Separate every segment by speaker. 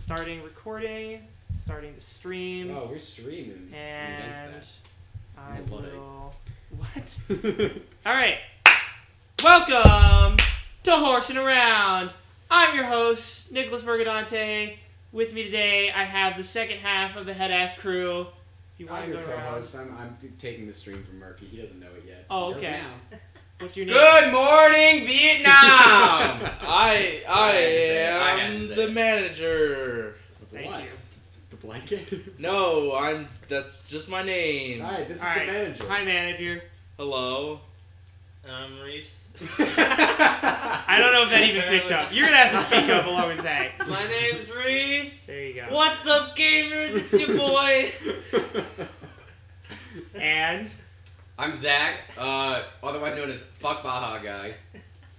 Speaker 1: starting recording, starting the stream,
Speaker 2: Oh, we're streaming. I'm
Speaker 1: and
Speaker 2: against
Speaker 1: I
Speaker 2: I'm a Luddite.
Speaker 1: will. What?
Speaker 2: that.
Speaker 1: All right. Welcome to Horsing Around. I'm your host, Nicholas Bergadante. With me today, I have the second half of the head ass crew. If you want
Speaker 2: I'm
Speaker 1: to
Speaker 2: your
Speaker 1: go around.
Speaker 2: co-host. I'm, I'm t- taking the stream from Murky. He doesn't know it yet.
Speaker 1: Oh,
Speaker 2: He does
Speaker 1: okay.
Speaker 2: now.
Speaker 1: What's your name?
Speaker 3: Good morning, Vietnam. I I
Speaker 2: I had to say it. I had to
Speaker 3: am
Speaker 2: say
Speaker 3: the
Speaker 2: it.
Speaker 3: manager.
Speaker 1: Thank
Speaker 2: What?
Speaker 1: you.
Speaker 2: The blanket.
Speaker 3: No, I'm. That's just my name.
Speaker 2: All right, this is
Speaker 1: All right.
Speaker 2: the manager.
Speaker 1: Hi, manager.
Speaker 3: Hello.
Speaker 4: Um, Reese.
Speaker 1: I don't know if that even picked up. You're gonna have to speak up along with Zach.
Speaker 4: My name's Reese.
Speaker 1: There you go.
Speaker 4: What's up, gamers? It's your boy.
Speaker 1: And
Speaker 5: I'm Zach, uh, otherwise known as Fuck Baja Guy.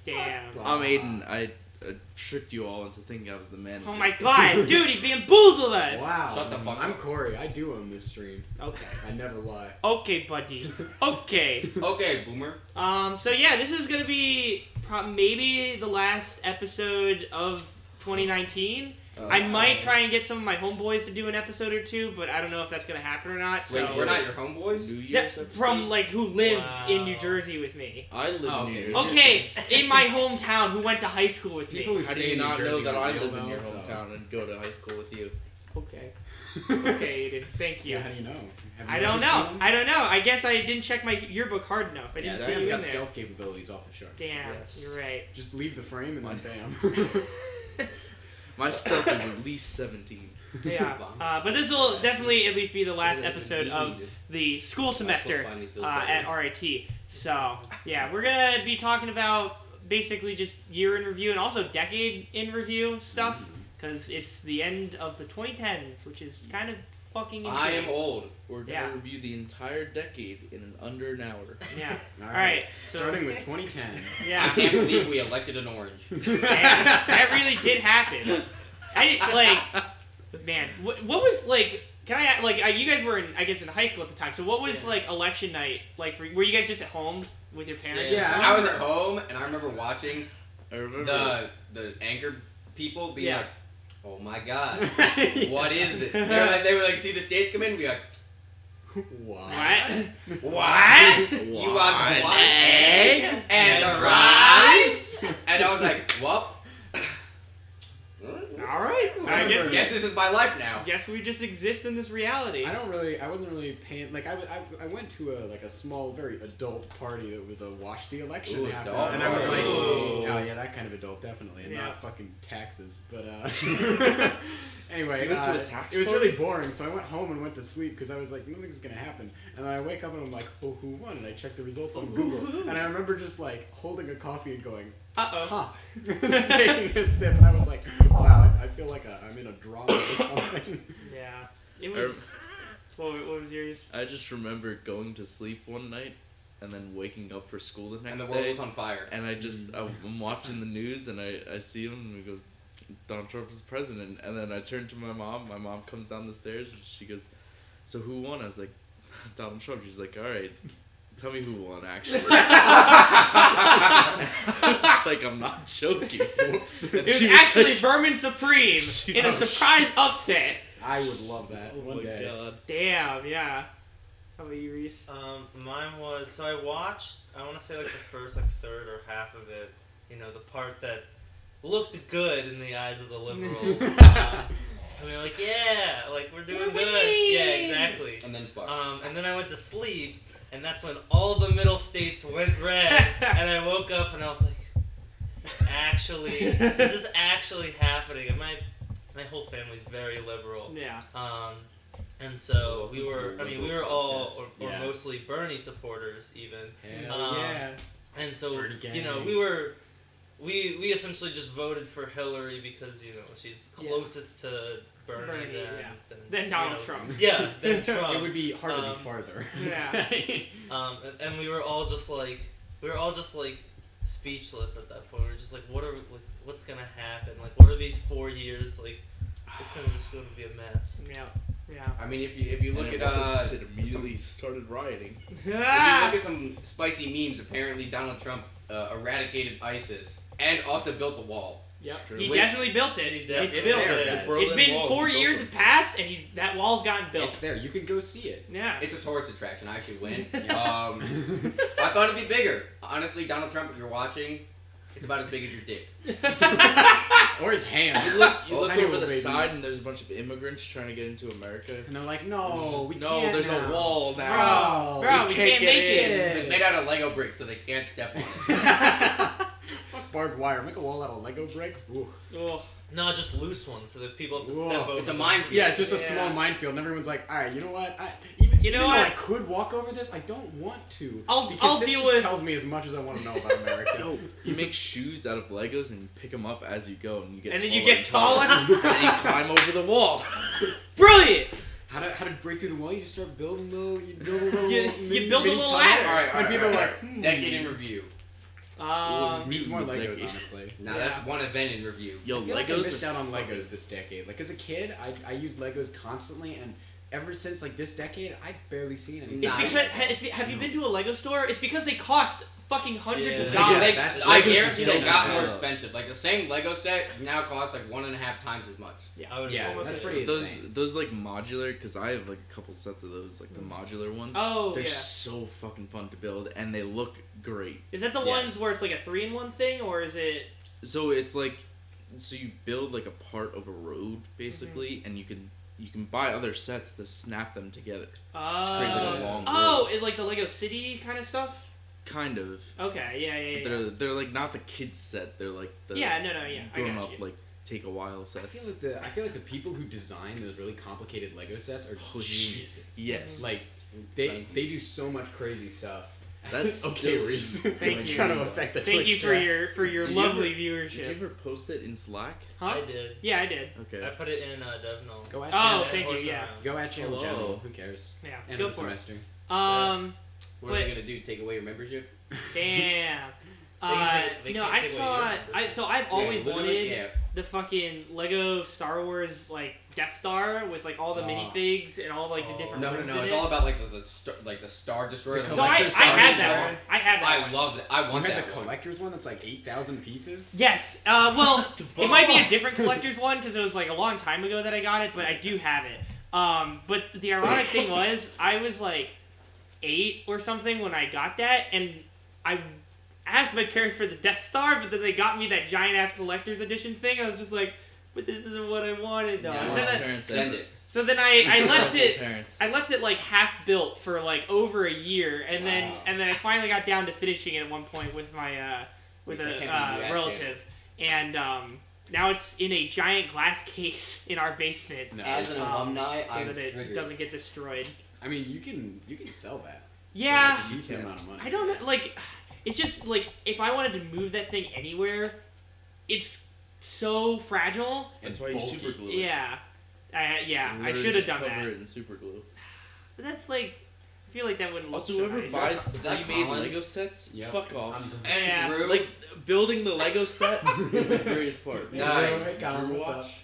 Speaker 1: damn.
Speaker 3: I'm Aiden. I uh, tricked you all into thinking I was the manager.
Speaker 1: Oh my god, dude, he bamboozled us!
Speaker 2: Wow.
Speaker 5: Shut the fuck
Speaker 2: I'm
Speaker 5: up.
Speaker 2: Corey. I do own this stream.
Speaker 1: Okay.
Speaker 2: I never lie.
Speaker 1: Okay, buddy. Okay.
Speaker 5: Okay, boomer.
Speaker 1: Um, so yeah, this is gonna be pro- maybe the last episode of 2019.
Speaker 3: Uh,
Speaker 1: I might try and get some of my homeboys to do an episode or two, but I don't know if that's gonna happen or not. So
Speaker 5: Wait, we're not your
Speaker 3: New
Speaker 5: homeboys?
Speaker 1: Yeah,
Speaker 3: Year's episode?
Speaker 1: from like who live
Speaker 4: Wow.
Speaker 1: in New Jersey with me.
Speaker 3: I live
Speaker 2: Oh,
Speaker 3: in New
Speaker 2: okay.
Speaker 3: Jersey.
Speaker 1: Okay, in my hometown, who went to high school with
Speaker 2: People
Speaker 1: me.
Speaker 2: who
Speaker 3: How do
Speaker 2: stay
Speaker 3: you
Speaker 2: in New
Speaker 3: not
Speaker 2: Jersey
Speaker 3: know that
Speaker 2: are
Speaker 3: I
Speaker 2: real
Speaker 3: live in
Speaker 2: though,
Speaker 3: your
Speaker 2: so-
Speaker 3: hometown and go to high school with you?
Speaker 1: Okay. Okay, Aiden, thank you.
Speaker 2: Yeah, how do you know? Have you
Speaker 1: I don't
Speaker 2: ever seen
Speaker 1: know.
Speaker 2: him?
Speaker 1: I don't know. I guess I didn't check my yearbook hard enough. I
Speaker 3: Yeah,
Speaker 1: didn't
Speaker 3: Zach's
Speaker 1: see
Speaker 2: Sam's
Speaker 1: you in
Speaker 2: got
Speaker 1: there.
Speaker 2: stealth capabilities off the charts.
Speaker 1: Damn,
Speaker 3: Yes.
Speaker 1: you're right.
Speaker 2: Just leave the frame and then bam.
Speaker 3: My stuff is at least 17.
Speaker 1: Yeah. Uh, but this will definitely at least be the last episode of the school semester uh, at RIT. So yeah, we're gonna be talking about basically just year in review and also decade in review stuff because it's the end of the 2010s, which is kind of fucking. Insane.
Speaker 5: I am old.
Speaker 3: We're gonna
Speaker 1: Yeah.
Speaker 3: review the entire decade in an- under an hour.
Speaker 1: Yeah.
Speaker 2: All
Speaker 1: All right. So
Speaker 2: Starting with 2010.
Speaker 5: I
Speaker 1: yeah,
Speaker 5: can't believe we elected an orange.
Speaker 1: Man, that really did happen. I didn't like. Man, what, what was like? Can I a- like? uh, You guys were in, I guess, in high school at the time. So what was
Speaker 4: Yeah.
Speaker 1: like election night like? For, were you guys just at home with your parents? or
Speaker 2: Yeah,
Speaker 1: something?
Speaker 5: I was at home and I remember watching
Speaker 3: I remember.
Speaker 5: the the anchor people being
Speaker 1: Yeah.
Speaker 5: like, "Oh my god, what is this?" They were like, they were like, "See the states come in," be like,
Speaker 2: What?
Speaker 1: What?
Speaker 5: "What?"
Speaker 3: One
Speaker 5: You want one
Speaker 2: eh?
Speaker 5: egg and
Speaker 1: and
Speaker 5: a rice? And I was like, "Well,
Speaker 1: All right. I guess.
Speaker 5: I guess this is my life now."
Speaker 1: guess we just exist in this reality.
Speaker 2: I don't really. I wasn't really paying. Like I, w- I- I went to a like a small, very adult party that was a watch the election
Speaker 5: Ooh,
Speaker 2: after,
Speaker 5: adult
Speaker 2: and I was like,
Speaker 1: party.
Speaker 2: oh
Speaker 3: Ooh.
Speaker 2: yeah, that kind of adult definitely, and
Speaker 1: Yeah.
Speaker 2: not fucking taxes. But uh, anyway,
Speaker 3: You went to a
Speaker 2: uh,
Speaker 3: tax
Speaker 2: it was
Speaker 3: party?
Speaker 2: really boring. So I went home and went to sleep because I was like, nothing's gonna happen. And then I wake up and I'm like, oh, who won? And I check the results on Google, and I remember just like holding a coffee and going,
Speaker 1: Uh oh.
Speaker 2: huh, taking a sip, and I was like, wow, I, I feel like a, I'm in a drama or something.
Speaker 1: Yeah. It
Speaker 3: Er,
Speaker 1: was. What, what was yours?
Speaker 3: I just remember going to sleep one night and then waking up for school the
Speaker 5: And
Speaker 3: next
Speaker 5: the world
Speaker 3: day.
Speaker 5: was on fire.
Speaker 3: And I just I- I'm watching the news and I I see him and we go, Donald Trump is president. And then I turn to my mom. My mom comes down the stairs and she goes, "So who won?" I was like, "Donald Trump." She's like, "All right, tell me who won actually." I was like, "I'm not joking." Whoops. And
Speaker 1: It was
Speaker 3: she
Speaker 1: actually
Speaker 3: like-
Speaker 1: Vermin Supreme
Speaker 3: She
Speaker 1: in a
Speaker 3: was-
Speaker 1: surprise upset.
Speaker 2: I would love that
Speaker 3: oh
Speaker 2: one
Speaker 3: my
Speaker 2: day.
Speaker 3: god.
Speaker 1: Damn. Yeah. How about you, Reese?
Speaker 4: Um, mine was so I watched. I want to say like the first, like third or half of it. You know, the part that looked good in the eyes of the liberals. uh, and we were like, yeah, like we're doing
Speaker 1: We're
Speaker 4: good. Yeah,
Speaker 1: winning.
Speaker 4: exactly.
Speaker 5: And then fuck.
Speaker 4: Um, and then I went to sleep, and that's when all the middle states went red. and I woke up and I was like, "Is this actually? Is this actually happening?" And my my whole family's very liberal.
Speaker 1: Yeah.
Speaker 4: Um, and so we were. I mean, we were all, or, or
Speaker 2: Yeah.
Speaker 4: mostly Bernie supporters, even.
Speaker 2: Hell
Speaker 3: Uh,
Speaker 4: Um,
Speaker 2: yeah.
Speaker 4: And so
Speaker 2: Bernie gang.
Speaker 4: you know, we were. We, we essentially just voted for Hillary because you know she's
Speaker 1: Yeah.
Speaker 4: closest to Bernie,
Speaker 1: Bernie,
Speaker 4: than,
Speaker 1: yeah.
Speaker 4: than,
Speaker 1: Then
Speaker 4: you
Speaker 1: Donald
Speaker 4: know,
Speaker 1: Trump.
Speaker 4: Yeah, than Trump.
Speaker 2: It would be hard to
Speaker 4: Um,
Speaker 2: be farther.
Speaker 1: yeah.
Speaker 4: Um, and, and we were all just like, we were all just like speechless at that point. We were just like, what are, we, like, what's gonna happen? Like, what are these four years? Like, it's gonna just gonna be a mess.
Speaker 1: Yeah. Yeah.
Speaker 5: I mean, if you if you
Speaker 3: And
Speaker 5: look
Speaker 3: it
Speaker 5: at uh,
Speaker 3: was- it immediately started rioting.
Speaker 5: if you
Speaker 1: Ah!
Speaker 5: look at some spicy memes, apparently Donald Trump uh, eradicated ISIS and also built the wall.
Speaker 1: Yep.
Speaker 3: True.
Speaker 1: He
Speaker 5: Wait.
Speaker 1: definitely built it.
Speaker 4: He def-
Speaker 1: it's
Speaker 5: it's
Speaker 1: built.
Speaker 5: there,
Speaker 1: it.
Speaker 5: guys.
Speaker 3: Berlin
Speaker 1: has been
Speaker 3: Wall,
Speaker 1: four
Speaker 3: he built
Speaker 1: years
Speaker 3: it.
Speaker 1: have passed, and he's that wall's gotten built.
Speaker 2: It's there. You can go see it.
Speaker 1: yeah.
Speaker 5: It's a tourist attraction. I actually went. Um, I thought it'd be bigger. Honestly, Donald Trump, if you're watching, it's about as big as your dick.
Speaker 2: or his
Speaker 3: You
Speaker 2: hand.
Speaker 3: look, you
Speaker 2: Oh,
Speaker 3: look
Speaker 2: honey,
Speaker 3: over the
Speaker 2: little baby.
Speaker 3: side and there's a bunch of immigrants trying to get into America.
Speaker 2: And they're like, no,
Speaker 3: Just,
Speaker 2: Oh, we
Speaker 3: no,
Speaker 2: can't.
Speaker 3: there's
Speaker 2: now.
Speaker 3: a wall now.
Speaker 1: Bro,
Speaker 2: Oh,
Speaker 1: bro,
Speaker 3: we
Speaker 1: we
Speaker 3: can't
Speaker 1: can't,
Speaker 3: get
Speaker 1: make
Speaker 3: in.
Speaker 1: it.
Speaker 5: It's made out of Lego bricks, so they can't step on it.
Speaker 2: Fuck barbed wire. Make a wall out of Lego bricks. Ooh.
Speaker 1: Oh,
Speaker 4: No, just loose ones so that people have to step
Speaker 2: Whoa.
Speaker 4: over.
Speaker 5: It's a
Speaker 4: them.
Speaker 5: minefield.
Speaker 2: Yeah, it's just a
Speaker 1: Yeah.
Speaker 2: small minefield, and everyone's like, "All right, you know what? I, even,
Speaker 1: You know
Speaker 2: even
Speaker 1: what?
Speaker 2: though I could walk over this, I don't want to.
Speaker 1: I'll-
Speaker 2: because
Speaker 1: I'll
Speaker 2: this
Speaker 1: deal
Speaker 2: just
Speaker 1: with-
Speaker 2: tells me as much as I want to know about America.
Speaker 3: No, you make shoes out of Legos and you pick them up as you go, and you get
Speaker 1: And then you
Speaker 3: taller
Speaker 1: get taller.
Speaker 3: and then you climb over the wall.
Speaker 1: Brilliant.
Speaker 2: How to how to break through the wall? You just start building little. You build a little.
Speaker 1: You-
Speaker 2: mini,
Speaker 1: you build a
Speaker 2: mini
Speaker 1: little
Speaker 2: tunnel.
Speaker 1: ladder.
Speaker 5: All right, all
Speaker 2: And
Speaker 5: right,
Speaker 2: people
Speaker 5: all
Speaker 2: are
Speaker 5: right,
Speaker 2: like, hmm.
Speaker 5: Decade in review.
Speaker 1: Um,
Speaker 2: Needs more
Speaker 3: Ooh,
Speaker 2: Legos,
Speaker 3: Legos.
Speaker 2: honestly.
Speaker 5: Now
Speaker 1: Yeah.
Speaker 5: that's one event in review.
Speaker 3: Yo,
Speaker 2: I feel
Speaker 3: Legos
Speaker 2: like I missed
Speaker 3: are
Speaker 2: out on
Speaker 3: fucking-
Speaker 2: Legos this decade. Like as a kid, I, I used Legos constantly, and ever since like this decade, I've barely seen any.
Speaker 1: it's
Speaker 5: Nah,
Speaker 1: because ha- it's be- have you been to a Lego store? It's because they cost fucking hundreds
Speaker 4: Yeah.
Speaker 1: of
Speaker 4: Yeah,
Speaker 1: dollars.
Speaker 5: They-
Speaker 2: that's-
Speaker 5: I
Speaker 3: Legos
Speaker 5: guarantee they
Speaker 3: don't
Speaker 5: got
Speaker 3: sell
Speaker 5: more
Speaker 3: out.
Speaker 5: expensive. Like the same Lego set now costs like one and a half times as much.
Speaker 4: I would
Speaker 2: Yeah,
Speaker 4: almost
Speaker 2: that's
Speaker 4: say-
Speaker 2: pretty
Speaker 3: Those
Speaker 2: insane.
Speaker 3: those like modular because I have like a couple sets of those like the modular ones.
Speaker 1: oh
Speaker 3: They're
Speaker 1: yeah.
Speaker 3: so fucking fun to build and they look great.
Speaker 1: Is that the
Speaker 5: Yeah.
Speaker 1: ones where it's like a three in one thing, or is it?
Speaker 3: So it's like so you build like a part of a road basically
Speaker 1: Mm-hmm.
Speaker 3: and you can you can buy other sets to snap them together. created
Speaker 1: Oh,
Speaker 3: a long
Speaker 1: oh, it, like the Lego City kind of stuff.
Speaker 3: Kind of.
Speaker 1: Okay, yeah, yeah,
Speaker 3: But
Speaker 1: yeah.
Speaker 3: they're they're like not the kids set, they're like the
Speaker 1: yeah, no, no, yeah. I
Speaker 3: grown
Speaker 1: got
Speaker 3: up
Speaker 1: you.
Speaker 3: like take a while
Speaker 2: I feel
Speaker 3: sets.
Speaker 2: like the I feel like the people who design those really complicated Lego sets are
Speaker 3: Oh,
Speaker 2: geniuses.
Speaker 3: yes.
Speaker 2: Like they they do so much crazy stuff.
Speaker 3: That's
Speaker 2: okay,
Speaker 3: still-
Speaker 2: Reese.
Speaker 1: Thank
Speaker 2: I'm
Speaker 1: you.
Speaker 2: Trying to affect the
Speaker 1: Thank you
Speaker 2: Twitch
Speaker 1: for
Speaker 2: chat.
Speaker 1: your for your
Speaker 3: Did you
Speaker 1: lovely
Speaker 3: Did you
Speaker 1: viewership.
Speaker 3: ever post it in Slack?
Speaker 1: Huh?
Speaker 4: I did.
Speaker 1: Yeah, I did.
Speaker 3: Okay.
Speaker 4: I put it in uh, DevNull.
Speaker 2: go at
Speaker 1: Oh,
Speaker 2: channel.
Speaker 1: thank you,
Speaker 4: Horse
Speaker 1: yeah.
Speaker 4: around.
Speaker 2: Go at channel.
Speaker 3: Hello.
Speaker 2: General. Who cares?
Speaker 1: Yeah,
Speaker 2: End
Speaker 1: go
Speaker 2: of the
Speaker 1: for
Speaker 2: semester.
Speaker 1: it. Um,
Speaker 5: What are
Speaker 1: But-
Speaker 5: they gonna do? Take away your membership?
Speaker 1: damn. Uh,
Speaker 4: can take- they
Speaker 1: no,
Speaker 4: can
Speaker 1: I
Speaker 4: take away
Speaker 1: saw.
Speaker 4: your membership.
Speaker 1: I so I've always
Speaker 5: yeah, literally,
Speaker 1: wanted
Speaker 5: Yeah.
Speaker 1: the fucking Lego Star Wars like Death Star with like all the
Speaker 2: Oh.
Speaker 1: minifigs and all like the
Speaker 4: Oh.
Speaker 1: different.
Speaker 5: No, no,
Speaker 1: rooms
Speaker 5: no.
Speaker 1: in
Speaker 5: It's
Speaker 1: it.
Speaker 5: all about like the, the star, like the Star Destroyer.
Speaker 2: The
Speaker 5: the
Speaker 1: So I, I
Speaker 5: Collector
Speaker 2: Collector's Star
Speaker 1: had
Speaker 5: Destroyer.
Speaker 1: that one. I had that
Speaker 5: I
Speaker 1: one.
Speaker 5: love that. I
Speaker 2: You
Speaker 5: want
Speaker 2: had
Speaker 5: that.
Speaker 2: the
Speaker 5: one.
Speaker 2: collector's one that's like eight thousand pieces.
Speaker 1: Yes. Uh, well, it might be a
Speaker 3: fuck?
Speaker 1: different collector's one because it was like a long time ago that I got it, but I do have it. Um, but the ironic thing was, I was like eight or something when I got that, and I asked my parents for the Death Star, but then they got me that giant ass collector's edition thing. I was just like, but this isn't what I wanted, though.
Speaker 5: Yeah,
Speaker 1: so,
Speaker 5: most
Speaker 1: then,
Speaker 3: parents
Speaker 5: Send
Speaker 3: ever-
Speaker 5: it.
Speaker 1: so then I, I left it.
Speaker 3: Parents.
Speaker 1: I left it like half built for like over a year, and then
Speaker 5: Wow.
Speaker 1: and then I finally got down to finishing it at one point with my uh, with
Speaker 5: Which I
Speaker 1: a
Speaker 5: can't believe you
Speaker 1: uh,
Speaker 5: actually-
Speaker 1: relative, and um, now it's in a giant glass case in our basement,
Speaker 2: Nice.
Speaker 5: As an alumni,
Speaker 1: so
Speaker 5: I'm
Speaker 1: that it
Speaker 5: triggered.
Speaker 1: doesn't get destroyed.
Speaker 2: I mean, you can you can sell that.
Speaker 1: Yeah,
Speaker 2: For like a decent
Speaker 3: Yeah.
Speaker 2: amount of money.
Speaker 1: I don't know, like it's just like if I wanted to move that thing anywhere, it's so fragile.
Speaker 3: That's why you
Speaker 2: Bulky.
Speaker 3: super glue it.
Speaker 1: Yeah, I, yeah, I
Speaker 3: Literally
Speaker 1: should have
Speaker 3: just
Speaker 1: done
Speaker 3: cover
Speaker 1: that,
Speaker 3: it in super glue.
Speaker 1: but that's like I feel like that wouldn't look
Speaker 3: Also,
Speaker 1: so
Speaker 3: whoever
Speaker 1: nice.
Speaker 3: buys
Speaker 5: Is that
Speaker 3: pre-made
Speaker 5: Colin?
Speaker 3: Lego sets,
Speaker 2: Yep.
Speaker 3: fuck off.
Speaker 2: I'm done.
Speaker 5: And
Speaker 1: Yeah.
Speaker 5: Drew,
Speaker 3: Like building the Lego set is the greatest part.
Speaker 5: Nice.
Speaker 2: Hey, Colin,
Speaker 3: Drew
Speaker 2: what's
Speaker 3: watch.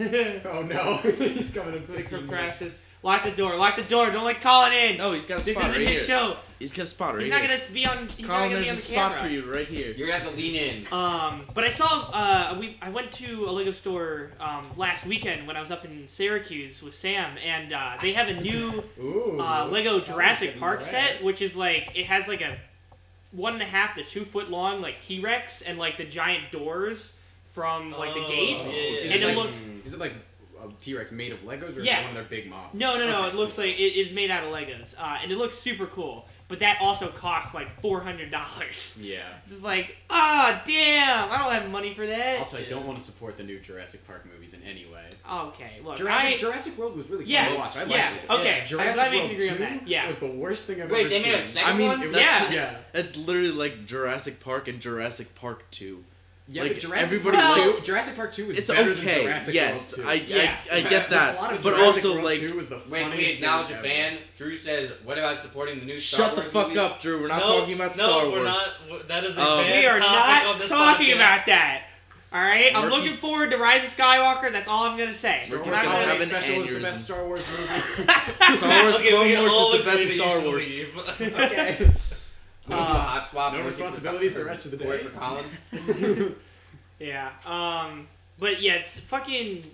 Speaker 2: Oh no, he's coming in
Speaker 1: Quick for
Speaker 2: 15 minutes.
Speaker 1: crashes. Lock the door. Lock the door. Don't let Colin in.
Speaker 3: No, he's got a
Speaker 1: this
Speaker 3: spot
Speaker 1: isn't
Speaker 3: right
Speaker 1: his
Speaker 3: here.
Speaker 1: show.
Speaker 3: He's got a spot right
Speaker 1: he's not
Speaker 3: here.
Speaker 1: gonna s- be on. He's
Speaker 3: Colin,
Speaker 1: not gonna
Speaker 3: there's
Speaker 1: be
Speaker 3: a
Speaker 1: on the
Speaker 3: spot
Speaker 1: camera.
Speaker 3: for you right here.
Speaker 5: you're gonna have to lean in.
Speaker 1: Um, but I saw. Uh, we I went to a Lego store um, last weekend when I was up in Syracuse with Sam, and uh, they have a new
Speaker 2: Ooh.
Speaker 1: uh, Lego
Speaker 2: Colin's
Speaker 1: Jurassic
Speaker 2: getting
Speaker 1: Park set,
Speaker 2: dressed.
Speaker 1: which is like it has like a one and a half to two foot long like T Rex and like the giant doors from like the
Speaker 4: Oh,
Speaker 1: gates,
Speaker 4: yeah.
Speaker 2: Is
Speaker 1: and it
Speaker 2: like-
Speaker 1: looks
Speaker 5: Mm.
Speaker 2: Is it like a T Rex made of Legos, or is
Speaker 1: Yeah.
Speaker 2: it one of their big mobs?
Speaker 1: No, no, no.
Speaker 2: Okay,
Speaker 1: It looks like it is made out of Legos, uh, and it looks super cool. But that also costs like four hundred dollars.
Speaker 2: Yeah.
Speaker 1: Just like, ah, damn, I don't have money for that.
Speaker 2: Also, I
Speaker 4: Yeah.
Speaker 2: don't want to support the new Jurassic Park movies in any way.
Speaker 1: okay, look,
Speaker 2: Jurassic,
Speaker 1: I,
Speaker 2: Jurassic World was really
Speaker 1: Yeah,
Speaker 2: fun to watch. I
Speaker 1: yeah,
Speaker 2: liked it.
Speaker 1: okay, I'm
Speaker 2: Jurassic
Speaker 1: glad we
Speaker 2: World
Speaker 1: can agree
Speaker 2: 2
Speaker 1: on that, yeah.
Speaker 2: was the worst thing I've
Speaker 5: Wait,
Speaker 2: ever
Speaker 5: they
Speaker 2: seen.
Speaker 5: made a second
Speaker 3: I mean,
Speaker 5: one.
Speaker 2: It was-
Speaker 1: Yeah.
Speaker 2: yeah,
Speaker 3: That's literally like Jurassic Park and Jurassic Park 2.
Speaker 2: yeah.
Speaker 3: Like,
Speaker 2: but Jurassic
Speaker 3: everybody
Speaker 2: Park
Speaker 1: likes-
Speaker 2: 2, Jurassic Park Two was
Speaker 3: It's
Speaker 2: better than
Speaker 3: okay.
Speaker 2: Jurassic
Speaker 3: yes,
Speaker 2: World
Speaker 3: I,
Speaker 2: 2.
Speaker 1: Yeah.
Speaker 3: I, I
Speaker 2: The
Speaker 3: get that.
Speaker 2: plot of
Speaker 3: But
Speaker 2: Jurassic
Speaker 3: also,
Speaker 2: World
Speaker 3: like,
Speaker 2: 2 was the
Speaker 5: Wait,
Speaker 2: funniest
Speaker 5: we acknowledge
Speaker 2: thing
Speaker 5: a
Speaker 2: ever.
Speaker 5: ban. Drew says, "What about supporting the new Star
Speaker 3: shut the
Speaker 5: Wars
Speaker 3: fuck
Speaker 5: movie?
Speaker 3: up, Drew. We're not
Speaker 4: no,
Speaker 3: talking about
Speaker 4: no,
Speaker 3: Star
Speaker 4: we're
Speaker 3: Wars.
Speaker 4: Not, w- that is a
Speaker 3: Um,
Speaker 4: bad
Speaker 1: we are
Speaker 4: topic
Speaker 1: not
Speaker 4: on this
Speaker 1: talking
Speaker 4: podcast.
Speaker 1: about that. All right, I'm
Speaker 3: Murky's-
Speaker 1: looking forward to Rise of Skywalker. That's all I'm gonna say.
Speaker 2: Star
Speaker 3: We're
Speaker 2: Wars
Speaker 1: We're not
Speaker 3: gonna
Speaker 2: Holiday
Speaker 3: have an
Speaker 2: Special is the
Speaker 3: aneurysm.
Speaker 2: best Star Wars movie.
Speaker 3: Star Wars
Speaker 4: Okay, we
Speaker 3: Clone
Speaker 4: can
Speaker 3: Wars
Speaker 4: all
Speaker 3: is the
Speaker 4: agree
Speaker 3: best
Speaker 4: that you
Speaker 3: Star
Speaker 4: should
Speaker 3: Wars.
Speaker 4: leave.
Speaker 2: okay.
Speaker 5: We can do a
Speaker 1: Uh,
Speaker 5: hot swap.
Speaker 2: no
Speaker 5: Work it for-
Speaker 2: responsibilities the rest of the
Speaker 5: work
Speaker 2: day.
Speaker 5: for Colin.
Speaker 1: Yeah. Um. But yeah, it's fucking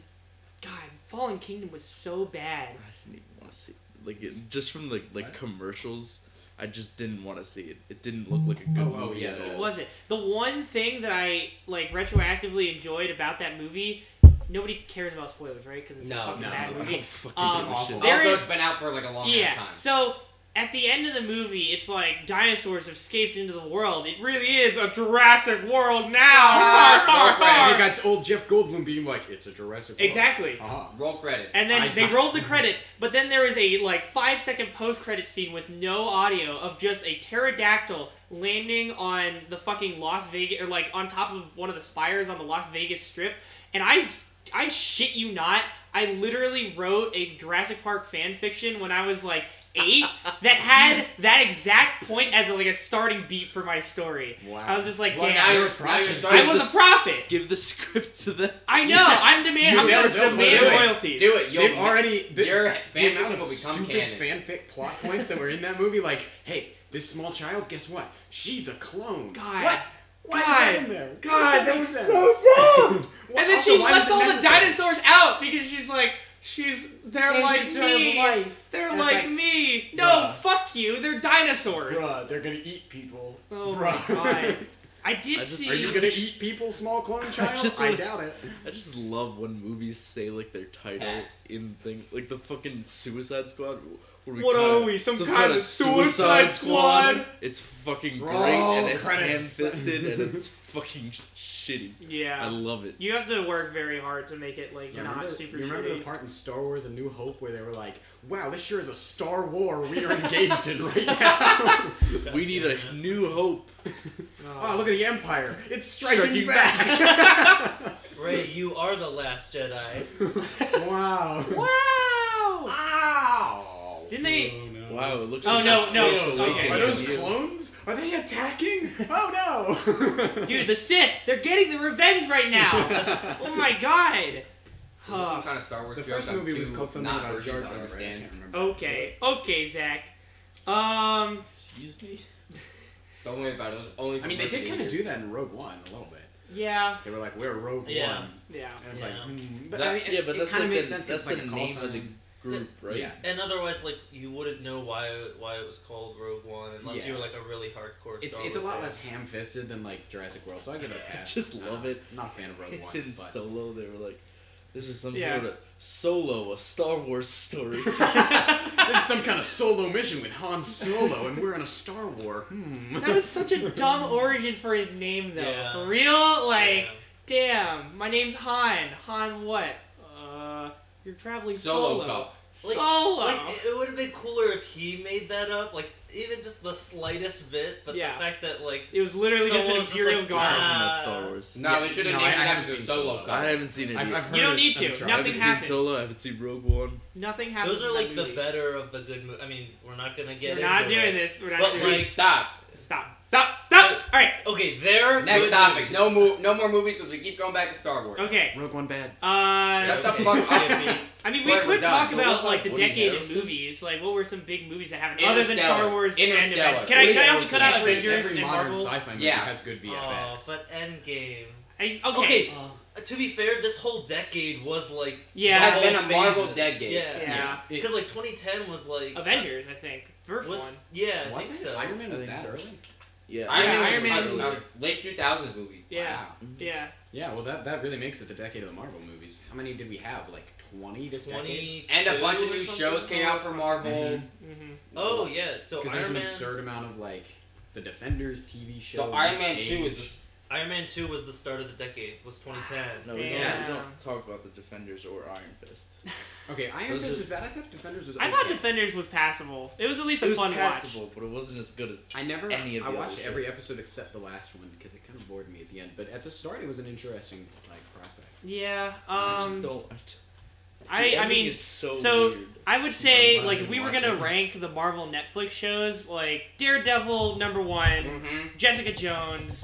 Speaker 1: God, Fallen Kingdom was so bad.
Speaker 3: I didn't even want to see. It. Like it, just from the like
Speaker 2: What?
Speaker 3: commercials, I just didn't want to see it. It didn't look like a good
Speaker 5: oh,
Speaker 3: movie
Speaker 5: yeah.
Speaker 3: at
Speaker 1: What
Speaker 3: all.
Speaker 1: was it? The one thing that I like retroactively enjoyed about that movie, nobody cares about spoilers, right? Because it's
Speaker 5: No,
Speaker 1: a fucking
Speaker 5: no,
Speaker 1: bad
Speaker 5: it's
Speaker 1: movie.
Speaker 3: Oh, fucking
Speaker 1: Um,
Speaker 3: piece of
Speaker 5: awful.
Speaker 3: shit.
Speaker 1: There
Speaker 5: also,
Speaker 1: is-
Speaker 5: it's been out for like a long ass
Speaker 1: yeah.
Speaker 5: time.
Speaker 1: So at the end of the movie, it's like dinosaurs have escaped into the world. It really is a Jurassic World now.
Speaker 5: Ah,
Speaker 2: And you got old Jeff Goldblum being like, it's a Jurassic World."
Speaker 1: exactly.
Speaker 2: Uh-huh.
Speaker 5: Roll credits.
Speaker 1: And then
Speaker 5: I-
Speaker 1: they rolled the credits, but then there is a like five second post credit scene with no audio of just a pterodactyl landing on the fucking Las Vegas or like on top of one of the spires on the Las Vegas Strip. And I, I shit you not, I literally wrote a Jurassic Park fan fiction when I was like eight that had that exact point as like a starting beat for my story.
Speaker 2: Wow.
Speaker 1: I was just like,
Speaker 5: Well, now
Speaker 1: damn,
Speaker 5: you're, now you're
Speaker 3: Just-
Speaker 1: I
Speaker 5: starting.
Speaker 1: was a
Speaker 3: this-
Speaker 1: prophet.
Speaker 3: Give the script to them.
Speaker 1: I know.
Speaker 3: Yeah.
Speaker 1: I'm demand.
Speaker 2: You
Speaker 1: I'm
Speaker 2: never
Speaker 1: gonna
Speaker 2: know.
Speaker 1: demand
Speaker 5: Do it.
Speaker 1: royalty.
Speaker 5: Do it. You'll
Speaker 2: They've already the,
Speaker 5: your
Speaker 2: the
Speaker 5: fan
Speaker 2: amount
Speaker 5: fiction
Speaker 2: of
Speaker 5: will become
Speaker 2: stupid
Speaker 5: canon.
Speaker 2: fanfic plot points that were in that movie. Like, hey, this small child, guess what? She's a clone.
Speaker 1: God.
Speaker 2: What? Why is that
Speaker 1: God.
Speaker 2: in there?
Speaker 1: God,
Speaker 2: Why does
Speaker 1: that
Speaker 2: make
Speaker 1: was so
Speaker 2: sense? Why-
Speaker 1: and then
Speaker 2: also,
Speaker 1: she
Speaker 2: why
Speaker 1: left
Speaker 2: was it
Speaker 1: all the
Speaker 2: necessary?
Speaker 1: dinosaurs out because she's like, she's they're
Speaker 2: They
Speaker 1: like
Speaker 2: deserve
Speaker 1: me.
Speaker 2: life.
Speaker 1: They're
Speaker 2: And it's
Speaker 1: like,
Speaker 2: like,
Speaker 1: me. No,
Speaker 2: bruh.
Speaker 1: fuck you. They're dinosaurs.
Speaker 2: Bruh, they're gonna eat people.
Speaker 1: Oh
Speaker 2: Bruh.
Speaker 1: my god. I did
Speaker 3: I just-
Speaker 1: see.
Speaker 2: Are you gonna eat people, small clone child? I,
Speaker 3: just wanna-
Speaker 2: doubt it.
Speaker 3: I just love when movies say like their title
Speaker 5: Cats.
Speaker 3: in things like the fucking Suicide Squad. What
Speaker 1: What
Speaker 3: kinda-
Speaker 1: are we, some kind of Suicide Squad?
Speaker 3: It's fucking
Speaker 2: Roll
Speaker 3: great and it's hand
Speaker 2: credits.
Speaker 3: fisted and it's fucking shitty. I
Speaker 1: yeah.
Speaker 3: love it.
Speaker 1: You have to work very hard to make it like
Speaker 2: You
Speaker 1: not
Speaker 2: remember,
Speaker 1: super
Speaker 2: you remember
Speaker 1: shitty.
Speaker 2: the part in Star Wars: A New Hope where they were like, "Wow, this sure is a Star War we are engaged in right now."
Speaker 3: We need a new hope.
Speaker 2: oh, look at the Empire! It's striking,
Speaker 3: Striking
Speaker 2: back.
Speaker 4: Ray, you are the last Jedi.
Speaker 2: wow.
Speaker 1: Wow.
Speaker 5: Wow.
Speaker 1: Didn't they?
Speaker 2: Oh, no.
Speaker 3: Wow, it looks
Speaker 1: Oh,
Speaker 3: like
Speaker 1: no,
Speaker 3: a
Speaker 1: no,
Speaker 3: Force
Speaker 1: no, okay.
Speaker 3: Awakens
Speaker 2: Are those
Speaker 3: review.
Speaker 2: clones? Are they attacking? Oh no!
Speaker 1: Dude, the Sith, they're getting the revenge right now. oh my god.
Speaker 5: Is this some
Speaker 1: Huh.
Speaker 5: kind of Star Wars
Speaker 2: the
Speaker 5: joke
Speaker 2: first
Speaker 5: I'm
Speaker 2: movie was
Speaker 5: too
Speaker 2: called something
Speaker 5: not
Speaker 2: about
Speaker 5: version
Speaker 2: Jar
Speaker 5: to
Speaker 2: Jar. Right? I
Speaker 5: understand?
Speaker 2: can't remember.
Speaker 1: Okay. Okay, Zach. Um.
Speaker 3: Excuse me.
Speaker 5: Don't worry about it. It was
Speaker 1: Oh,
Speaker 5: only.
Speaker 2: I mean, they did kind of do that in Rogue One a little bit.
Speaker 1: Yeah.
Speaker 2: They were like, "We're Rogue
Speaker 4: Yeah.
Speaker 2: One,"
Speaker 1: Yeah.
Speaker 2: and it's
Speaker 4: Yeah.
Speaker 2: like, mm, but
Speaker 5: That-
Speaker 2: I mean, it,
Speaker 3: yeah, but
Speaker 2: it
Speaker 3: that's
Speaker 2: kind
Speaker 3: like
Speaker 2: of makes
Speaker 3: the-
Speaker 2: sense. 'cause
Speaker 3: that's
Speaker 2: it's like
Speaker 3: the
Speaker 2: a call
Speaker 3: name
Speaker 2: sign.
Speaker 3: of the group, right?
Speaker 2: Yeah.
Speaker 4: And otherwise, like you wouldn't know why why it was called Rogue One unless
Speaker 2: Yeah.
Speaker 4: you were like a really hardcore.
Speaker 2: It's
Speaker 4: Star
Speaker 2: it's a
Speaker 4: Wars
Speaker 2: lot
Speaker 4: fan.
Speaker 2: less ham-fisted than like Jurassic World, so I give it a
Speaker 3: I
Speaker 2: pass.
Speaker 3: just love it.
Speaker 2: I'm not a fan of Rogue One,
Speaker 3: In
Speaker 2: but
Speaker 3: Solo, they were like, "This is some
Speaker 1: Yeah.
Speaker 3: sort of Solo, a Star Wars story."
Speaker 2: this is some kind of solo mission with Han Solo, and we're in a Star War. Hmm.
Speaker 1: That was such a dumb origin for his name, though.
Speaker 4: Yeah.
Speaker 1: For real, like,
Speaker 4: Yeah.
Speaker 1: damn. My name's Han. Han what? Uh, you're traveling
Speaker 5: solo
Speaker 1: solo.
Speaker 5: cup.
Speaker 4: Like-
Speaker 1: Solo.
Speaker 4: Like it would have been cooler if he made that up, like even just the slightest bit. But
Speaker 1: Yeah.
Speaker 4: the fact that like
Speaker 1: it was literally just an
Speaker 4: Someone's just
Speaker 1: Imperial
Speaker 4: like,
Speaker 1: Guard.
Speaker 4: nah.
Speaker 3: Talking about Star Wars.
Speaker 5: No, they should have
Speaker 2: no,
Speaker 5: named
Speaker 2: I- I
Speaker 5: it
Speaker 2: haven't
Speaker 5: after
Speaker 2: seen
Speaker 5: solo
Speaker 2: Solo.
Speaker 5: cup.
Speaker 3: I haven't seen it
Speaker 2: I've,
Speaker 3: yet.
Speaker 2: I've heard
Speaker 1: You don't
Speaker 2: it's
Speaker 1: need to.
Speaker 2: untried.
Speaker 1: Nothing
Speaker 3: I haven't
Speaker 1: happens.
Speaker 3: seen Solo. I haven't seen Rogue One.
Speaker 1: Nothing happens.
Speaker 4: those are like
Speaker 1: in
Speaker 4: the
Speaker 1: that movie.
Speaker 4: better of the good. Mo- I mean, we're not gonna get.
Speaker 1: We're not
Speaker 4: into
Speaker 1: doing
Speaker 4: it.
Speaker 1: this. We're not
Speaker 4: But,
Speaker 1: doing
Speaker 5: Please
Speaker 4: like-
Speaker 1: this.
Speaker 5: stop.
Speaker 1: Stop. Stop. Stop. All right.
Speaker 4: Okay, there.
Speaker 5: Next
Speaker 4: good
Speaker 5: topic.
Speaker 4: movies.
Speaker 5: No mo- No more movies because we keep going back to Star Wars.
Speaker 1: Okay.
Speaker 2: Rogue One bad.
Speaker 1: Uh.
Speaker 5: Shut the
Speaker 4: Okay,
Speaker 5: fuck up.
Speaker 4: Skippy.
Speaker 1: I mean, we
Speaker 5: Whatever
Speaker 1: could
Speaker 5: done.
Speaker 1: talk
Speaker 5: So
Speaker 1: about
Speaker 3: what
Speaker 1: like the
Speaker 3: about Woody
Speaker 1: decade of
Speaker 3: Harrelson?
Speaker 1: movies. Like, what were some big movies that happened other than Star
Speaker 5: Interstellar.
Speaker 1: Wars? and Avengers?
Speaker 5: Interstellar.
Speaker 1: Can I, can I
Speaker 3: Woody
Speaker 1: also cut out
Speaker 3: Harrelson.
Speaker 2: Every,
Speaker 1: Avengers
Speaker 2: every
Speaker 1: and
Speaker 2: modern
Speaker 1: Marvel?
Speaker 2: sci-fi movie
Speaker 5: Yeah.
Speaker 2: has good
Speaker 4: Oh,
Speaker 2: VFX.
Speaker 4: but Endgame.
Speaker 1: I,
Speaker 4: Okay.
Speaker 1: okay.
Speaker 4: Uh, to be fair, this whole decade was like
Speaker 5: It
Speaker 1: Yeah.
Speaker 5: has been a Marvel
Speaker 4: phases.
Speaker 5: decade.
Speaker 4: Yeah.
Speaker 1: Yeah.
Speaker 2: It-
Speaker 4: Because like 2010 was like
Speaker 1: Avengers, I think. First
Speaker 4: Was
Speaker 1: one.
Speaker 4: yeah, I
Speaker 2: was
Speaker 4: think
Speaker 2: it?
Speaker 4: so.
Speaker 2: Iron Man
Speaker 3: I
Speaker 2: was
Speaker 3: think
Speaker 2: that
Speaker 3: so.
Speaker 2: early?
Speaker 3: Yeah,
Speaker 5: Iron Man,
Speaker 1: Iron
Speaker 5: was
Speaker 1: Man-
Speaker 5: like a late 2000s movie.
Speaker 1: Yeah.
Speaker 5: Wow.
Speaker 1: Yeah.
Speaker 2: Yeah, well, that, that really makes it the decade of the Marvel movies. How many did we have? Like 20 this decade?
Speaker 4: 20
Speaker 5: And a bunch of new shows came out for Marvel.
Speaker 1: Mm-hmm.
Speaker 4: Oh yeah, so
Speaker 2: Because there's
Speaker 4: Iron
Speaker 2: an
Speaker 4: Man.
Speaker 2: absurd amount of, like, the Defenders TV show.
Speaker 5: So Iron Man
Speaker 2: Cage.
Speaker 5: 2 is just.
Speaker 4: Iron Man 2 was the start of the decade. Was 2010.
Speaker 3: No, we don't, we
Speaker 1: Damn.
Speaker 3: don't talk about the Defenders or Iron Fist.
Speaker 2: Okay, Iron
Speaker 3: Those
Speaker 2: Fist
Speaker 3: are-
Speaker 2: was bad. I thought Defenders was
Speaker 1: I thought
Speaker 2: okay.
Speaker 1: Defenders was passable. It was at least
Speaker 3: It
Speaker 1: a
Speaker 3: was
Speaker 1: fun
Speaker 3: passable,
Speaker 1: watch.
Speaker 3: but it wasn't as good as.
Speaker 2: I never.
Speaker 3: any of
Speaker 2: I
Speaker 3: the
Speaker 2: watched
Speaker 3: other
Speaker 2: every
Speaker 3: shows.
Speaker 2: episode except the last one because it kind of bored me at the end. But at the start, it was an interesting like prospect.
Speaker 1: Yeah.
Speaker 3: I just
Speaker 1: Um.
Speaker 3: don't.
Speaker 1: I.
Speaker 3: the
Speaker 1: I
Speaker 3: ending
Speaker 1: mean,
Speaker 3: is so,
Speaker 1: so-
Speaker 3: weird.
Speaker 1: I would say
Speaker 2: I'm
Speaker 1: like if
Speaker 2: gonna
Speaker 1: we were
Speaker 2: watch
Speaker 1: gonna
Speaker 2: it.
Speaker 1: rank the Marvel Netflix shows, like Daredevil number one,
Speaker 5: Mm-hmm.
Speaker 1: Jessica Jones,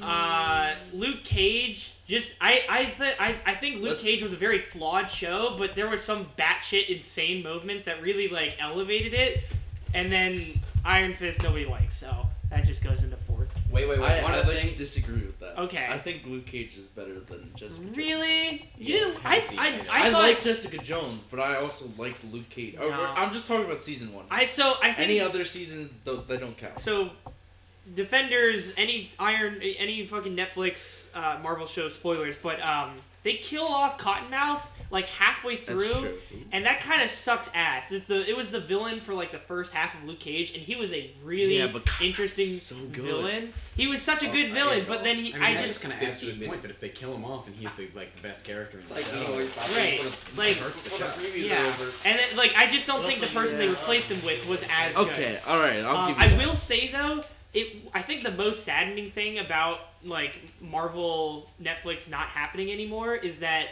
Speaker 1: Uh, Luke Cage. Just I I th- I, I think Luke
Speaker 3: Let's-
Speaker 1: Cage was a very flawed show, but there was some batshit insane movements that really like elevated it. And then Iron Fist nobody likes, so that just goes into fourth.
Speaker 5: Wait, wait, wait.
Speaker 3: I,
Speaker 5: One
Speaker 3: I
Speaker 5: of the
Speaker 3: like to
Speaker 5: things.
Speaker 3: disagree with that. I
Speaker 1: Okay.
Speaker 3: think Luke Cage is better than Jessica. Jones.
Speaker 1: Really? You
Speaker 5: Yeah,
Speaker 1: didn't?
Speaker 5: I
Speaker 1: I,
Speaker 5: haven't seen
Speaker 1: I,
Speaker 5: it.
Speaker 1: I,
Speaker 3: I,
Speaker 1: thought.
Speaker 3: like Jessica Jones, but I also liked Luke Cage. Oh,
Speaker 1: No.
Speaker 3: I'm just talking about season one.
Speaker 1: I so I think
Speaker 3: Any other seasons, though, they don't count.
Speaker 1: so. Defenders, any Iron, any fucking Netflix, uh, Marvel show spoilers, but um, they kill off Cottonmouth like halfway through.
Speaker 3: That's true.
Speaker 1: And that kind of sucks ass. It's the it was the villain for like the first half of Luke Cage, and he was a really
Speaker 3: Yeah, but God,
Speaker 1: interesting
Speaker 3: so good.
Speaker 1: villain. He was such a
Speaker 5: Oh,
Speaker 1: good
Speaker 5: I
Speaker 1: villain,
Speaker 5: didn't
Speaker 1: but
Speaker 5: know.
Speaker 1: then he,
Speaker 2: I
Speaker 1: I,
Speaker 2: mean, I
Speaker 1: just
Speaker 2: just kind of
Speaker 5: 15
Speaker 2: asked his
Speaker 5: minutes.
Speaker 2: point that if they kill him off and he's the like oh, the best character in the
Speaker 5: Like,
Speaker 2: show,
Speaker 5: you know, he's popping
Speaker 1: Right.
Speaker 5: up with a-
Speaker 1: Like-
Speaker 5: first
Speaker 2: Well, the
Speaker 5: shot.
Speaker 1: yeah. And then, like I just don't think the
Speaker 4: Hopefully,
Speaker 1: person they
Speaker 4: yeah.
Speaker 1: replaced him with was as good.
Speaker 3: Okay, all right. I'll
Speaker 1: Um,
Speaker 3: give you
Speaker 1: I
Speaker 3: that.
Speaker 1: will say though, it. I think the most saddening thing about like Marvel Netflix not happening anymore is that.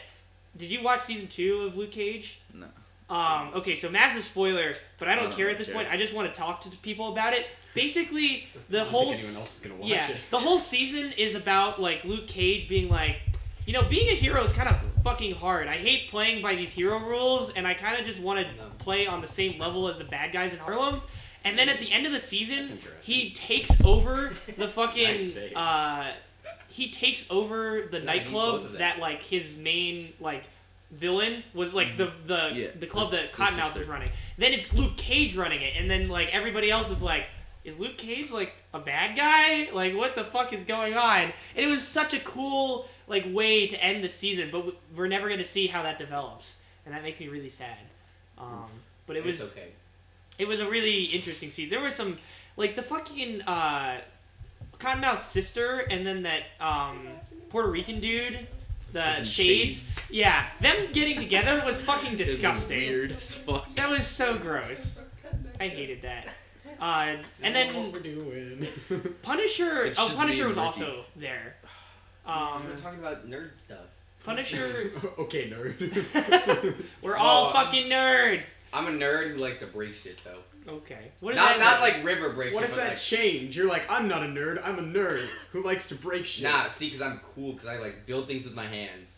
Speaker 1: Did you watch season two of Luke Cage?
Speaker 3: No.
Speaker 1: Um, okay, so massive spoiler, but I don't,
Speaker 3: I don't
Speaker 1: care at
Speaker 3: really
Speaker 1: this
Speaker 3: care.
Speaker 1: point. I just want to talk to people about it. Basically, the
Speaker 2: I don't
Speaker 1: whole
Speaker 2: think anyone else is gonna watch
Speaker 1: yeah,
Speaker 2: it.
Speaker 1: the whole season is about like Luke Cage being like, you know, being a hero is kind of fucking hard. I hate playing by these hero rules, and I kind of just want to
Speaker 5: No.
Speaker 1: play on the same level as the bad guys in Harlem. And then at the end of the
Speaker 2: That's
Speaker 1: season,
Speaker 2: interesting.
Speaker 1: he takes over the fucking.
Speaker 2: Nice save.
Speaker 1: uh, he takes over the
Speaker 5: Yeah, he's both
Speaker 1: nightclub
Speaker 5: of them.
Speaker 1: that like his main like villain was like the the
Speaker 3: Yeah,
Speaker 1: the club
Speaker 3: his-
Speaker 1: that
Speaker 3: his
Speaker 1: Cottonmouth
Speaker 3: sister.
Speaker 1: was running. Then it's Luke Cage running it, and then like everybody else is like, is Luke Cage like a bad guy? Like what the fuck is going on? And it was such a cool like way to end the season, but w- we're never gonna see how that develops, and that makes me really sad. Um, but it was
Speaker 5: It's okay.
Speaker 1: it was a really interesting scene. There were some like the fucking uh, Cottonmouth's sister, and then that um, Puerto Rican dude, the
Speaker 3: Fucking
Speaker 1: shades. Yeah, them getting together was fucking
Speaker 3: It's
Speaker 1: disgusting.
Speaker 3: Weird as fuck.
Speaker 1: That was so gross. I hated that. Uh, and
Speaker 2: what
Speaker 1: then
Speaker 2: we're doing.
Speaker 1: Punisher.
Speaker 3: It's
Speaker 1: Oh,
Speaker 3: just me
Speaker 1: Punisher
Speaker 3: and
Speaker 1: was
Speaker 3: Ricky.
Speaker 1: also there.
Speaker 5: we're
Speaker 1: Um,
Speaker 5: talking about nerd stuff.
Speaker 1: Punisher.
Speaker 2: okay, nerd.
Speaker 1: nerd. We're all
Speaker 5: Oh, I'm-
Speaker 1: fucking nerds.
Speaker 5: I'm a nerd who likes to break shit though.
Speaker 1: Okay. What is
Speaker 5: not
Speaker 1: that?
Speaker 5: not like River breaks.
Speaker 2: what
Speaker 5: shit,
Speaker 2: does
Speaker 5: but
Speaker 2: that change? You're like, I'm not a nerd. I'm a nerd who likes to break shit.
Speaker 5: Like, nah, see, because I'm cool, because I like build things with my hands.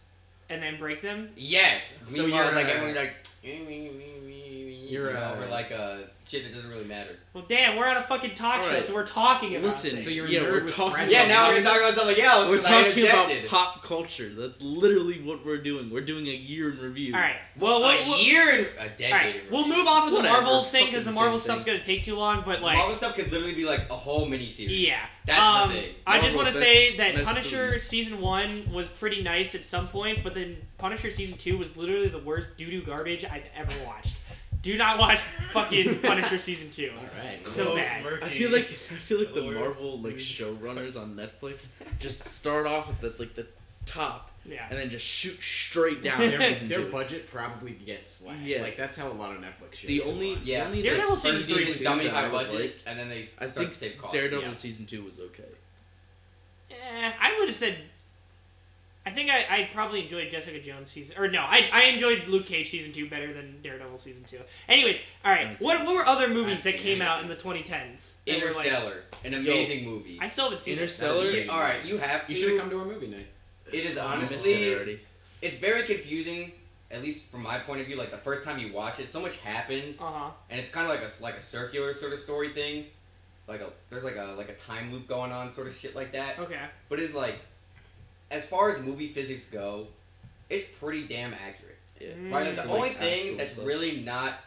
Speaker 1: and then break them.
Speaker 5: Yes.
Speaker 2: So
Speaker 5: Meanwhile, it's
Speaker 2: you're,
Speaker 5: like
Speaker 2: uh,
Speaker 5: everyone's like. "Eh, me, me, me, me,"
Speaker 2: You're,
Speaker 5: you know,
Speaker 2: uh,
Speaker 5: we're like uh, shit that doesn't really matter.
Speaker 1: Well, damn, we're on a fucking talk
Speaker 3: All
Speaker 1: show,
Speaker 3: right.
Speaker 1: so we're talking about.
Speaker 3: Listen,
Speaker 1: things.
Speaker 2: So you're a
Speaker 3: yeah,
Speaker 2: nerd
Speaker 3: we're
Speaker 2: with
Speaker 3: talking.
Speaker 2: fragile
Speaker 5: Yeah, now we're
Speaker 2: minds?
Speaker 5: gonna talk about something else.
Speaker 3: We're
Speaker 5: 'cause I
Speaker 3: talking about
Speaker 5: interjected.
Speaker 3: pop culture. That's literally what we're doing. We're doing a year in review.
Speaker 1: All right. Well, we'll,
Speaker 5: a
Speaker 1: we'll,
Speaker 5: year and a decade.
Speaker 1: all right.
Speaker 5: of
Speaker 1: We'll
Speaker 5: review.
Speaker 1: move off of the
Speaker 3: Whatever,
Speaker 1: Marvel thing
Speaker 3: fucking
Speaker 1: because the
Speaker 3: same
Speaker 1: Marvel
Speaker 3: thing.
Speaker 1: stuff's gonna take too long. But like,
Speaker 5: All this stuff could literally be like a whole mini series.
Speaker 1: yeah.
Speaker 5: That's
Speaker 1: um,
Speaker 5: the thing.
Speaker 1: I just
Speaker 3: Marvel,
Speaker 1: want to
Speaker 3: best-
Speaker 1: say that
Speaker 3: best
Speaker 1: Punisher
Speaker 3: movies.
Speaker 1: season one was pretty nice at some points, but then Punisher season two was literally the worst doo doo garbage I've ever watched. Do not watch fucking Punisher season two.
Speaker 2: All right.
Speaker 1: So
Speaker 4: Look,
Speaker 1: bad.
Speaker 4: murky.
Speaker 3: I feel like I feel like the
Speaker 4: Lord,
Speaker 3: Marvel like
Speaker 4: dude.
Speaker 3: showrunners on Netflix just start off at the like the top
Speaker 1: Yeah.
Speaker 3: and then just shoot straight down
Speaker 1: They're-
Speaker 2: their,
Speaker 3: season
Speaker 2: their
Speaker 3: two.
Speaker 2: budget probably gets slashed.
Speaker 3: Yeah.
Speaker 2: Like that's how a lot of Netflix shows.
Speaker 3: The
Speaker 2: go
Speaker 3: only
Speaker 2: on.
Speaker 5: Yeah.
Speaker 3: the only
Speaker 1: Daredevil
Speaker 3: like,
Speaker 1: season
Speaker 5: First
Speaker 3: season
Speaker 1: three
Speaker 5: season
Speaker 1: is
Speaker 5: is
Speaker 3: two
Speaker 5: dummy
Speaker 3: that I
Speaker 5: high
Speaker 3: would
Speaker 5: budget,
Speaker 3: like-
Speaker 5: and then they
Speaker 3: I
Speaker 5: start
Speaker 3: think
Speaker 5: to save costs.
Speaker 3: Daredevil
Speaker 2: yeah.
Speaker 3: season two was okay.
Speaker 1: Eh, I would have said. I think I, I probably enjoyed Jessica Jones season, or no, I, I enjoyed Luke Cage season two better than Daredevil season two. Anyways, all
Speaker 3: I
Speaker 1: right,
Speaker 3: haven't seen
Speaker 1: what, what were other
Speaker 2: I
Speaker 1: movies that
Speaker 2: haven't
Speaker 1: came
Speaker 2: seen
Speaker 1: out
Speaker 2: any
Speaker 1: in
Speaker 2: of
Speaker 1: the
Speaker 2: these.
Speaker 1: 2010s? that were, like-
Speaker 5: Interstellar, an amazing movie.
Speaker 1: I still haven't seen it.
Speaker 3: Interstellar.
Speaker 5: Yeah, all right, you have to.
Speaker 2: You should have come to our movie night.
Speaker 5: It is
Speaker 3: I missed
Speaker 5: honestly-
Speaker 3: it already.
Speaker 5: It's very confusing, at least from my point of view. Like the first time you watch it, so much happens,
Speaker 1: Uh huh.
Speaker 5: and it's kind of like a s- like a circular sort of story thing. Like a there's like a like a time loop going on, sort of shit like that.
Speaker 1: Okay.
Speaker 5: But it's like, as far as movie physics go, it's pretty damn accurate.
Speaker 3: Yeah.
Speaker 1: Mm.
Speaker 5: Right, the
Speaker 3: Like
Speaker 5: only
Speaker 3: actual
Speaker 5: thing that's
Speaker 3: stuff.
Speaker 5: really not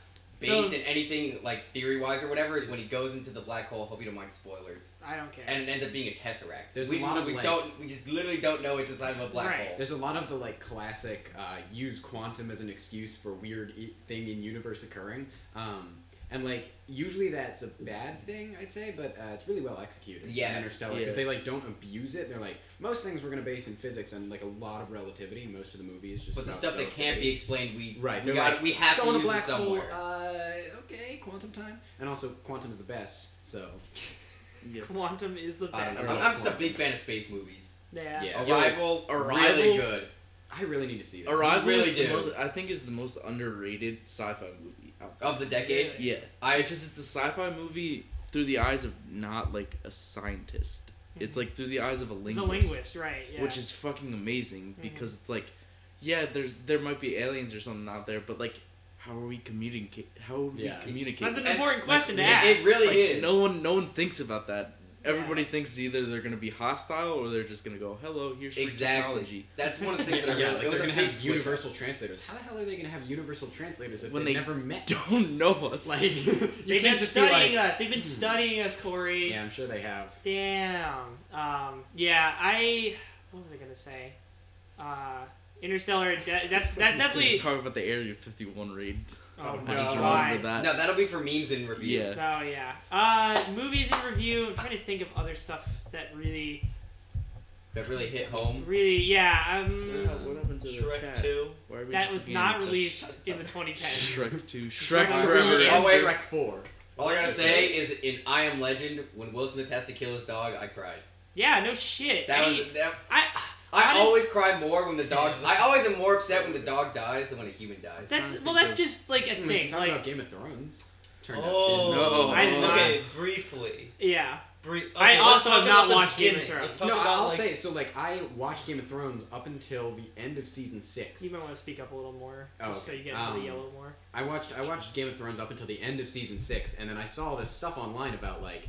Speaker 1: So-
Speaker 5: based in anything like theory wise or whatever is when he goes into the black hole. Hope you don't mind spoilers.
Speaker 1: Mm, I don't care.
Speaker 5: And it ends up being a tesseract.
Speaker 2: There's a
Speaker 5: we,
Speaker 2: lot of,
Speaker 5: we
Speaker 2: like-
Speaker 5: don't. We just literally don't know it's inside of a black
Speaker 1: Right.
Speaker 5: hole.
Speaker 2: There's a lot of the like classic uh, use quantum as an excuse for weird e- thing in universe occurring, um, and like usually that's a bad thing I'd say, but uh, it's really well executed. in
Speaker 5: Yes.
Speaker 2: Interstellar because
Speaker 3: Yeah.
Speaker 2: they like don't abuse it. They're like most things we're gonna base in physics and like a lot of relativity. Most of the movie is just
Speaker 5: But the
Speaker 2: about
Speaker 5: stuff that can't
Speaker 2: relativity.
Speaker 5: be explained, we
Speaker 2: Right,
Speaker 5: We,
Speaker 2: they're
Speaker 5: gotta,
Speaker 2: like,
Speaker 5: we have to
Speaker 2: Go in
Speaker 5: use
Speaker 2: a black
Speaker 5: it
Speaker 2: hole.
Speaker 5: somewhere.
Speaker 2: Uh, okay, quantum time, and also quantum's the best. So
Speaker 3: Yeah.
Speaker 1: Quantum is the
Speaker 5: I don't
Speaker 1: best.
Speaker 2: I
Speaker 5: know.
Speaker 2: don't
Speaker 5: I'm,
Speaker 2: know.
Speaker 5: I'm just a big fan of space movies.
Speaker 1: Yeah.
Speaker 2: Yeah.
Speaker 5: Arrival,
Speaker 3: Arrival-
Speaker 5: really good.
Speaker 2: I really need to see that.
Speaker 3: Arrival
Speaker 5: really
Speaker 3: is the
Speaker 5: do.
Speaker 3: most, I think is the most underrated sci-fi movie. out there.
Speaker 5: Of the decade,
Speaker 1: Really?
Speaker 3: Yeah,
Speaker 5: I
Speaker 3: because
Speaker 5: just
Speaker 3: it's a sci-fi movie through the eyes of not like a scientist. It's like through the eyes of a
Speaker 1: He's
Speaker 3: linguist,
Speaker 1: a linguist, right? Yeah. Mm-hmm.
Speaker 3: which is fucking amazing because it's like, yeah, there's there might be aliens or something out there, but like, how are we communicating? How are we
Speaker 2: Yeah.
Speaker 3: communicating?
Speaker 1: that's an
Speaker 5: and-
Speaker 1: important question to
Speaker 5: it,
Speaker 1: ask.
Speaker 5: it really
Speaker 3: Like,
Speaker 5: is.
Speaker 3: No one, no one thinks about that. everybody thinks either they're gonna be hostile or they're just gonna go, "Hello, here's free
Speaker 5: Exactly.
Speaker 3: technology."
Speaker 5: That's one of the things that I
Speaker 2: yeah, like
Speaker 5: really. it
Speaker 2: they're
Speaker 5: was a
Speaker 2: gonna
Speaker 5: big
Speaker 2: have
Speaker 5: switch up.
Speaker 2: universal translators. How the hell are they gonna have universal translators if
Speaker 3: When
Speaker 2: they,
Speaker 3: they
Speaker 2: never met?
Speaker 3: Don't know us.
Speaker 2: like you
Speaker 1: They've been
Speaker 2: can't just be like.
Speaker 1: studying us. They've been studying us, Corey.
Speaker 2: Yeah, I'm sure they have.
Speaker 1: Damn. Um, yeah, I. What was I gonna say? Uh, Interstellar. That, that's that's
Speaker 3: Let's
Speaker 1: definitely.
Speaker 3: talk about the Area 51 raid.
Speaker 1: Oh
Speaker 3: I
Speaker 1: no!
Speaker 3: just
Speaker 1: why?
Speaker 3: remember that.
Speaker 5: No, that'll be for memes and review.
Speaker 3: Yeah.
Speaker 1: Oh yeah. Uh, movies in review. I'm trying to think of other stuff that really,
Speaker 5: That really hit home.
Speaker 1: really. Yeah. Um,
Speaker 3: what happened to the
Speaker 4: Shrek
Speaker 3: chat?
Speaker 4: Two.
Speaker 3: Why are we
Speaker 1: that
Speaker 3: just
Speaker 1: was
Speaker 3: again
Speaker 1: not
Speaker 3: just-
Speaker 1: released in the 2010s.
Speaker 3: Shrek 2. Shrek
Speaker 2: Shrek
Speaker 5: Uh,
Speaker 3: Forever.
Speaker 2: three
Speaker 5: Oh,
Speaker 2: and
Speaker 5: wait.
Speaker 2: Shrek four.
Speaker 5: All I gotta
Speaker 1: What's it
Speaker 5: say is, in I Am Legend, when Will Smith has to kill his dog, I cried.
Speaker 1: Yeah. No shit.
Speaker 5: That
Speaker 1: Any-
Speaker 5: was that.
Speaker 1: I.
Speaker 5: I
Speaker 1: Honest-
Speaker 5: always cry more when the dog.
Speaker 4: Yeah.
Speaker 5: I always am more upset when the dog dies than when a human dies.
Speaker 1: That's
Speaker 3: to
Speaker 1: well.
Speaker 3: think
Speaker 1: That's
Speaker 3: of-
Speaker 1: just like a
Speaker 2: I mean, we
Speaker 1: thing.
Speaker 2: can Hmm, talk about
Speaker 1: Like
Speaker 2: Game of Thrones. Turned
Speaker 4: Oh,
Speaker 3: No,
Speaker 1: I did not.
Speaker 4: okay. Briefly,
Speaker 1: yeah.
Speaker 4: Brie- okay,
Speaker 1: I
Speaker 4: let's
Speaker 1: also
Speaker 4: talk
Speaker 1: have not
Speaker 4: about the
Speaker 1: watched Game of
Speaker 4: beginning.
Speaker 1: Thrones.
Speaker 4: Let's
Speaker 2: out
Speaker 4: talk
Speaker 2: shit. No,
Speaker 4: about,
Speaker 2: I'll
Speaker 4: like,
Speaker 2: say so. Like I watched Game of Thrones up until the end of season six.
Speaker 1: You might want to speak up a little more,
Speaker 2: Oh,
Speaker 1: just so you get to
Speaker 2: um,
Speaker 1: the yellow more.
Speaker 2: I watched I watched Game of Thrones up until the end of season six, and then I saw this stuff online about like,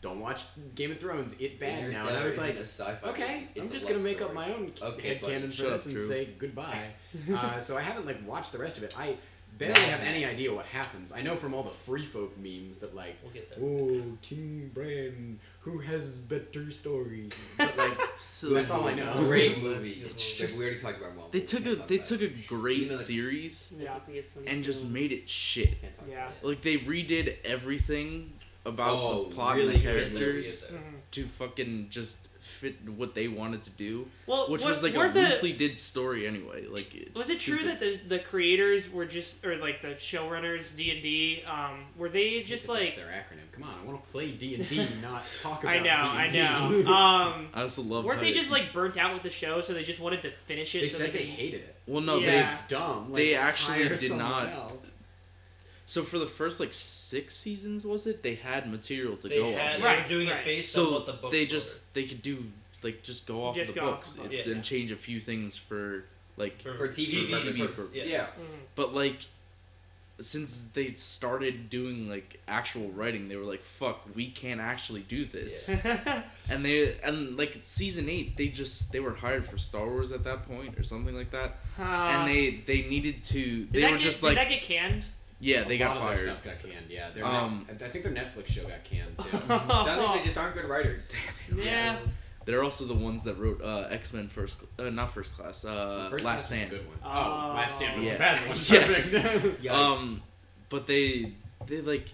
Speaker 2: don't watch Game of Thrones, it bad now, and I was like, okay, I'm just gonna make up my own
Speaker 5: Okay, buddy.
Speaker 2: headcanon for
Speaker 3: Shut
Speaker 2: this
Speaker 3: up,
Speaker 2: and
Speaker 3: Drew.
Speaker 2: say goodbye. uh, so I haven't like watched the rest of it. I barely have any idea what happens. I know from all the free folk memes that like,
Speaker 4: We'll get there.
Speaker 2: oh King Bran, who has better story? But like, that's all I know.
Speaker 5: Great movie.
Speaker 4: That's
Speaker 5: It's
Speaker 4: just-
Speaker 5: just, we already talked about Marvel.
Speaker 3: They
Speaker 5: We
Speaker 3: took
Speaker 5: can't
Speaker 3: a
Speaker 5: talk
Speaker 3: they
Speaker 5: about
Speaker 3: took
Speaker 5: it.
Speaker 3: a great
Speaker 5: You know, that's-
Speaker 3: series
Speaker 1: Yeah. Mm,
Speaker 3: and just made it shit.
Speaker 5: Can't talk
Speaker 1: Yeah.
Speaker 5: about it.
Speaker 3: Like they redid everything about
Speaker 5: Oh,
Speaker 3: the plot
Speaker 5: really
Speaker 3: and the
Speaker 5: good
Speaker 3: characters
Speaker 4: movies.
Speaker 1: Mhm.
Speaker 3: to fucking just fit what they wanted to do,
Speaker 1: Well,
Speaker 3: which
Speaker 1: what-
Speaker 3: was like a
Speaker 1: weren't the-
Speaker 3: loosely did story anyway. Like it's
Speaker 1: was it true that
Speaker 3: stupid.
Speaker 1: the the creators were just or like the showrunners D and D um were they just
Speaker 2: That's
Speaker 1: like
Speaker 2: their acronym. Come on, I want to play D and D, not talk about.
Speaker 1: I know I
Speaker 2: D&D.
Speaker 1: know um
Speaker 3: I also love
Speaker 1: weren't
Speaker 3: how
Speaker 1: they
Speaker 3: it-
Speaker 1: just like burnt out with the show so they just wanted to finish it
Speaker 2: They
Speaker 1: so
Speaker 2: said
Speaker 1: they,
Speaker 2: they
Speaker 1: could-
Speaker 2: hated it.
Speaker 3: well no
Speaker 1: Yeah.
Speaker 3: they
Speaker 2: It's dumb. Like,
Speaker 3: They actually
Speaker 2: hire
Speaker 3: did
Speaker 2: someone
Speaker 3: not.
Speaker 2: Else.
Speaker 3: so for the first like six seasons was it they had material to
Speaker 4: They
Speaker 3: go
Speaker 4: had
Speaker 3: off.
Speaker 1: Right,
Speaker 4: they were doing
Speaker 1: right.
Speaker 4: it based
Speaker 3: so
Speaker 4: on what the books
Speaker 3: they
Speaker 4: were.
Speaker 3: just they could do like just go off
Speaker 1: Just
Speaker 3: the
Speaker 1: go off
Speaker 3: books
Speaker 1: the
Speaker 4: books.
Speaker 3: it's-
Speaker 4: Yeah.
Speaker 3: and change a few things for like
Speaker 5: For TV,
Speaker 3: TV
Speaker 5: purposes.
Speaker 3: purposes.
Speaker 5: Yeah.
Speaker 1: Mhm.
Speaker 3: but like since they started doing like actual writing they were like fuck we can't actually do this and they and like season 8 they just they were hired for Star Wars at that point or something like that
Speaker 1: Uh,
Speaker 3: and they they needed to
Speaker 1: did
Speaker 3: they
Speaker 1: that
Speaker 3: were
Speaker 1: get,
Speaker 3: just
Speaker 1: did
Speaker 3: like
Speaker 1: that get canned
Speaker 3: yeah
Speaker 2: A
Speaker 3: they got
Speaker 2: lot of their
Speaker 3: fired
Speaker 2: Stuff got canned. Yeah, their
Speaker 3: Um,
Speaker 2: Net- I think their Netflix show got canned too.
Speaker 5: Sounds like they just aren't good writers.
Speaker 1: yeah
Speaker 3: they're also the ones that wrote uh, X-Men first uh, not first class uh
Speaker 2: First
Speaker 3: last
Speaker 2: Class was a
Speaker 3: stand
Speaker 2: good one.
Speaker 1: Oh.
Speaker 2: Last Stand was
Speaker 3: Yeah.
Speaker 2: a bad one.
Speaker 3: Yes.
Speaker 2: Perfect.
Speaker 5: Yikes.
Speaker 3: Um, but they they like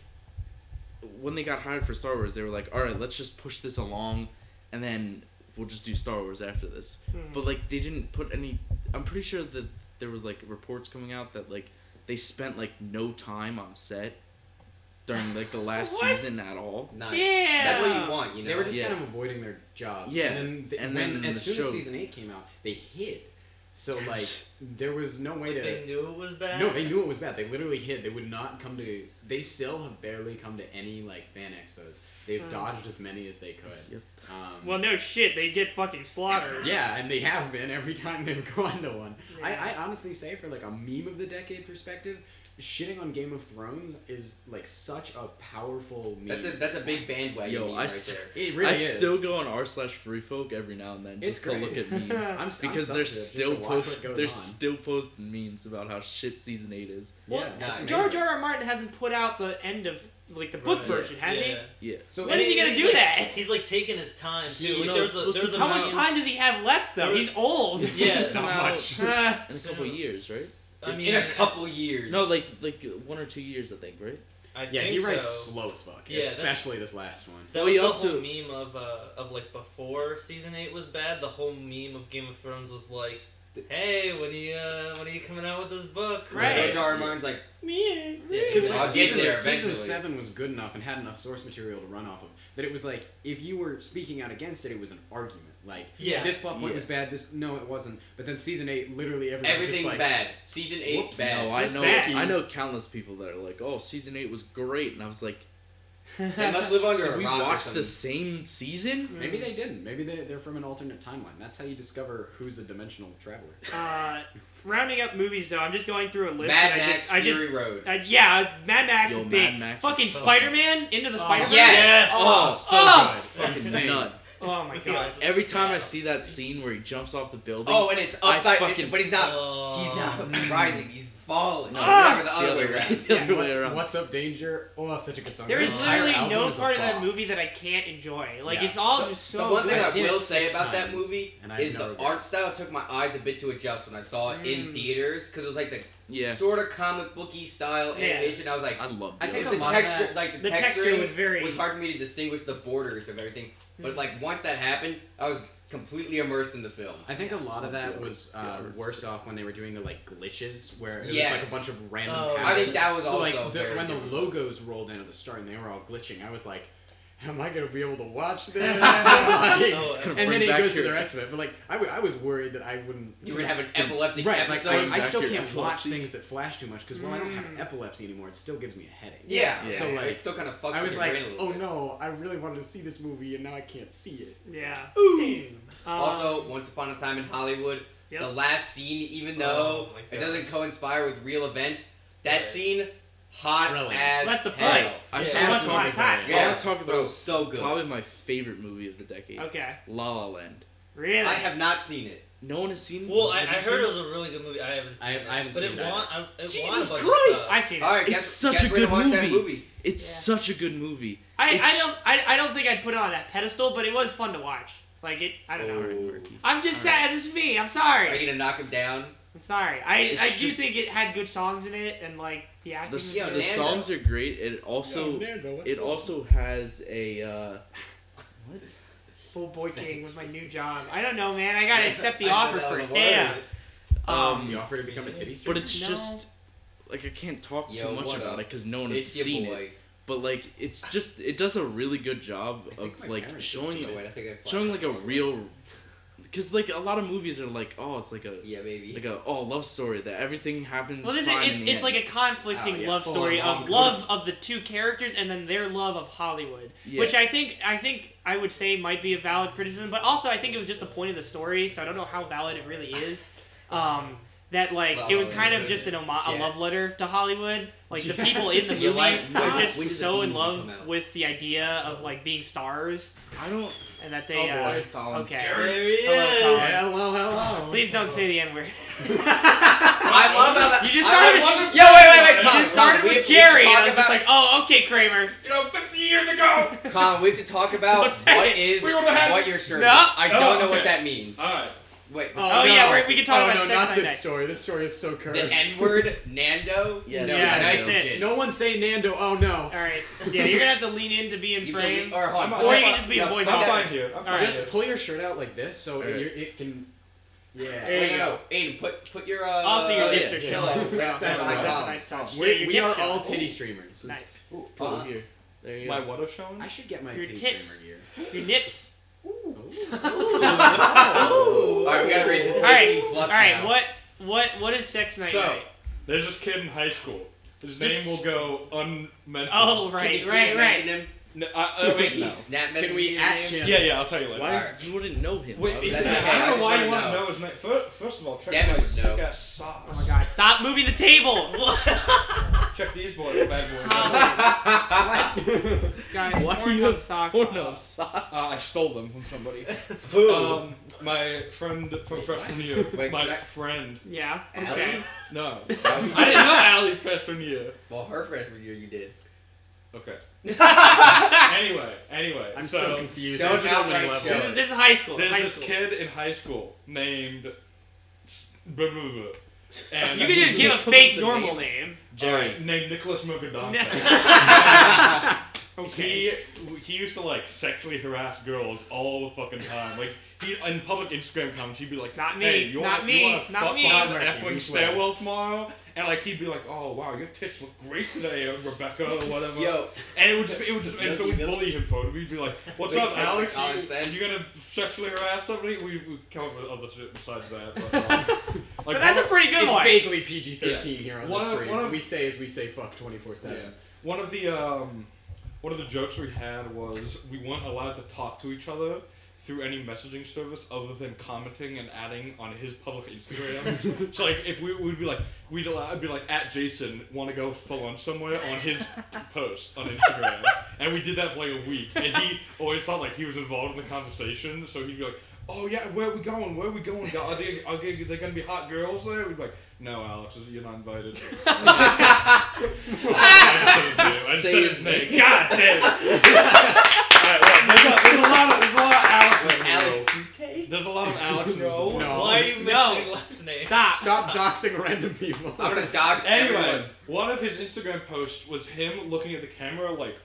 Speaker 3: when they got hired for Star Wars, they were like, "All right, let's just push this along, and then we'll just do Star Wars after this."
Speaker 1: Mhm.
Speaker 3: But like, they didn't put any. I'm pretty sure that there was like reports coming out that like they spent like no time on set during like the last
Speaker 1: What?
Speaker 3: season at all.
Speaker 1: Hmm.
Speaker 5: Nice.
Speaker 1: Damn.
Speaker 5: That's what you want, you know.
Speaker 2: They were just
Speaker 3: Yeah.
Speaker 2: kind of avoiding their jobs.
Speaker 3: Yeah,
Speaker 2: And then, th-
Speaker 3: and
Speaker 2: when,
Speaker 3: then
Speaker 2: as
Speaker 3: the
Speaker 2: soon
Speaker 3: show-
Speaker 2: as season eight came out, they hid. So like there was no way to.
Speaker 4: They knew it was bad.
Speaker 2: No, they knew it was bad. They literally hid. They would not come to. They still have barely come to any like fan expos. They've
Speaker 1: Mm.
Speaker 2: dodged as many as they could.
Speaker 3: Yep.
Speaker 2: Um,
Speaker 1: well no shit they get fucking slaughtered
Speaker 2: Yeah, and they have been every time they've gone to one.
Speaker 1: Yeah.
Speaker 2: I, I honestly say, for like a meme of the decade perspective, shitting on Game of Thrones is like such a powerful meme.
Speaker 5: That's a that's a big bandwagon
Speaker 3: Yo,
Speaker 5: meme
Speaker 3: I
Speaker 5: right
Speaker 3: s-
Speaker 5: there.
Speaker 2: It really
Speaker 3: I
Speaker 2: is.
Speaker 3: still go on r slash free folk every now and then
Speaker 2: It's
Speaker 3: just to
Speaker 2: great.
Speaker 3: look at memes
Speaker 2: I'm, st- I'm stuck
Speaker 3: because they're
Speaker 2: to it, just
Speaker 3: still
Speaker 2: to watch
Speaker 3: post
Speaker 2: what
Speaker 3: they're
Speaker 2: goes
Speaker 3: still posting memes about how shit season eight is.
Speaker 2: on.
Speaker 1: Well,
Speaker 2: yeah, that's
Speaker 5: nah,
Speaker 1: George
Speaker 2: amazing.
Speaker 1: R. R. Martin hasn't put out the end of like the book
Speaker 4: Right.
Speaker 1: version has he
Speaker 4: Yeah.
Speaker 2: So
Speaker 1: When is he
Speaker 4: And
Speaker 1: gonna
Speaker 4: he's
Speaker 1: do
Speaker 4: like-
Speaker 1: that?
Speaker 4: He's like taking his time too.
Speaker 3: He-
Speaker 4: Like,
Speaker 3: no,
Speaker 4: there's
Speaker 3: it's
Speaker 4: a,
Speaker 3: supposed to
Speaker 4: there's a
Speaker 1: How
Speaker 3: come
Speaker 1: much
Speaker 3: out-
Speaker 1: time does he have left, though? He's old.
Speaker 3: It's
Speaker 4: Yeah.
Speaker 3: supposed to come
Speaker 4: Not
Speaker 3: out
Speaker 2: much.
Speaker 1: Ah.
Speaker 3: in a couple
Speaker 4: Soon.
Speaker 3: years, right?
Speaker 4: I
Speaker 5: It's
Speaker 4: mean,
Speaker 5: in a couple years.
Speaker 3: No, like like uh, one or two years, I think, right?
Speaker 4: I
Speaker 2: Yeah,
Speaker 4: think
Speaker 2: he writes
Speaker 4: so.
Speaker 2: slow as fuck,
Speaker 4: Yeah, that-
Speaker 2: especially this last one.
Speaker 4: That
Speaker 3: Well, he
Speaker 4: was the
Speaker 3: also-
Speaker 4: whole meme of uh, of like before season eight was bad. The whole meme of Game of Thrones was like, "Hey, when are you uh, when are you coming out with this book?"
Speaker 1: Right.
Speaker 5: George R. R. Martin's like,
Speaker 1: Yeah, yeah.
Speaker 2: Because
Speaker 5: I'll
Speaker 2: like
Speaker 5: get
Speaker 2: season,
Speaker 5: there
Speaker 2: season
Speaker 5: eventually.
Speaker 2: seven was good enough and had enough source material to run off of that it was like if you were speaking out against it, it was an argument. Like
Speaker 4: Yeah.
Speaker 2: this plot point
Speaker 3: Yeah.
Speaker 2: was bad. This no, it wasn't. But then season eight, literally everyone was
Speaker 5: everything
Speaker 2: just like,
Speaker 5: bad. Season eight
Speaker 2: Whoops.
Speaker 5: bad.
Speaker 3: No, I
Speaker 1: What's
Speaker 3: know
Speaker 1: that?
Speaker 3: I know countless people that are like, "Oh, season eight was great," and I was like,
Speaker 5: They must live under
Speaker 3: "Did
Speaker 5: a
Speaker 3: we
Speaker 5: rock or
Speaker 3: watch
Speaker 5: something."
Speaker 3: the same season?"
Speaker 2: Maybe they didn't. Maybe they, they're from an alternate timeline. That's how you discover who's a dimensional traveler.
Speaker 1: Uh, rounding up movies though. I'm just going through a list.
Speaker 5: Mad
Speaker 1: and
Speaker 5: Max
Speaker 1: I just, I
Speaker 5: Fury
Speaker 1: just,
Speaker 5: Road.
Speaker 1: I, yeah, uh, Mad Max
Speaker 3: Yo,
Speaker 1: is
Speaker 3: Mad
Speaker 1: big.
Speaker 3: Max is
Speaker 1: Fucking
Speaker 3: so
Speaker 1: Spider Man into the
Speaker 3: Oh,
Speaker 1: Spider Man.
Speaker 5: Yes.
Speaker 1: Oh,
Speaker 5: Oh,
Speaker 3: so
Speaker 1: oh,
Speaker 3: good. Fucking
Speaker 2: Insane.
Speaker 3: nut.
Speaker 1: oh my god.
Speaker 3: Every time I see that scene where he jumps off the building,
Speaker 5: Oh, and it's
Speaker 3: I
Speaker 5: upside.
Speaker 3: fucking-
Speaker 5: but he's not.
Speaker 4: Oh.
Speaker 5: He's not rising. He's falling.
Speaker 3: No,
Speaker 5: Whatever,
Speaker 1: ah,
Speaker 5: the other way around.
Speaker 3: The other way
Speaker 2: what's,
Speaker 3: around.
Speaker 2: what's up, danger? Oh, such a good song.
Speaker 1: There
Speaker 2: Their
Speaker 1: is
Speaker 2: entire
Speaker 1: literally
Speaker 2: album
Speaker 1: no
Speaker 2: is a
Speaker 1: part of that
Speaker 2: bop.
Speaker 1: movie that I can't enjoy. Like
Speaker 2: Yeah.
Speaker 1: it's all
Speaker 5: The-
Speaker 1: just so.
Speaker 5: The one thing
Speaker 1: good.
Speaker 2: I've
Speaker 5: I
Speaker 2: seen it
Speaker 5: will say
Speaker 2: six
Speaker 5: about that
Speaker 2: times,
Speaker 5: movie
Speaker 2: and I have
Speaker 5: is
Speaker 2: no
Speaker 5: the
Speaker 2: regrets.
Speaker 5: art style took my eyes a bit to adjust when I saw it
Speaker 1: Mm.
Speaker 5: in theaters because it was like the
Speaker 3: yeah,
Speaker 5: sort of comic booky style
Speaker 1: Yeah.
Speaker 5: animation. I was like,
Speaker 3: I love.
Speaker 5: I
Speaker 3: the
Speaker 5: think
Speaker 3: other
Speaker 5: the
Speaker 2: lot of
Speaker 5: texture,
Speaker 2: that-
Speaker 5: like the,
Speaker 1: the texture
Speaker 5: texturing
Speaker 1: was very-
Speaker 5: was hard for me to distinguish the borders of everything. But like once that happened, I was completely immersed in the film.
Speaker 2: I think a lot of that
Speaker 3: Yeah,
Speaker 2: was
Speaker 3: yeah,
Speaker 2: uh,
Speaker 3: it's-
Speaker 2: worse off when they were doing the like glitches where it was like
Speaker 5: Yes.
Speaker 2: a bunch of random.
Speaker 4: Oh,
Speaker 2: patterns.
Speaker 5: I think that was
Speaker 2: so
Speaker 5: also
Speaker 2: like the,
Speaker 5: very
Speaker 2: when the
Speaker 5: different.
Speaker 2: logos rolled in at the start and they were all glitching. I was like, "Am I gonna be able to watch this?" Like,
Speaker 4: It's gonna
Speaker 2: and
Speaker 3: bring
Speaker 2: then it
Speaker 3: back
Speaker 2: goes
Speaker 3: to
Speaker 2: to the
Speaker 3: it.
Speaker 2: rest of it. But like, I w- I was worried that I wouldn't.
Speaker 5: you would have an
Speaker 3: Right,
Speaker 5: epileptic
Speaker 2: right, like
Speaker 5: episode.
Speaker 2: I, I
Speaker 3: back
Speaker 2: still
Speaker 3: here,
Speaker 2: can't watch
Speaker 3: epilepsy.
Speaker 2: things that flash too much because one, I don't have
Speaker 1: Mm.
Speaker 2: epilepsy anymore. It still gives me a headache.
Speaker 5: yeah.
Speaker 3: Yeah.
Speaker 5: yeah.
Speaker 2: So, like,
Speaker 5: it still kind of fucks
Speaker 2: I
Speaker 5: with
Speaker 2: was
Speaker 5: your
Speaker 2: like,
Speaker 5: brain a little
Speaker 2: "Oh
Speaker 5: bit.
Speaker 2: no, I really wanted to see this movie and now I can't see it."
Speaker 1: Yeah.
Speaker 2: Ooh.
Speaker 1: Um,
Speaker 5: Also, Once Upon a Time in Hollywood,
Speaker 1: Yep.
Speaker 5: the last scene, even
Speaker 4: Oh
Speaker 5: though
Speaker 4: my
Speaker 5: it
Speaker 4: God.
Speaker 5: doesn't coinspire with real events, that
Speaker 4: Right.
Speaker 5: scene, hot
Speaker 2: Brilliant.
Speaker 5: as
Speaker 1: That's the
Speaker 5: hell.
Speaker 1: point.
Speaker 3: I
Speaker 4: Yeah.
Speaker 3: just
Speaker 4: Yeah.
Speaker 3: want
Speaker 1: Once
Speaker 3: to
Speaker 1: Upon a
Speaker 3: talk
Speaker 1: Time.
Speaker 3: about.
Speaker 5: Yeah.
Speaker 3: I want to talk
Speaker 5: But it
Speaker 3: about
Speaker 5: was so good.
Speaker 3: probably my favorite movie of the decade,
Speaker 1: okay.
Speaker 3: La La Land.
Speaker 1: Really?
Speaker 5: I have not seen it.
Speaker 3: No one has seen.
Speaker 4: Well, I, I
Speaker 3: have you seen
Speaker 4: heard it was a really good movie. I haven't seen
Speaker 2: I-
Speaker 4: it.
Speaker 2: I haven't
Speaker 4: but
Speaker 2: seen
Speaker 4: it.
Speaker 2: it
Speaker 4: Won, I, it won a
Speaker 3: Jesus
Speaker 4: bunch Of
Speaker 3: Christ!
Speaker 4: stuff.
Speaker 1: I've seen it.
Speaker 5: All right,
Speaker 3: It's
Speaker 5: guess,
Speaker 3: such
Speaker 5: guess
Speaker 3: a
Speaker 5: we're gonna
Speaker 3: good
Speaker 5: watch That
Speaker 3: movie.
Speaker 5: movie.
Speaker 3: It's
Speaker 1: Yeah.
Speaker 3: such a good movie.
Speaker 1: I,
Speaker 3: It's-
Speaker 1: I don't I, I don't think I'd put it on that pedestal, but it was fun to watch. Like it, I don't know.
Speaker 5: Oh.
Speaker 1: I'm just
Speaker 3: All right.
Speaker 1: sad. This is me. I'm
Speaker 5: Are you
Speaker 1: sorry.
Speaker 5: gonna knock him down?
Speaker 1: I'm sorry. I,
Speaker 3: It's
Speaker 1: I do
Speaker 3: just-
Speaker 1: think it had good songs in it and like the acting.
Speaker 3: The,
Speaker 1: was
Speaker 5: Yeah,
Speaker 1: good.
Speaker 3: the
Speaker 5: Nando.
Speaker 3: songs are great. It also it also has a uh, what?
Speaker 1: full boy king was my new job. I don't know, man. I gotta accept the
Speaker 5: I
Speaker 1: offer
Speaker 5: thought that was
Speaker 1: first.
Speaker 5: a
Speaker 1: Damn.
Speaker 5: word.
Speaker 3: Um,
Speaker 2: You offer to become a titty stripper.
Speaker 3: but it's
Speaker 1: No.
Speaker 3: just like I can't talk too
Speaker 5: Yo,
Speaker 3: much
Speaker 5: what
Speaker 3: about
Speaker 5: up?
Speaker 3: it because no one has
Speaker 5: It's your
Speaker 3: seen it.
Speaker 5: boy.
Speaker 3: But like it's just it does a really good job
Speaker 2: I think
Speaker 3: of
Speaker 2: my
Speaker 3: like
Speaker 2: parents have
Speaker 3: showing
Speaker 2: seen
Speaker 5: Wait, I think I
Speaker 3: showing like a real because like a lot of movies are like oh it's like a
Speaker 5: Yeah, baby.
Speaker 3: like a oh love story that everything happens.
Speaker 1: Well, this is
Speaker 3: fine
Speaker 1: it's,
Speaker 3: in the
Speaker 1: it's like
Speaker 3: end.
Speaker 1: a conflicting
Speaker 2: Oh, yeah,
Speaker 1: love
Speaker 2: full
Speaker 1: story
Speaker 2: on
Speaker 1: of
Speaker 2: rom-com.
Speaker 1: love of the two characters and then their love of Hollywood,
Speaker 3: Yeah.
Speaker 1: which I think I think I would say might be a valid criticism, but also I think it was just the point of the story, so I don't know how valid it really is. Um, that like it was kind of just an oma- a
Speaker 5: Yeah.
Speaker 1: love letter to Hollywood. Like the
Speaker 2: Yes.
Speaker 1: people in the movie
Speaker 5: You like-
Speaker 1: are
Speaker 5: when-
Speaker 1: just
Speaker 5: when does the
Speaker 1: so in
Speaker 5: Bean
Speaker 1: love
Speaker 5: come out?
Speaker 1: with the idea of like being stars
Speaker 3: I don't.
Speaker 1: and that
Speaker 5: Oh,
Speaker 1: they uh,
Speaker 5: Um,
Speaker 1: okay.
Speaker 4: There he
Speaker 1: Hello,
Speaker 4: is.
Speaker 1: Colin.
Speaker 2: Hello, hello.
Speaker 1: Please don't say the N word.
Speaker 2: Oh,
Speaker 5: I love how that.
Speaker 1: You just
Speaker 5: I-
Speaker 1: started-
Speaker 5: I love it. Yo, wait, wait, wait.
Speaker 1: You
Speaker 5: Colin,
Speaker 1: just started
Speaker 5: we
Speaker 1: with
Speaker 5: have to
Speaker 1: Jerry, and
Speaker 5: talk
Speaker 1: I was just
Speaker 5: about-
Speaker 1: like, oh, okay, Kramer.
Speaker 6: You know, 50 years ago!
Speaker 5: Colin, we have to talk about
Speaker 1: Don't say
Speaker 5: what
Speaker 1: it.
Speaker 5: is
Speaker 6: We would've had-
Speaker 5: what your shirt.
Speaker 1: No.
Speaker 5: is. I
Speaker 6: No,
Speaker 5: don't know
Speaker 6: okay.
Speaker 5: what that means.
Speaker 6: Alright.
Speaker 5: Wait.
Speaker 1: Oh,
Speaker 2: no.
Speaker 1: yeah, we're, we can talk
Speaker 2: oh
Speaker 1: about
Speaker 2: no,
Speaker 1: sex
Speaker 2: not
Speaker 1: on
Speaker 2: this
Speaker 1: that.
Speaker 2: story. This story is so cursed.
Speaker 5: The N word, Nando.
Speaker 3: Yes.
Speaker 5: No,
Speaker 1: Yeah,
Speaker 5: that's
Speaker 1: that's it.
Speaker 5: No.
Speaker 2: No one say Nando. Oh no.
Speaker 1: All right, yeah, you're gonna have to lean in to be in
Speaker 5: You
Speaker 1: frame.
Speaker 5: delete or hold on.
Speaker 1: Or you
Speaker 5: hold
Speaker 1: can
Speaker 5: on.
Speaker 1: just be a
Speaker 5: No,
Speaker 1: voice
Speaker 5: hold
Speaker 6: I'm
Speaker 5: on.
Speaker 6: fine here. I'm fine
Speaker 1: Alright.
Speaker 6: here.
Speaker 2: Just pull your shirt out like this so
Speaker 3: Alright.
Speaker 2: you're, it can. Yeah.
Speaker 1: There
Speaker 5: Wait,
Speaker 1: you
Speaker 5: no,
Speaker 1: go.
Speaker 5: no. Aiden, put put your. Uh,
Speaker 1: Also, your
Speaker 3: yeah,
Speaker 1: lips are
Speaker 3: yeah.
Speaker 1: showing. so
Speaker 2: That's
Speaker 1: that's,
Speaker 2: like
Speaker 1: that's a
Speaker 5: that.
Speaker 1: nice touch. Yeah,
Speaker 2: We,
Speaker 1: your
Speaker 2: we
Speaker 1: dick's
Speaker 2: are all
Speaker 1: showing.
Speaker 2: titty streamers.
Speaker 1: Nice.
Speaker 3: Ooh, pull
Speaker 5: Uh-huh.
Speaker 3: it here. There you go.
Speaker 6: My what have shown?
Speaker 2: I should get my
Speaker 1: Your
Speaker 2: titty
Speaker 1: tits.
Speaker 2: streamer gear.
Speaker 1: Your nips.
Speaker 5: All right, we gotta read this.
Speaker 1: All right,
Speaker 5: 18
Speaker 1: all
Speaker 5: plus
Speaker 1: right.
Speaker 5: now.
Speaker 1: What what what is sex night?
Speaker 6: So-
Speaker 1: night?
Speaker 6: There's this kid in high school. His name will go unmentioned.
Speaker 1: Oh
Speaker 5: Can
Speaker 1: right,
Speaker 5: you please
Speaker 1: right, Oh,
Speaker 5: mention
Speaker 1: right.
Speaker 5: him?
Speaker 6: No, I, I, wait,
Speaker 5: Can you
Speaker 3: No.
Speaker 5: snap message
Speaker 2: Can we
Speaker 5: his
Speaker 2: at
Speaker 5: name?
Speaker 2: him?
Speaker 6: yeah, yeah, I'll tell you later.
Speaker 3: Why
Speaker 5: Alright.
Speaker 3: you wouldn't know him? Why
Speaker 6: Wait,
Speaker 3: would
Speaker 6: because
Speaker 5: that's
Speaker 3: I-
Speaker 5: okay.
Speaker 6: I don't know why
Speaker 5: I
Speaker 6: you want to
Speaker 5: know.
Speaker 6: know his name. First, first of all, check
Speaker 5: Devin
Speaker 6: my
Speaker 5: would know.
Speaker 6: sick ass socks.
Speaker 1: Oh my God! Stop moving the table.
Speaker 6: Check these boys, bad boys. uh,
Speaker 1: Oh, this guy's
Speaker 3: Why do you
Speaker 1: Pornhub
Speaker 3: have
Speaker 1: socks.
Speaker 3: Pornhub
Speaker 1: on.
Speaker 3: socks?
Speaker 6: Uh, I stole them from somebody.
Speaker 5: Boo.
Speaker 1: Oh,
Speaker 6: Um, my friend from freshman year.
Speaker 5: Wait,
Speaker 6: my
Speaker 5: can I-
Speaker 6: friend.
Speaker 1: Yeah. Okay.
Speaker 5: Allie?
Speaker 6: No,
Speaker 5: Um,
Speaker 6: I didn't know Allie freshman year.
Speaker 5: Well, her freshman year, you did.
Speaker 6: Okay. anyway, anyway.
Speaker 2: I'm so,
Speaker 6: so
Speaker 2: confused.
Speaker 5: Don't
Speaker 2: There's so
Speaker 5: not
Speaker 2: many
Speaker 5: write
Speaker 1: This is
Speaker 2: levels.
Speaker 1: this is high school.
Speaker 6: There's
Speaker 1: high
Speaker 6: this
Speaker 1: school.
Speaker 6: kid in high school named. s- Blah, blah, blah, blah. And
Speaker 1: You can just give a fake normal name.
Speaker 3: Jerry.
Speaker 6: Alright, named Nicholas Mogadonta.
Speaker 1: okay.
Speaker 6: He he used to like sexually harass girls all the fucking time. Like he in public Instagram comments, he'd be like,
Speaker 1: Not me,
Speaker 6: hey, you wanna,
Speaker 1: not
Speaker 6: you
Speaker 1: me,
Speaker 6: wanna
Speaker 1: not
Speaker 6: fuck
Speaker 1: me."
Speaker 6: behind the
Speaker 2: Not
Speaker 6: F
Speaker 2: Ricky,
Speaker 6: wing
Speaker 2: you swear.
Speaker 6: stairwell tomorrow?" And like he'd be like, "Oh wow, your tits look great today, uh, Rebecca or whatever."
Speaker 5: Yo,
Speaker 6: And it would just it would just and so
Speaker 5: Milky
Speaker 6: we'd
Speaker 5: Milk.
Speaker 6: bully him for it. We'd be like, "What's
Speaker 5: Big
Speaker 6: up,
Speaker 5: tits like
Speaker 6: Alex?
Speaker 5: Colin
Speaker 6: You,
Speaker 5: said."
Speaker 6: you gonna sexually harass somebody?" We we come up with other shit besides that. But, um, like,
Speaker 1: But that's a
Speaker 6: one-
Speaker 1: pretty good
Speaker 2: It's
Speaker 1: one.
Speaker 2: vaguely PG-13 here on
Speaker 6: One
Speaker 2: the
Speaker 6: of-
Speaker 2: stream.
Speaker 6: one of-
Speaker 2: we say as we say fuck 24/7.
Speaker 6: Yeah. One of the um, one of the jokes we had was we weren't allowed to talk to each other through any messaging service other than commenting and adding on his public Instagram. so like if we would be like we'd allow I'd be like at Jason want to go for lunch somewhere on his post on Instagram, and we did that for like a week, and he always thought like he was involved in the conversation, so he'd be like. Oh yeah, where are we going? Where are we going? Are they are they, they gonna be hot girls there? We'd be like, no, Alex, you're not invited. I
Speaker 3: Say
Speaker 6: said
Speaker 3: his
Speaker 6: his name.
Speaker 3: name.
Speaker 6: God damn it. Alright, well, there's, a, there's a lot of there's a lot of Alex. in the world. There's a lot of Alex. in the
Speaker 1: No.
Speaker 4: Oh
Speaker 6: world.
Speaker 2: No.
Speaker 4: Why are you mentioning
Speaker 1: No.
Speaker 4: last names?
Speaker 1: Stop.
Speaker 2: Stop doxing random people.
Speaker 5: I'm gonna dox
Speaker 6: Anyway,
Speaker 5: everyone.
Speaker 6: one of his Instagram posts was him looking at the camera like,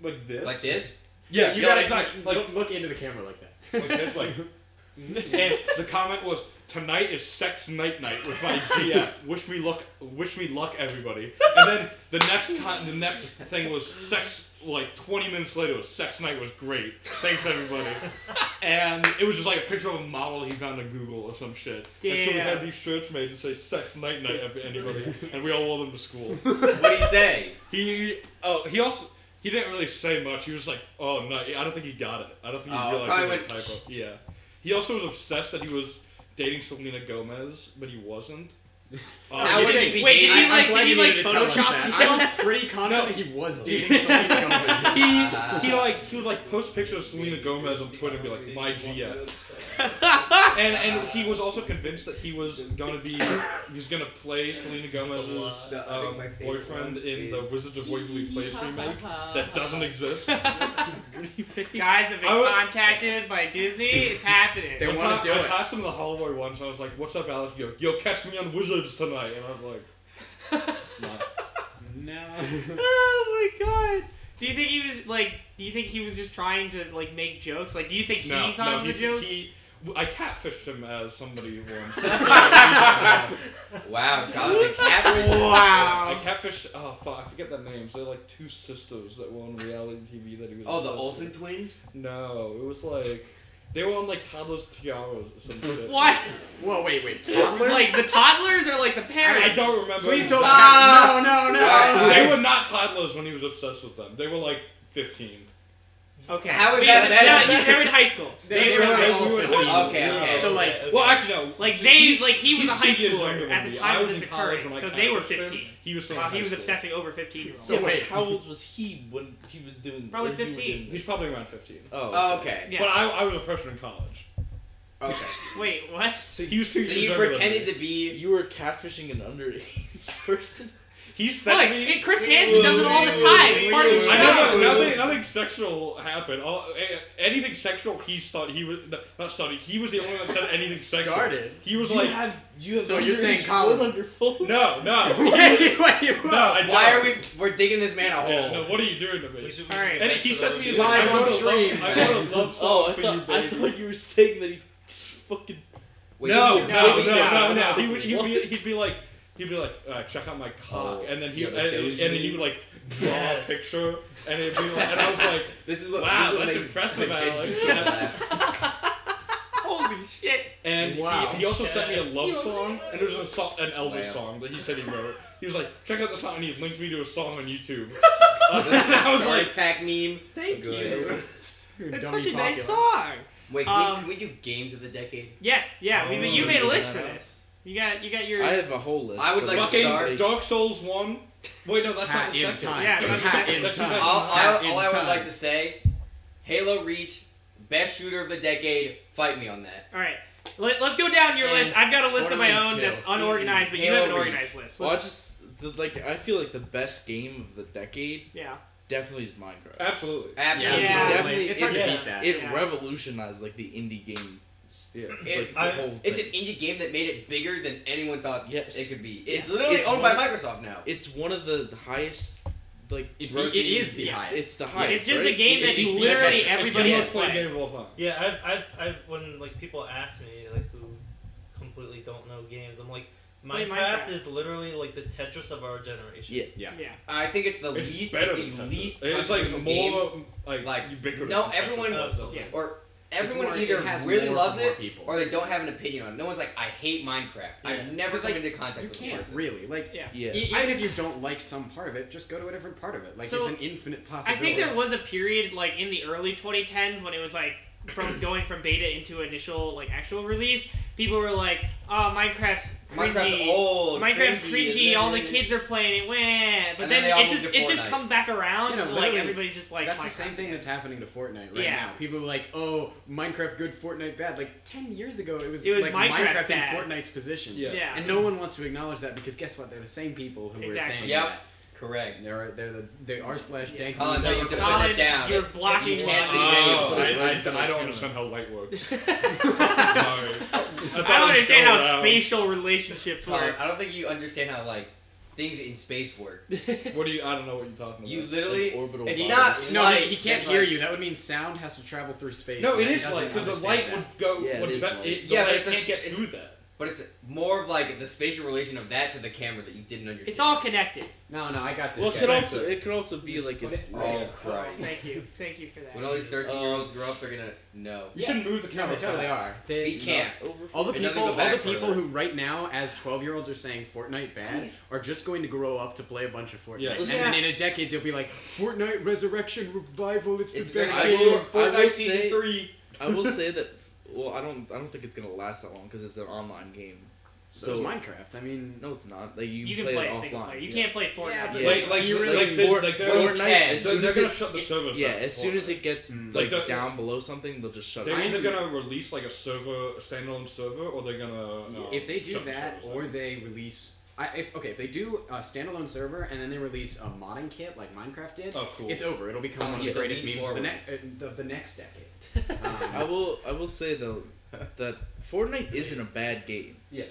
Speaker 6: like this.
Speaker 5: Like this?
Speaker 6: Yeah, you gotta like, like,
Speaker 2: look, look into the camera like that.
Speaker 6: like this, like. And the comment was, "Tonight is sex night night with my GF. Wish me luck. Wish me luck, everybody." And then the next con- the next thing was sex. Like 20 minutes later, was sex night was great. Thanks everybody. And it was just like a picture of a model he found on Google or some shit. And so we had
Speaker 1: Damn.
Speaker 6: these shirts made to say sex night night every- anybody, and we all wore them to school.
Speaker 5: What'd he say?
Speaker 6: He oh he also. He didn't really say much. He was like, "Oh no, I don't think he got it. I don't think he
Speaker 5: Oh,
Speaker 6: realized
Speaker 5: probably
Speaker 6: it was a
Speaker 5: went,
Speaker 6: typo." Yeah. He also was obsessed that he was dating Selena Gomez, but he wasn't. Uh,
Speaker 5: How
Speaker 6: he
Speaker 5: would
Speaker 6: didn't-
Speaker 5: he be
Speaker 1: Wait, did
Speaker 5: dating?
Speaker 1: he like?
Speaker 2: I'm glad
Speaker 1: Did he
Speaker 2: you
Speaker 1: like
Speaker 2: needed to tell us
Speaker 1: Photoshop
Speaker 2: that. I
Speaker 1: himself?
Speaker 2: was pretty confident he was dating
Speaker 1: Yeah.
Speaker 2: Selena Gomez.
Speaker 6: he, he like he would like post pictures of Selena Gomez on Twitter and be like my GF, and and he was also convinced that he was gonna be he was gonna play Selena Gomez's
Speaker 5: No, I think
Speaker 6: um,
Speaker 5: my favorite
Speaker 6: boyfriend
Speaker 5: one
Speaker 6: in the
Speaker 5: is-
Speaker 6: Wizards of Waverly Place remake that doesn't exist.
Speaker 1: Guys have been
Speaker 6: I would-
Speaker 1: contacted by Disney. It's happening.
Speaker 2: They
Speaker 6: One
Speaker 2: wanna
Speaker 6: time
Speaker 2: do
Speaker 6: I
Speaker 2: it.
Speaker 6: passed him in the hallway once, and I was like, "What's up, Alex?" Yo, yo, catch me on Wizards tonight, and I was like,
Speaker 2: No.
Speaker 1: Oh my god. Do you think he was like? Do you think he was just trying to like make jokes? Like, do you think he
Speaker 6: "No,
Speaker 1: thought
Speaker 6: no,
Speaker 1: it
Speaker 6: he,
Speaker 1: was a joke?
Speaker 6: he." I catfished him as somebody once.
Speaker 5: Wow, God, the catfish.
Speaker 1: wow.
Speaker 6: I catfished. Oh fuck, I forget their names. They're like two sisters that were on reality TV that he was.
Speaker 5: Oh, the
Speaker 6: obsessed
Speaker 5: Olsen
Speaker 6: with.
Speaker 5: twins?
Speaker 6: No, it was like they were on like toddlers tiaras or some shit.
Speaker 1: What?
Speaker 2: Whoa, wait, wait.
Speaker 1: Like the toddlers or like the
Speaker 6: I
Speaker 1: parents?
Speaker 6: don't remember.
Speaker 2: Please don't.
Speaker 5: Ah!
Speaker 2: no, no,
Speaker 5: Ah!
Speaker 2: no.
Speaker 6: They were not toddlers when he was obsessed with them. They were like fifteen.
Speaker 1: Okay.
Speaker 5: How is
Speaker 1: Wait,
Speaker 5: that better?
Speaker 1: No, you- they were in high school.
Speaker 2: They
Speaker 1: They
Speaker 2: were
Speaker 1: were
Speaker 2: all
Speaker 6: we were-
Speaker 2: 15.
Speaker 5: Okay, okay.
Speaker 2: So, like,
Speaker 6: Well, actually, no.
Speaker 1: like
Speaker 6: He-
Speaker 1: they like he was
Speaker 6: he's
Speaker 1: a high
Speaker 6: two years
Speaker 1: schooler
Speaker 6: younger than
Speaker 1: at
Speaker 6: me.
Speaker 1: the
Speaker 6: I
Speaker 1: time
Speaker 6: was
Speaker 1: of this
Speaker 6: in college
Speaker 1: occurred,
Speaker 6: when I
Speaker 1: so they were
Speaker 6: catfished him.
Speaker 1: 15.
Speaker 6: He was still in
Speaker 1: Wow,
Speaker 6: high
Speaker 1: he was
Speaker 6: school.
Speaker 1: obsessing over 15 year olds.
Speaker 2: So wait.
Speaker 3: How old was he when he was doing?
Speaker 1: Probably
Speaker 3: when you were
Speaker 1: 15.
Speaker 3: doing
Speaker 6: He's
Speaker 3: this?
Speaker 6: probably around fifteen.
Speaker 3: Oh.
Speaker 5: Okay.
Speaker 1: Yeah.
Speaker 6: But I, I was a freshman in college.
Speaker 5: Okay.
Speaker 1: Wait, what?
Speaker 3: So
Speaker 6: He
Speaker 3: you,
Speaker 6: was two
Speaker 5: So
Speaker 6: years
Speaker 5: you
Speaker 6: younger than
Speaker 5: pretended
Speaker 6: me.
Speaker 5: to be.
Speaker 3: you were catfishing an underage person.
Speaker 6: He sent
Speaker 1: Look,
Speaker 6: me.
Speaker 1: Chris Hansen does it all the time. It's part of his
Speaker 6: I
Speaker 1: job.
Speaker 6: know no- nothing, nothing sexual happened. All, eh, anything sexual, he started. He was no, not started. He was the only one that said anything sexual.
Speaker 2: Started.
Speaker 6: He was
Speaker 3: you
Speaker 6: like,
Speaker 3: have you have
Speaker 2: So you're
Speaker 3: underage
Speaker 2: saying
Speaker 3: porn
Speaker 2: Colin-
Speaker 3: on your phone?
Speaker 6: no, no,
Speaker 2: Wait, wait,
Speaker 6: no. I don't.
Speaker 5: Why are we? We're digging this man a
Speaker 6: Yeah,
Speaker 5: hole.
Speaker 6: no, what are you doing to me?
Speaker 4: We should- we should
Speaker 1: All right.
Speaker 4: get
Speaker 6: And
Speaker 4: back
Speaker 6: he
Speaker 4: to
Speaker 6: sent
Speaker 4: the-
Speaker 6: me his
Speaker 2: Live
Speaker 6: I
Speaker 2: on
Speaker 6: wrote a love-
Speaker 2: stream.
Speaker 6: I wrote a love song
Speaker 3: Oh, I
Speaker 6: for
Speaker 3: thought
Speaker 6: you,
Speaker 3: I
Speaker 6: baby.
Speaker 3: thought you were saying that he fucking
Speaker 6: No,
Speaker 5: Wait,
Speaker 6: no, no,
Speaker 1: maybe
Speaker 6: no, no,
Speaker 1: not.
Speaker 6: He would, he'd be, he'd be like, he'd be like, uh, check out my cock,
Speaker 5: Oh,
Speaker 6: and then he,
Speaker 5: yeah,
Speaker 6: and,
Speaker 5: like
Speaker 6: and
Speaker 5: those-
Speaker 6: then he would like draw
Speaker 4: Yes.
Speaker 6: a picture, and it'd be like, and I was like,
Speaker 5: This is what.
Speaker 6: Wow,
Speaker 5: this is what
Speaker 6: that's
Speaker 5: makes
Speaker 6: impressive,
Speaker 5: my Gen Z
Speaker 6: Alex.
Speaker 5: laugh.
Speaker 1: Holy shit.
Speaker 6: and
Speaker 2: Wow.
Speaker 6: he, he also sent me a love
Speaker 1: Yes.
Speaker 6: song, and it was a so- an Elvis
Speaker 5: Wow.
Speaker 6: song that he said he wrote. He was like, check out the song, and he linked me to a song on YouTube. Uh, and I was
Speaker 5: Sorry,
Speaker 6: like,
Speaker 5: pack meme.
Speaker 1: Thank
Speaker 5: Good.
Speaker 1: you.
Speaker 2: You're
Speaker 1: That's
Speaker 2: dummy
Speaker 1: such a nice
Speaker 2: popular.
Speaker 1: song.
Speaker 5: Wait, can,
Speaker 1: Um,
Speaker 5: we, can we do games of the decade?
Speaker 1: Yes, yeah. we,
Speaker 3: Oh,
Speaker 1: you made a
Speaker 3: yeah.
Speaker 1: list for this. You got you got your
Speaker 3: I have a whole list.
Speaker 5: I would
Speaker 3: but
Speaker 5: like to
Speaker 3: fucking
Speaker 5: start-
Speaker 6: Dark Souls one. Wait, no, that's
Speaker 2: Hat
Speaker 6: not the
Speaker 2: in
Speaker 6: second.
Speaker 2: time.
Speaker 1: Yeah, that's
Speaker 2: Hat
Speaker 1: okay.
Speaker 2: in
Speaker 6: That's
Speaker 2: time.
Speaker 6: okay.
Speaker 5: All,
Speaker 2: Hat
Speaker 5: I,
Speaker 2: in
Speaker 5: all I would
Speaker 2: time.
Speaker 5: like to say, Halo Reach, best shooter of the decade. Fight me on that.
Speaker 1: All right. Let, let's go down your
Speaker 2: And
Speaker 1: list. I've got a list of my
Speaker 2: Borderlands
Speaker 1: own
Speaker 2: 2.
Speaker 1: that's unorganized, but you
Speaker 5: Halo
Speaker 1: have an
Speaker 5: Reach.
Speaker 1: organized list.
Speaker 3: Well, I just the, like I feel like the best game of the decade
Speaker 1: yeah.
Speaker 3: definitely is Minecraft.
Speaker 6: Absolutely.
Speaker 5: Absolutely.
Speaker 1: Yeah.
Speaker 3: Definitely,
Speaker 2: It's hard
Speaker 3: it-
Speaker 2: to
Speaker 4: yeah.
Speaker 2: beat that.
Speaker 3: It
Speaker 1: Yeah.
Speaker 3: revolutionized like the indie game.
Speaker 2: Yeah.
Speaker 5: It-
Speaker 3: like, the
Speaker 4: I-
Speaker 3: whole
Speaker 5: It's an
Speaker 3: thing.
Speaker 5: indie game that made it bigger than anyone thought
Speaker 3: Yes.
Speaker 5: it could be. It's,
Speaker 3: It's-
Speaker 5: literally
Speaker 3: it's
Speaker 5: owned
Speaker 3: one-
Speaker 5: by Microsoft now.
Speaker 3: it's one of the highest like
Speaker 2: It,
Speaker 5: Gross
Speaker 2: it is
Speaker 5: is
Speaker 2: the
Speaker 5: yes.
Speaker 2: highest.
Speaker 3: it's the highest.
Speaker 1: it's just
Speaker 3: right?
Speaker 1: a game
Speaker 3: It
Speaker 1: that
Speaker 3: beat
Speaker 1: you literally
Speaker 3: Tetris.
Speaker 6: It's the
Speaker 1: everybody
Speaker 6: most
Speaker 1: has
Speaker 6: played
Speaker 1: played.
Speaker 6: game of all time.
Speaker 4: Yeah, I've, I've, I've, when like people ask me like who completely don't know games, I'm like,
Speaker 1: Play
Speaker 4: Minecraft,
Speaker 1: Minecraft.
Speaker 4: is literally like the Tetris of our generation.
Speaker 3: Yeah.
Speaker 1: Yeah.
Speaker 5: I think it's the
Speaker 6: It's
Speaker 5: least,
Speaker 6: better
Speaker 5: the
Speaker 6: than Tetris.
Speaker 5: least
Speaker 6: It's like
Speaker 5: controversial game.
Speaker 6: more like,
Speaker 5: Like,
Speaker 6: ubiquitous.
Speaker 5: no,
Speaker 6: than Tetris.
Speaker 5: everyone-
Speaker 4: Uh,
Speaker 1: Yeah.
Speaker 5: or
Speaker 2: It's
Speaker 5: everyone
Speaker 2: more-
Speaker 5: either
Speaker 2: it has
Speaker 5: really
Speaker 2: more
Speaker 5: loves
Speaker 2: for more
Speaker 5: it
Speaker 2: people.
Speaker 5: or they don't have an opinion on it. No one's like, I hate Minecraft.
Speaker 6: Yeah.
Speaker 5: I've never
Speaker 2: Just
Speaker 5: come
Speaker 2: like,
Speaker 5: into contact
Speaker 2: You
Speaker 5: with
Speaker 2: can't
Speaker 5: this person.
Speaker 2: really like.
Speaker 3: Yeah.
Speaker 2: E- Even if you don't like some part of it, just go to a different part of it. Like
Speaker 1: So,
Speaker 2: it's an infinite
Speaker 1: I
Speaker 2: possibility.
Speaker 1: think there was a period like in the early 2010s when it was like from going from beta into initial like actual release, people were like, "Oh, Minecraft's cringy.
Speaker 5: Minecraft's old.
Speaker 1: Minecraft's
Speaker 5: cringy.
Speaker 1: cringy. All the kids are playing it. Wah. But
Speaker 5: And then they all
Speaker 1: then it
Speaker 5: moved
Speaker 1: just
Speaker 5: to
Speaker 1: it's just
Speaker 5: Fortnite.
Speaker 1: come back around.
Speaker 2: You know,
Speaker 1: to, like
Speaker 2: literally,
Speaker 1: everybody's just like
Speaker 2: that's the
Speaker 1: Minecraft
Speaker 2: same thing
Speaker 1: again.
Speaker 2: that's happening to Fortnite right
Speaker 1: Yeah.
Speaker 2: now. People are like, "Oh, Minecraft good, Fortnite bad." Like ten years ago, it was,
Speaker 1: It was
Speaker 2: like
Speaker 1: Minecraft
Speaker 2: Minecraft in
Speaker 1: bad.
Speaker 2: Fortnite's position.
Speaker 6: Yeah.
Speaker 1: Yeah.
Speaker 2: And no one wants to acknowledge that because guess what? They're the same people who were
Speaker 1: Exactly.
Speaker 2: saying
Speaker 5: Yep.
Speaker 2: that.
Speaker 5: Correct.
Speaker 2: They're they're the they are slash
Speaker 1: Yeah.
Speaker 2: dank.
Speaker 5: Colin,
Speaker 2: memes.
Speaker 5: no, you don't-
Speaker 1: College,
Speaker 5: it down.
Speaker 1: You're
Speaker 5: You
Speaker 1: blocking
Speaker 5: can't
Speaker 1: one.
Speaker 5: see
Speaker 6: Oh,
Speaker 5: Yeah,
Speaker 6: I,
Speaker 5: you
Speaker 6: I,
Speaker 3: put it
Speaker 6: I
Speaker 3: on
Speaker 6: don't
Speaker 3: camera.
Speaker 6: understand how light works. Sorry.
Speaker 1: I
Speaker 6: I, thought
Speaker 1: don't
Speaker 6: it was
Speaker 1: understand
Speaker 6: so
Speaker 1: how
Speaker 6: loud.
Speaker 1: spatial relationships
Speaker 5: Colin,
Speaker 1: work.
Speaker 5: I don't think you understand how like things in space work.
Speaker 6: What do you? I don't know what you're talking about.
Speaker 5: You literally.
Speaker 3: Like orbital
Speaker 5: if you're
Speaker 3: bodies.
Speaker 5: not
Speaker 2: No,
Speaker 5: light,
Speaker 2: he, he can't
Speaker 5: that's
Speaker 2: hear
Speaker 5: like-
Speaker 2: you. That would mean sound has to travel through space.
Speaker 6: no, it
Speaker 2: He
Speaker 6: is
Speaker 2: doesn't
Speaker 6: light because the
Speaker 2: understand
Speaker 6: light
Speaker 2: that.
Speaker 6: would go.
Speaker 3: Yeah, it
Speaker 6: would
Speaker 3: is
Speaker 6: that-
Speaker 3: light.
Speaker 6: it- the
Speaker 5: Yeah, but
Speaker 6: light
Speaker 5: it's a
Speaker 6: can't
Speaker 5: s-
Speaker 6: get
Speaker 5: it's-
Speaker 6: through that.
Speaker 5: But it's more of like the spatial relation of that to the camera that you didn't understand.
Speaker 1: It's all connected.
Speaker 2: No, no, I got this.
Speaker 3: Well, it
Speaker 2: guy.
Speaker 3: could also it could also be
Speaker 2: Just
Speaker 3: like
Speaker 2: put
Speaker 3: it's
Speaker 2: it-
Speaker 3: light.
Speaker 5: Oh Christ!
Speaker 1: Thank you. Thank you for that.
Speaker 5: When all these thirteen-year-olds grow up, they're gonna know.
Speaker 6: You should move the
Speaker 2: No,
Speaker 6: camera.
Speaker 2: they totally are. They
Speaker 5: We can't.
Speaker 3: Over
Speaker 2: All the
Speaker 5: It doesn't
Speaker 2: people,
Speaker 5: go
Speaker 2: all
Speaker 5: back
Speaker 2: the people
Speaker 5: further.
Speaker 2: who right now, as twelve-year-olds, are saying Fortnite bad, are just going to grow up to play a bunch of Fortnite,
Speaker 6: Yeah.
Speaker 2: and
Speaker 1: Yeah.
Speaker 2: then in a decade they'll be like, "Fortnite Resurrection Revival, it's the
Speaker 5: It's
Speaker 2: best
Speaker 5: I
Speaker 3: I
Speaker 5: will-
Speaker 2: game."
Speaker 3: will-
Speaker 5: Fortnite
Speaker 3: I will
Speaker 5: season
Speaker 3: say-
Speaker 5: three.
Speaker 3: I will say that. Well, I don't. I don't think it's gonna last that long because it's an online game.
Speaker 2: So is Minecraft. I mean,
Speaker 3: no, it's not. Like you,
Speaker 1: you can
Speaker 3: play,
Speaker 1: play
Speaker 3: it
Speaker 1: it
Speaker 3: offline.
Speaker 1: single player. You
Speaker 3: yeah.
Speaker 1: can't play Fortnite.
Speaker 2: Yeah, but
Speaker 3: Yeah.
Speaker 6: Like, like,
Speaker 2: You
Speaker 6: you
Speaker 2: really-
Speaker 6: like,
Speaker 3: Fort-
Speaker 6: they, like they're,
Speaker 5: Fortnite-
Speaker 3: as
Speaker 6: they're,
Speaker 3: soon
Speaker 6: they're
Speaker 3: as
Speaker 6: gonna
Speaker 3: it-
Speaker 6: shut the
Speaker 3: it-
Speaker 6: servers.
Speaker 3: yeah,
Speaker 6: down
Speaker 3: as
Speaker 6: for
Speaker 3: soon
Speaker 6: it.
Speaker 3: as it gets
Speaker 2: Mm.
Speaker 6: Like
Speaker 3: like
Speaker 6: the-
Speaker 3: down below something, they'll just shut.
Speaker 6: They're
Speaker 3: it.
Speaker 6: either
Speaker 2: I-
Speaker 6: gonna release like a server, a standalone server, or they're gonna. Um,
Speaker 2: if they do
Speaker 6: shut the
Speaker 2: that,
Speaker 6: servers
Speaker 2: or
Speaker 6: down.
Speaker 2: they release, I, if okay, if they do a standalone server and then they release a modding kit like Minecraft did,
Speaker 6: Oh, cool.
Speaker 2: it's over. It'll become one of
Speaker 5: Yeah,
Speaker 2: the
Speaker 5: the
Speaker 2: greatest
Speaker 5: leap
Speaker 2: memes of the, ne-
Speaker 5: forward.
Speaker 2: uh, of the next decade.
Speaker 3: I
Speaker 2: Um,
Speaker 3: will. I will say though that Fortnite isn't a bad game.
Speaker 6: Yeah.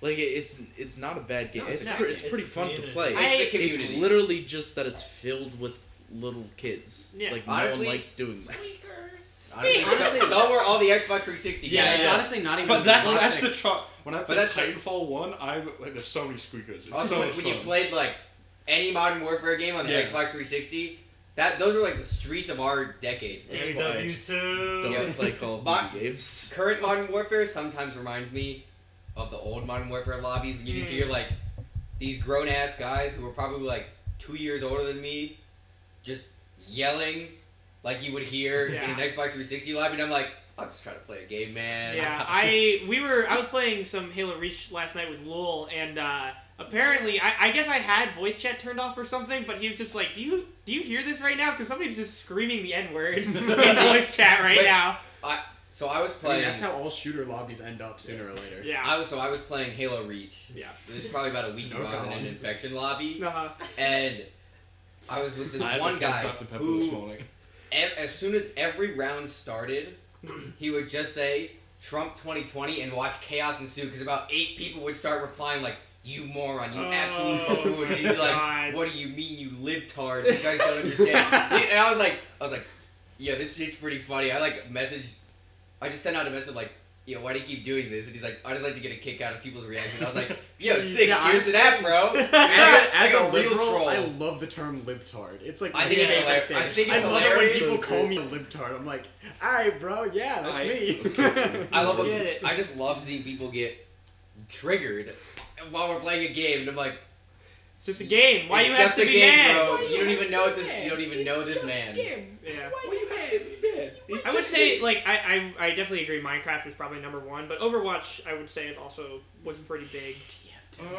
Speaker 3: Like it, it's it's not a bad game.
Speaker 2: No,
Speaker 3: it's
Speaker 2: it's not.
Speaker 3: pre- it's
Speaker 4: It's
Speaker 3: pretty
Speaker 4: the
Speaker 3: fun to
Speaker 4: community.
Speaker 3: play.
Speaker 1: I-
Speaker 5: It's the
Speaker 3: it's
Speaker 5: community.
Speaker 3: literally just that it's filled with little kids.
Speaker 1: Yeah.
Speaker 3: Like no
Speaker 5: Honestly,
Speaker 3: one likes doing that.
Speaker 5: Honestly,
Speaker 2: Honestly-
Speaker 5: so, so were all the Xbox 360
Speaker 2: yeah,
Speaker 5: games.
Speaker 2: it's honestly not even.
Speaker 6: But that's
Speaker 2: classic.
Speaker 6: that's the chart. When I played
Speaker 5: that's like-
Speaker 6: Titanfall one, I like there's so many squeakers. It's
Speaker 5: Also,
Speaker 6: so
Speaker 5: when,
Speaker 6: much
Speaker 5: when you
Speaker 6: fun.
Speaker 5: played like any Modern Warfare game on the
Speaker 6: Yeah.
Speaker 5: Xbox 360, that those were like the streets of our decade.
Speaker 3: It's
Speaker 4: AW2.
Speaker 3: Don't
Speaker 5: Yeah.
Speaker 3: play Call of
Speaker 5: But-
Speaker 3: Duty games.
Speaker 5: Current Modern Warfare sometimes reminds me of the old Modern Warfare lobbies when you just
Speaker 1: Mm.
Speaker 5: hear like these grown ass guys who were probably like two years older than me, just yelling like you would hear in an
Speaker 1: Yeah.
Speaker 5: Xbox 360 lobby, and I'm like, I'm just trying to play a game, man.
Speaker 1: Yeah, I we were I was playing some Halo Reach last night with Lul, and uh, apparently I, I guess I had voice chat turned off or something, but he was just like, "Do you do you hear this right now? Because somebody's just screaming the N word in voice chat right
Speaker 5: Wait.
Speaker 1: now."
Speaker 5: so I was
Speaker 2: I mean,
Speaker 5: playing.
Speaker 2: that's how all shooter lobbies end up sooner or later.
Speaker 1: Yeah.
Speaker 5: I was so I was playing Halo Reach.
Speaker 1: Yeah.
Speaker 5: This is probably about a week
Speaker 2: No
Speaker 5: ago. I was in an
Speaker 2: problem.
Speaker 5: infection lobby,
Speaker 1: Uh-huh.
Speaker 5: and I was with this
Speaker 6: I had to
Speaker 5: one
Speaker 6: kill
Speaker 5: guy
Speaker 6: Dr. Pepper this
Speaker 5: who,
Speaker 6: morning.
Speaker 5: ev- as soon as every round started, he would just say Trump 2020 and watch chaos ensue because about eight people would start replying like, "You moron, you absolute
Speaker 1: Oh,
Speaker 5: buffoon," and he'd be
Speaker 1: God.
Speaker 5: like, "What do you mean, you libtard? You guys don't understand." and I was like, I was like, "Yeah, this shit's pretty funny." I like messaged, I just sent out a message like. Yeah, why do you keep doing this? And he's like, I just like to get a kick out of people's reactions. I was like, Yo, sick,
Speaker 2: Yeah,
Speaker 5: cheers to that, bro.
Speaker 2: As a,
Speaker 5: Like
Speaker 2: as a,
Speaker 5: real
Speaker 2: liberal,
Speaker 5: troll.
Speaker 2: I love the term libtard. It's like
Speaker 5: I
Speaker 2: my
Speaker 5: think it's
Speaker 2: favorite
Speaker 5: hilar-
Speaker 2: thing.
Speaker 5: I think it's
Speaker 2: love it when
Speaker 5: hilarious.
Speaker 2: people call me a libtard. I'm like, all right, bro, yeah, that's
Speaker 6: I-
Speaker 2: me.
Speaker 5: I love
Speaker 1: Get
Speaker 5: when,
Speaker 1: it.
Speaker 5: I just love seeing people get triggered while we're playing a game, and I'm like,
Speaker 1: It's just a game. Why
Speaker 5: it's
Speaker 1: you
Speaker 5: just
Speaker 1: have to
Speaker 5: a
Speaker 1: be
Speaker 5: game,
Speaker 1: mad?
Speaker 5: bro.
Speaker 2: Why
Speaker 5: You
Speaker 2: you
Speaker 5: don't
Speaker 2: have
Speaker 5: even
Speaker 2: to
Speaker 5: know
Speaker 2: be
Speaker 5: this. You
Speaker 2: mad?
Speaker 5: don't even know this man.
Speaker 1: Yeah.
Speaker 3: Yeah.
Speaker 1: I would say like I, I I definitely agree. Minecraft is probably number one, but Overwatch I would say is also was pretty big.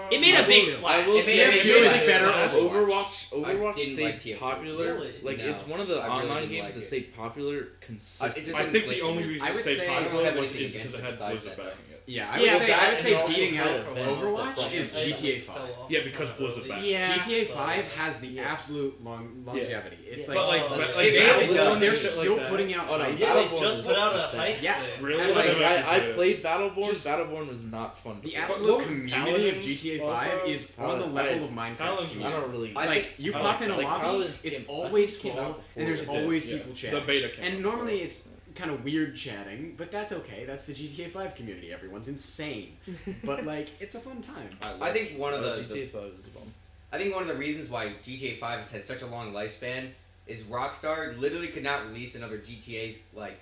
Speaker 1: It made a big splash.
Speaker 3: I will
Speaker 5: It made-
Speaker 3: say
Speaker 5: it
Speaker 3: too,
Speaker 5: made
Speaker 3: like,
Speaker 5: a better
Speaker 3: Overwatch.
Speaker 5: I
Speaker 3: Overwatch
Speaker 5: didn't
Speaker 3: stayed
Speaker 5: like TF2.
Speaker 3: popular.
Speaker 4: Really?
Speaker 3: Like
Speaker 5: No.
Speaker 3: it's one of the
Speaker 5: I really
Speaker 3: online
Speaker 5: didn't
Speaker 3: games
Speaker 5: like
Speaker 3: that
Speaker 5: it.
Speaker 3: stayed popular consistently.
Speaker 5: just-
Speaker 6: I think the
Speaker 5: Like,
Speaker 6: only
Speaker 5: I
Speaker 6: reason
Speaker 2: would
Speaker 6: it stayed
Speaker 2: say- I don't
Speaker 5: have
Speaker 6: popular was
Speaker 5: anything
Speaker 6: is because
Speaker 5: against
Speaker 6: it
Speaker 5: it
Speaker 6: had
Speaker 5: besides
Speaker 6: Blizzard
Speaker 5: that.
Speaker 6: backing it.
Speaker 2: yeah, I would
Speaker 1: Yeah,
Speaker 2: say
Speaker 3: but
Speaker 2: I would
Speaker 3: I
Speaker 2: say
Speaker 3: know
Speaker 2: beating
Speaker 3: also
Speaker 2: out
Speaker 3: for events that
Speaker 2: Overwatch
Speaker 3: fucking
Speaker 2: is
Speaker 3: I- I-
Speaker 2: GTA 5.
Speaker 6: Yeah, because Blizzard backed.
Speaker 1: Yeah.
Speaker 2: GTA
Speaker 4: Yeah.
Speaker 2: 5 has the absolute long
Speaker 3: Yeah.
Speaker 2: longevity. It's
Speaker 1: Yeah.
Speaker 2: like,
Speaker 6: But like,
Speaker 4: Oh,
Speaker 6: but,
Speaker 4: that's-
Speaker 6: like
Speaker 2: if
Speaker 6: they
Speaker 2: they-
Speaker 6: haven't done
Speaker 2: they're
Speaker 6: shit like
Speaker 2: still
Speaker 6: that.
Speaker 2: putting out
Speaker 3: Oh, no,
Speaker 2: hype.
Speaker 4: Yeah,
Speaker 3: Battleborn
Speaker 4: they just
Speaker 3: was
Speaker 4: put out a
Speaker 3: the best.
Speaker 4: heist
Speaker 2: Yeah.
Speaker 4: thing.
Speaker 6: Really?
Speaker 2: And,
Speaker 3: Like
Speaker 2: like,
Speaker 3: I, I
Speaker 6: Yeah.
Speaker 3: played Battleborn.
Speaker 6: Just-
Speaker 3: Battleborn was not fun. To
Speaker 2: The
Speaker 3: play.
Speaker 2: absolute
Speaker 6: But-
Speaker 2: community of
Speaker 6: Paladins
Speaker 2: GTA 5
Speaker 6: also-
Speaker 2: is on the level of Minecraft.
Speaker 6: Paladins
Speaker 2: to me.
Speaker 3: I don't really.
Speaker 5: I
Speaker 2: like
Speaker 5: think-
Speaker 2: you
Speaker 6: I
Speaker 2: pop
Speaker 6: like
Speaker 2: in a
Speaker 3: that. Like,
Speaker 2: lobby,
Speaker 3: Paladins
Speaker 2: it's
Speaker 3: came-
Speaker 2: always
Speaker 3: I think it came
Speaker 2: full,
Speaker 3: out
Speaker 2: and
Speaker 3: before
Speaker 2: there's
Speaker 3: it did,
Speaker 2: always
Speaker 6: yeah.
Speaker 2: people
Speaker 6: The
Speaker 2: chatting.
Speaker 6: beta came
Speaker 2: And
Speaker 6: out
Speaker 2: normally
Speaker 6: before.
Speaker 2: it's kind of weird chatting, but that's okay. That's the GTA 5 community. Everyone's insane, but like it's a fun time.
Speaker 5: I think one of the,
Speaker 3: Oh,
Speaker 5: the-
Speaker 3: GTA 5 was fun.
Speaker 5: I think one of the reasons why GTA 5 has had such a long lifespan is Rockstar literally could not release another GTA's like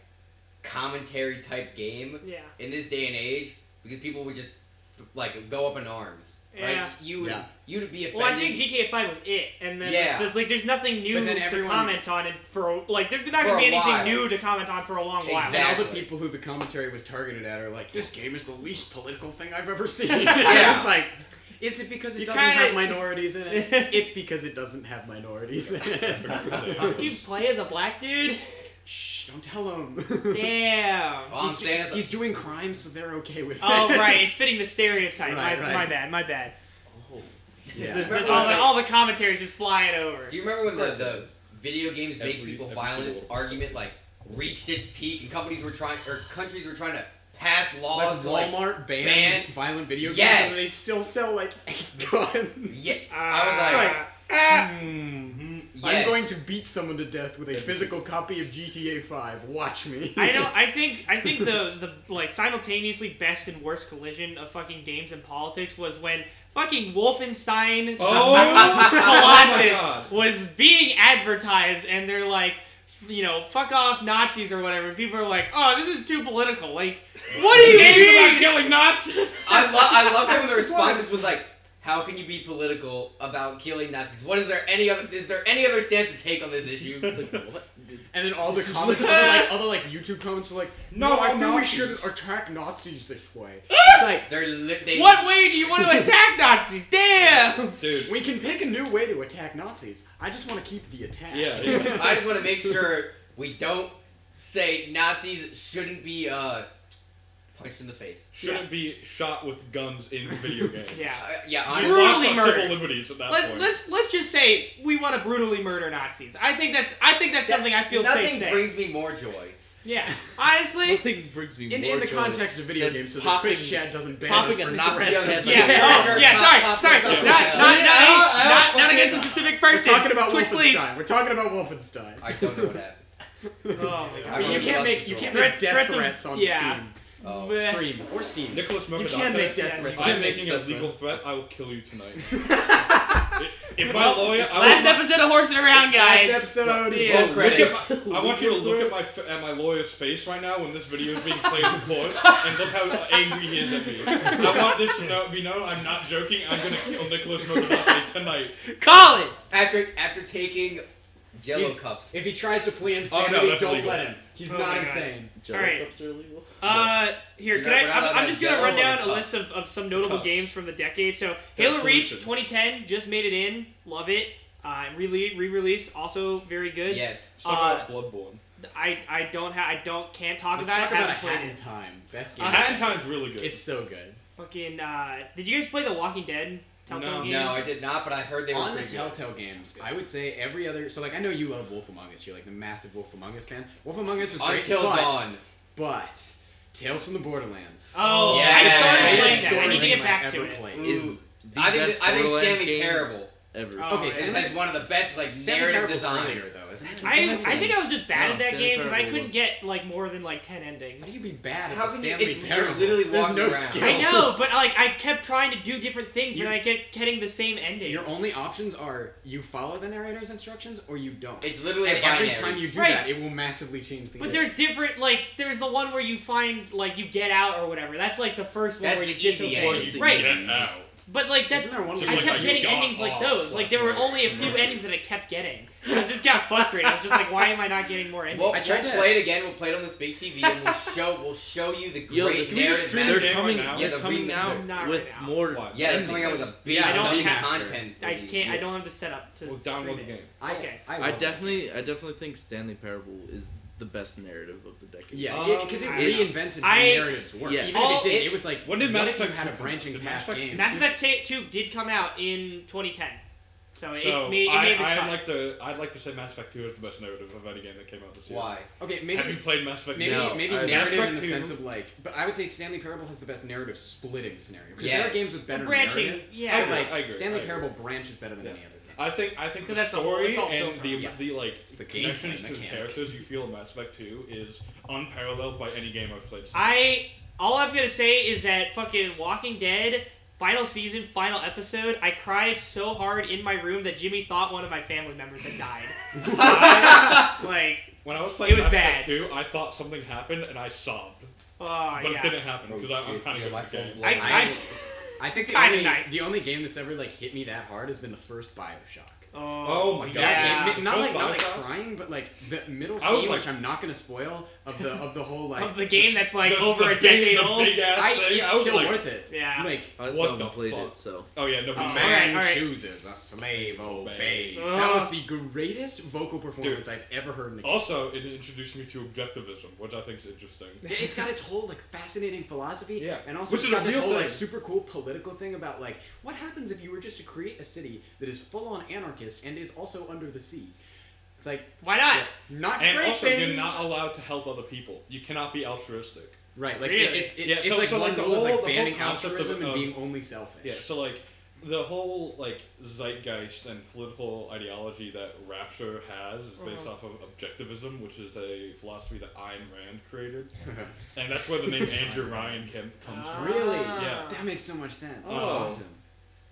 Speaker 5: commentary type game
Speaker 1: Yeah.
Speaker 5: in this day and age because people would just like go up in arms. right?
Speaker 1: Yeah.
Speaker 5: You would
Speaker 2: Yeah.
Speaker 5: you would be offended.
Speaker 1: Well, I think GTA Five was it, and then
Speaker 5: Yeah.
Speaker 1: it's just, like there's nothing new
Speaker 2: But then
Speaker 1: to
Speaker 2: everyone-
Speaker 1: comment on it for like there's not
Speaker 5: For
Speaker 1: gonna
Speaker 5: a
Speaker 1: be anything
Speaker 5: while.
Speaker 1: new to comment on for a long while.
Speaker 5: Exactly.
Speaker 2: And all the people who the commentary was targeted at are like, this game is the least political thing I've ever seen. And
Speaker 5: Yeah.
Speaker 2: it's like, is it because it
Speaker 1: You
Speaker 2: doesn't
Speaker 1: kinda-
Speaker 2: have minorities in it? it's because it doesn't have minorities in
Speaker 1: Do you
Speaker 2: it.
Speaker 1: play as a black dude?
Speaker 2: Shh, don't tell him.
Speaker 1: Damn.
Speaker 5: All I'm
Speaker 2: he's,
Speaker 5: saying is,
Speaker 2: he's doing crimes, so they're okay with it.
Speaker 1: Oh right, it's fitting the stereotype.
Speaker 2: Right,
Speaker 1: my,
Speaker 2: right.
Speaker 1: my bad, my bad.
Speaker 2: Yeah.
Speaker 1: This- this- all, the, all the commentaries just flying over.
Speaker 5: do you remember when
Speaker 2: Of course
Speaker 5: the,
Speaker 2: it
Speaker 5: the
Speaker 2: is.
Speaker 5: video games make
Speaker 6: Every-
Speaker 5: people
Speaker 6: every
Speaker 5: violent
Speaker 6: single-
Speaker 5: argument like reached its peak and companies were trying or countries were trying to pass
Speaker 2: Like
Speaker 5: laws to like
Speaker 2: Walmart banned
Speaker 5: ban-
Speaker 2: violent video games,
Speaker 5: Yes.
Speaker 2: and they still sell like guns.
Speaker 5: yeah, I was
Speaker 1: Ah,
Speaker 5: like,
Speaker 1: ah.
Speaker 2: Mhm.
Speaker 5: Mm-hmm. Yes.
Speaker 2: I'm going to beat someone to death with a physical copy of GTA 5. Watch me.
Speaker 1: I don't. I think. I think the the like simultaneously best and worst collision of fucking games and politics was when fucking Wolfenstein
Speaker 6: Oh!
Speaker 1: Colossus
Speaker 6: Oh my God.
Speaker 1: was being advertised, and they're like, you know, fuck off Nazis or whatever. And people are like, oh, this is too political. Like, what do you
Speaker 6: Games about
Speaker 1: mean?
Speaker 6: killing Nazis.
Speaker 5: I, lo- I love that when the
Speaker 2: That's
Speaker 5: responses was like, "How can you be political about killing Nazis? What is there any other? Is there any other stance to take on this issue?" It's like, what?
Speaker 2: And then all the comments,
Speaker 1: Uh,
Speaker 2: other like other like YouTube comments, were like, "No, I feel we shouldn't attack Nazis this way." it's like
Speaker 5: They're li- they
Speaker 1: What way do you want to attack Nazis? Damn.
Speaker 6: Dude.
Speaker 2: we can pick a new way to attack Nazis. I just want to keep the attack.
Speaker 6: Yeah, yeah.
Speaker 5: I just want to make sure we don't say Nazis shouldn't be uh, punched in the face.
Speaker 6: Shouldn't be shot with guns in video games.
Speaker 1: Yeah.
Speaker 5: Uh, yeah,
Speaker 6: We've
Speaker 5: honestly,
Speaker 1: Brutally
Speaker 6: lost our
Speaker 1: murdered.
Speaker 6: civil liberties at that
Speaker 1: Let,
Speaker 6: point.
Speaker 1: let's let's just say we want to brutally murder Nazis. I think that's I think that's something I feel
Speaker 5: nothing
Speaker 1: safe saying.
Speaker 5: brings me more joy.
Speaker 1: yeah, honestly,
Speaker 3: Nothing brings me
Speaker 2: In,
Speaker 3: more
Speaker 2: in the
Speaker 3: joy
Speaker 2: context of video
Speaker 3: than
Speaker 2: games, so the
Speaker 3: popping-
Speaker 2: Twitch chat doesn't ban
Speaker 3: popping
Speaker 2: us
Speaker 3: a
Speaker 2: for
Speaker 3: Nazi's
Speaker 2: harassing
Speaker 3: head
Speaker 2: people.
Speaker 1: Yeah.
Speaker 5: Yeah.
Speaker 1: Oh, yeah.
Speaker 5: Pop,
Speaker 1: Sorry.
Speaker 5: pop,
Speaker 1: Sorry.
Speaker 5: pop,
Speaker 1: Not
Speaker 5: pop.
Speaker 1: not
Speaker 3: Yeah,
Speaker 1: not,
Speaker 3: I don't- I
Speaker 1: not,
Speaker 3: don't
Speaker 1: not
Speaker 3: fucking
Speaker 1: against a
Speaker 3: know.
Speaker 1: specific
Speaker 2: We're
Speaker 1: person.
Speaker 2: talking about
Speaker 1: Twitch, please.
Speaker 2: Wolfenstein. We're talking about Wolfenstein.
Speaker 5: I don't know what happened.
Speaker 1: Oh my
Speaker 5: I
Speaker 2: But
Speaker 1: god.
Speaker 2: you
Speaker 5: really
Speaker 2: can't
Speaker 5: love
Speaker 2: make
Speaker 5: this
Speaker 2: you can't
Speaker 1: role.
Speaker 2: make death
Speaker 1: Threats-
Speaker 2: threats on
Speaker 1: yeah.
Speaker 5: Oh.
Speaker 1: Bleh.
Speaker 2: Steam. Stream or Steam.
Speaker 6: Nicholas
Speaker 2: You
Speaker 6: Mokadaka,
Speaker 2: can
Speaker 1: Yes,
Speaker 2: make death
Speaker 1: you
Speaker 2: threats.
Speaker 1: can.
Speaker 2: on
Speaker 6: I'm
Speaker 2: Steam.
Speaker 6: making a legal threat. I will kill you tonight. I- if my
Speaker 1: Well,
Speaker 6: lawyer, I
Speaker 1: Last
Speaker 6: want,
Speaker 1: episode of Horsing Around,
Speaker 2: Last
Speaker 1: guys.
Speaker 2: episode.
Speaker 1: See
Speaker 5: Roll
Speaker 1: Yeah.
Speaker 6: look
Speaker 5: credits.
Speaker 6: at my, I want you to look at my f- at my lawyer's face right now when this video is being played in court, and look how angry he is at me. I want this to know, be known. I'm not joking. I'm gonna kill Nicholas Mokadaka tonight.
Speaker 1: Call it.
Speaker 5: After after taking Jello
Speaker 2: He's-
Speaker 5: cups.
Speaker 2: If he tries to play
Speaker 6: Oh,
Speaker 2: insanity,
Speaker 6: no, that's
Speaker 2: don't
Speaker 6: illegal.
Speaker 2: let him. He's
Speaker 1: Oh
Speaker 2: not
Speaker 1: my God.
Speaker 2: insane.
Speaker 3: Jello
Speaker 1: All right.
Speaker 3: cups are illegal.
Speaker 1: Uh, here,
Speaker 5: You're
Speaker 1: can
Speaker 5: not-
Speaker 1: I?
Speaker 5: we're not allowed
Speaker 1: I'm,
Speaker 5: to
Speaker 1: I'm
Speaker 5: have
Speaker 1: just gonna
Speaker 5: yellow
Speaker 1: run
Speaker 5: or
Speaker 1: down a list
Speaker 5: cups.
Speaker 1: of, of some notable
Speaker 6: Cups.
Speaker 1: games from the decade. So,
Speaker 6: Not
Speaker 1: Halo Reach
Speaker 6: pollution.
Speaker 1: 2010 just made it in. Love it. Uh, re release also very good. Uh,
Speaker 5: yes.
Speaker 6: Stop
Speaker 2: Uh,
Speaker 6: about Bloodborne.
Speaker 1: I I don't have I don't can't talk
Speaker 2: Let's
Speaker 1: about
Speaker 2: talk
Speaker 1: it.
Speaker 2: about a
Speaker 1: haven't played
Speaker 2: hat
Speaker 1: it.
Speaker 2: in time. Best game.
Speaker 1: Uh,
Speaker 6: Hand Time's really good.
Speaker 2: It's so good.
Speaker 1: Fucking, uh, did you guys play The Walking Dead?
Speaker 6: No.
Speaker 1: games?
Speaker 5: No, I did not, but I heard they were
Speaker 2: On the
Speaker 5: pretty good.
Speaker 2: Telltale games, I would say every other. So like, I know you love Wolf Among Us. You're like the massive Wolf Among Us fan. Wolf Among Us was great,
Speaker 5: Until
Speaker 2: but,
Speaker 5: dawn.
Speaker 2: but Tales from the Borderlands.
Speaker 1: Oh,
Speaker 5: Yeah.
Speaker 1: I started
Speaker 5: Yeah.
Speaker 1: playing
Speaker 2: Greatest
Speaker 1: that. I need to
Speaker 2: story
Speaker 1: get
Speaker 2: I've
Speaker 1: back to
Speaker 2: ever
Speaker 1: it.
Speaker 2: played.
Speaker 5: Ooh.
Speaker 3: Is the
Speaker 5: I think
Speaker 3: best
Speaker 5: th- I think
Speaker 3: Borderlands
Speaker 5: Stanley
Speaker 3: game
Speaker 5: Terrible.
Speaker 3: ever.
Speaker 1: Oh,
Speaker 2: Okay,
Speaker 1: it's
Speaker 5: It's
Speaker 2: Stanley-
Speaker 5: like one of the best like
Speaker 2: Stanley
Speaker 5: narrative
Speaker 2: Parable was
Speaker 5: design.
Speaker 2: earlier though, isn't it?
Speaker 1: I, I think I was just bad
Speaker 3: No,
Speaker 1: at that
Speaker 3: Stanley
Speaker 1: game because I
Speaker 3: Parable
Speaker 1: couldn't
Speaker 3: was-
Speaker 1: get like more than like ten
Speaker 2: How do
Speaker 1: endings.
Speaker 2: you be bad
Speaker 5: How
Speaker 2: at the
Speaker 5: can you-
Speaker 2: Stanley
Speaker 5: it's- you're
Speaker 2: Parable?
Speaker 5: literally
Speaker 2: There's
Speaker 5: walking
Speaker 2: no
Speaker 5: around.
Speaker 2: skill.
Speaker 1: I know, but like I kept trying to do different things,
Speaker 2: You-
Speaker 1: and I kept getting the same ending.
Speaker 2: Your only options are you follow the narrator's instructions or you don't.
Speaker 5: It's literally
Speaker 2: and
Speaker 5: a binary.
Speaker 2: every time you do
Speaker 1: Right.
Speaker 2: that, it will massively change the
Speaker 1: But
Speaker 2: game.
Speaker 1: there's different, like there's the one where you find like you get out or whatever. That's like the first one
Speaker 5: That's
Speaker 1: where you
Speaker 5: the
Speaker 1: get
Speaker 5: easy
Speaker 1: something.
Speaker 5: ending.
Speaker 3: It's the
Speaker 1: Right.
Speaker 3: easy
Speaker 6: Get out.
Speaker 1: But like that's
Speaker 2: Isn't there one
Speaker 6: Just
Speaker 1: I
Speaker 6: like
Speaker 1: kept
Speaker 6: how you
Speaker 1: getting
Speaker 6: got
Speaker 1: endings like
Speaker 6: off
Speaker 1: those. Like there were only a few endings that I kept getting. I just got frustrated. I was just like, why am I not getting more endings?
Speaker 5: We'll,
Speaker 2: I tried
Speaker 5: we'll
Speaker 2: to-
Speaker 5: play it again. We'll play it on this big TV, and we'll show we'll show you the
Speaker 3: Yo,
Speaker 5: great
Speaker 3: this is-
Speaker 5: narrative.
Speaker 6: stream
Speaker 3: they're
Speaker 5: master-
Speaker 6: game
Speaker 3: coming,
Speaker 6: right now?
Speaker 3: they're
Speaker 5: Yeah, the
Speaker 3: coming
Speaker 5: remake.
Speaker 3: out
Speaker 1: Not
Speaker 3: with
Speaker 1: right now.
Speaker 3: more.
Speaker 6: Why?
Speaker 5: yeah, they're coming out with a
Speaker 3: endings.
Speaker 5: big
Speaker 1: I don't
Speaker 5: dumb
Speaker 1: have-
Speaker 5: content. for
Speaker 1: I
Speaker 5: these.
Speaker 1: can't. I don't have the setup to.
Speaker 6: We'll
Speaker 1: stream
Speaker 6: download
Speaker 1: it.
Speaker 6: the game.
Speaker 2: I,
Speaker 1: okay.
Speaker 2: I,
Speaker 3: I
Speaker 2: love
Speaker 3: definitely, I definitely think Stanley Parable is the best narrative of the decade.
Speaker 2: It. Yeah,
Speaker 6: Um,
Speaker 2: because it,
Speaker 1: I-
Speaker 2: reinvented how
Speaker 1: I-
Speaker 2: narratives work.
Speaker 3: Yes.
Speaker 2: Even if
Speaker 1: All-
Speaker 2: it did,
Speaker 5: it-
Speaker 2: it was like
Speaker 6: When
Speaker 2: what
Speaker 6: did Mass
Speaker 2: if you
Speaker 6: Effect
Speaker 2: had a
Speaker 6: 2 come out?
Speaker 2: branching
Speaker 6: Did Mass
Speaker 2: path
Speaker 6: Effect
Speaker 2: game?
Speaker 1: Mass Effect Ta- 2 did come out in 2010. So,
Speaker 6: So
Speaker 1: it made, it
Speaker 6: I,
Speaker 1: made the
Speaker 6: I'd
Speaker 1: cut.
Speaker 6: like to I'd like to say Mass Effect 2 is the best narrative of any game that came out this year.
Speaker 5: Why?
Speaker 2: Okay,
Speaker 6: Have you
Speaker 2: maybe
Speaker 6: played Mass Effect?
Speaker 2: maybe
Speaker 6: two?
Speaker 3: No,
Speaker 2: maybe
Speaker 3: I- Mass
Speaker 2: narrative in
Speaker 6: Effect
Speaker 2: the
Speaker 6: 2.
Speaker 2: sense of like, but I would say Stanley Parable has the best narrative splitting scenario because there
Speaker 5: Yes.
Speaker 2: are games with better
Speaker 1: branching.
Speaker 2: narrative.
Speaker 1: Yeah.
Speaker 2: but, like
Speaker 6: I agree, I
Speaker 2: Stanley
Speaker 6: agree.
Speaker 2: Parable branch is better than
Speaker 6: Yeah. Uh,
Speaker 2: any other game.
Speaker 6: I think I think
Speaker 1: 'Cause
Speaker 6: the
Speaker 1: that's the whole-
Speaker 6: story
Speaker 1: it's all built
Speaker 6: and the,
Speaker 1: around- yeah.
Speaker 6: the like
Speaker 2: the gameplay
Speaker 6: connections to the
Speaker 2: mechanic.
Speaker 6: characters you feel in Mass Effect 2 is unparalleled by any game I've played. Since.
Speaker 1: I all I'm gonna say is that fucking Walking Dead final season final episode. I cried so hard in my room that Jimmy thought one of my family members had died. I- like,
Speaker 6: when I was
Speaker 1: it
Speaker 6: playing
Speaker 1: was
Speaker 6: Mass
Speaker 1: bad.
Speaker 6: Effect 2, I thought something happened and I sobbed,
Speaker 1: oh
Speaker 6: but it
Speaker 1: yeah.
Speaker 6: didn't happen
Speaker 5: Oh,
Speaker 6: because I'm
Speaker 5: shit,
Speaker 6: kind
Speaker 5: yeah,
Speaker 6: of good
Speaker 5: my
Speaker 6: at the
Speaker 5: phone
Speaker 6: game.
Speaker 5: blew
Speaker 1: I,
Speaker 5: up.
Speaker 1: I,
Speaker 2: I think the
Speaker 1: Kinda
Speaker 2: only,
Speaker 1: nice.
Speaker 2: the only game that's ever like hit me that hard has been the first Bioshock.
Speaker 1: Oh,
Speaker 6: Oh my God.
Speaker 1: Yeah.
Speaker 2: That game, not
Speaker 6: First
Speaker 2: like not like
Speaker 6: Bioshock?
Speaker 2: crying, but like the middle
Speaker 6: I was
Speaker 2: scene,
Speaker 6: like-
Speaker 2: which I'm not gonna spoil, of the of the whole like
Speaker 1: of the game that's like
Speaker 6: The-
Speaker 1: over
Speaker 6: the
Speaker 1: a
Speaker 6: big-
Speaker 1: decade
Speaker 6: the
Speaker 1: old.
Speaker 6: big ass
Speaker 2: I,
Speaker 6: thing,
Speaker 2: it's
Speaker 6: I was
Speaker 2: still
Speaker 6: like,
Speaker 2: worth it.
Speaker 1: Yeah.
Speaker 2: Like
Speaker 3: I still
Speaker 6: What
Speaker 3: haven't
Speaker 6: the
Speaker 3: played
Speaker 6: fuck?
Speaker 3: it, so.
Speaker 6: Oh yeah,
Speaker 2: a
Speaker 6: nobody's
Speaker 1: Oh,
Speaker 6: saying
Speaker 1: alright,
Speaker 2: man
Speaker 1: alright.
Speaker 2: chooses a slave obeys.
Speaker 1: Ugh.
Speaker 2: That was the greatest vocal performance I've ever heard in a game.
Speaker 6: Also, it introduced me to objectivism, which I think is interesting.
Speaker 2: Yeah, It's got its whole like fascinating philosophy,
Speaker 6: Yeah.
Speaker 2: and also
Speaker 6: Which
Speaker 2: it's
Speaker 6: is a
Speaker 2: got this
Speaker 6: real
Speaker 2: whole like
Speaker 6: thing.
Speaker 2: super cool political thing about like what happens if you were just to create a city that is full on anarchist and is also under the sea. It's like
Speaker 1: Why not?
Speaker 2: not
Speaker 6: And
Speaker 2: great
Speaker 6: also,
Speaker 2: things,
Speaker 6: you're not allowed to help other people. You cannot be altruistic.
Speaker 2: right? Like
Speaker 1: Really?
Speaker 2: it, it, it,
Speaker 6: Yeah,
Speaker 2: it's
Speaker 6: so-
Speaker 2: like
Speaker 6: so,
Speaker 2: one
Speaker 6: like, the
Speaker 2: rule is
Speaker 6: whole-
Speaker 2: like
Speaker 6: the whole
Speaker 2: banning
Speaker 6: concept of-
Speaker 2: altruism and
Speaker 6: of-
Speaker 2: being only selfish.
Speaker 6: Yeah, so like the whole like zeitgeist and political ideology that Rapture has is based off of objectivism, which is a philosophy that Ayn Rand created, and that's where the name Andrew Ryan came,
Speaker 1: Uh-huh.
Speaker 6: comes from.
Speaker 2: Really?
Speaker 1: Ah.
Speaker 2: that makes so much sense. That's
Speaker 6: Oh.
Speaker 2: awesome.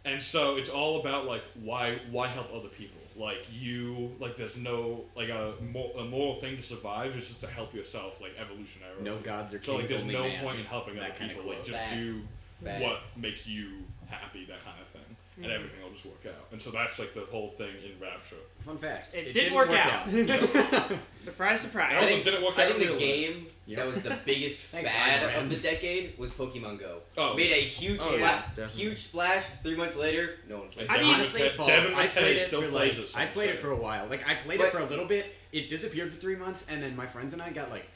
Speaker 6: And so it's all about like why why help other people? Like you like there's no like a, mo- a moral thing to survive is just to help yourself like evolutionarily.
Speaker 2: No gods or
Speaker 6: So like
Speaker 2: kings,
Speaker 6: there's
Speaker 2: only
Speaker 6: no
Speaker 2: man.
Speaker 6: point in helping
Speaker 2: That
Speaker 6: other
Speaker 2: kinda
Speaker 6: people.
Speaker 2: quote.
Speaker 6: Like just
Speaker 5: Facts.
Speaker 6: do
Speaker 5: Facts.
Speaker 6: what makes you happy, that kind of thing,
Speaker 2: Mm-hmm.
Speaker 6: and everything will just work out. And so that's like the whole thing in Rapture.
Speaker 2: Fun fact:
Speaker 1: It did
Speaker 2: didn't
Speaker 1: work
Speaker 2: work,
Speaker 1: out.
Speaker 2: out.
Speaker 1: Surprise,
Speaker 6: I
Speaker 5: I
Speaker 6: also
Speaker 1: surprise.
Speaker 5: think,
Speaker 6: didn't work
Speaker 5: I
Speaker 6: out
Speaker 5: think
Speaker 6: in
Speaker 5: the
Speaker 6: real
Speaker 5: game
Speaker 2: Yeah.
Speaker 5: that was the biggest
Speaker 2: Thanks, Ayn
Speaker 5: fad
Speaker 2: Rand.
Speaker 5: of the decade was Pokemon Go.
Speaker 6: Oh,
Speaker 5: Made a huge,
Speaker 3: Oh, yeah,
Speaker 5: spla-
Speaker 3: definitely.
Speaker 5: huge splash. Three months later, no one
Speaker 6: And
Speaker 5: played.
Speaker 1: I
Speaker 6: Devin
Speaker 1: mean,
Speaker 6: Mate-
Speaker 2: honestly, false.
Speaker 6: Devin
Speaker 2: I
Speaker 6: Matei
Speaker 2: played it
Speaker 6: still
Speaker 2: for
Speaker 6: plays
Speaker 2: like
Speaker 6: us
Speaker 2: I
Speaker 6: on
Speaker 2: played it
Speaker 6: Skype.
Speaker 2: for a while. Like I played it
Speaker 5: But-
Speaker 2: for a little bit. It disappeared for three months, and then my friends and I got like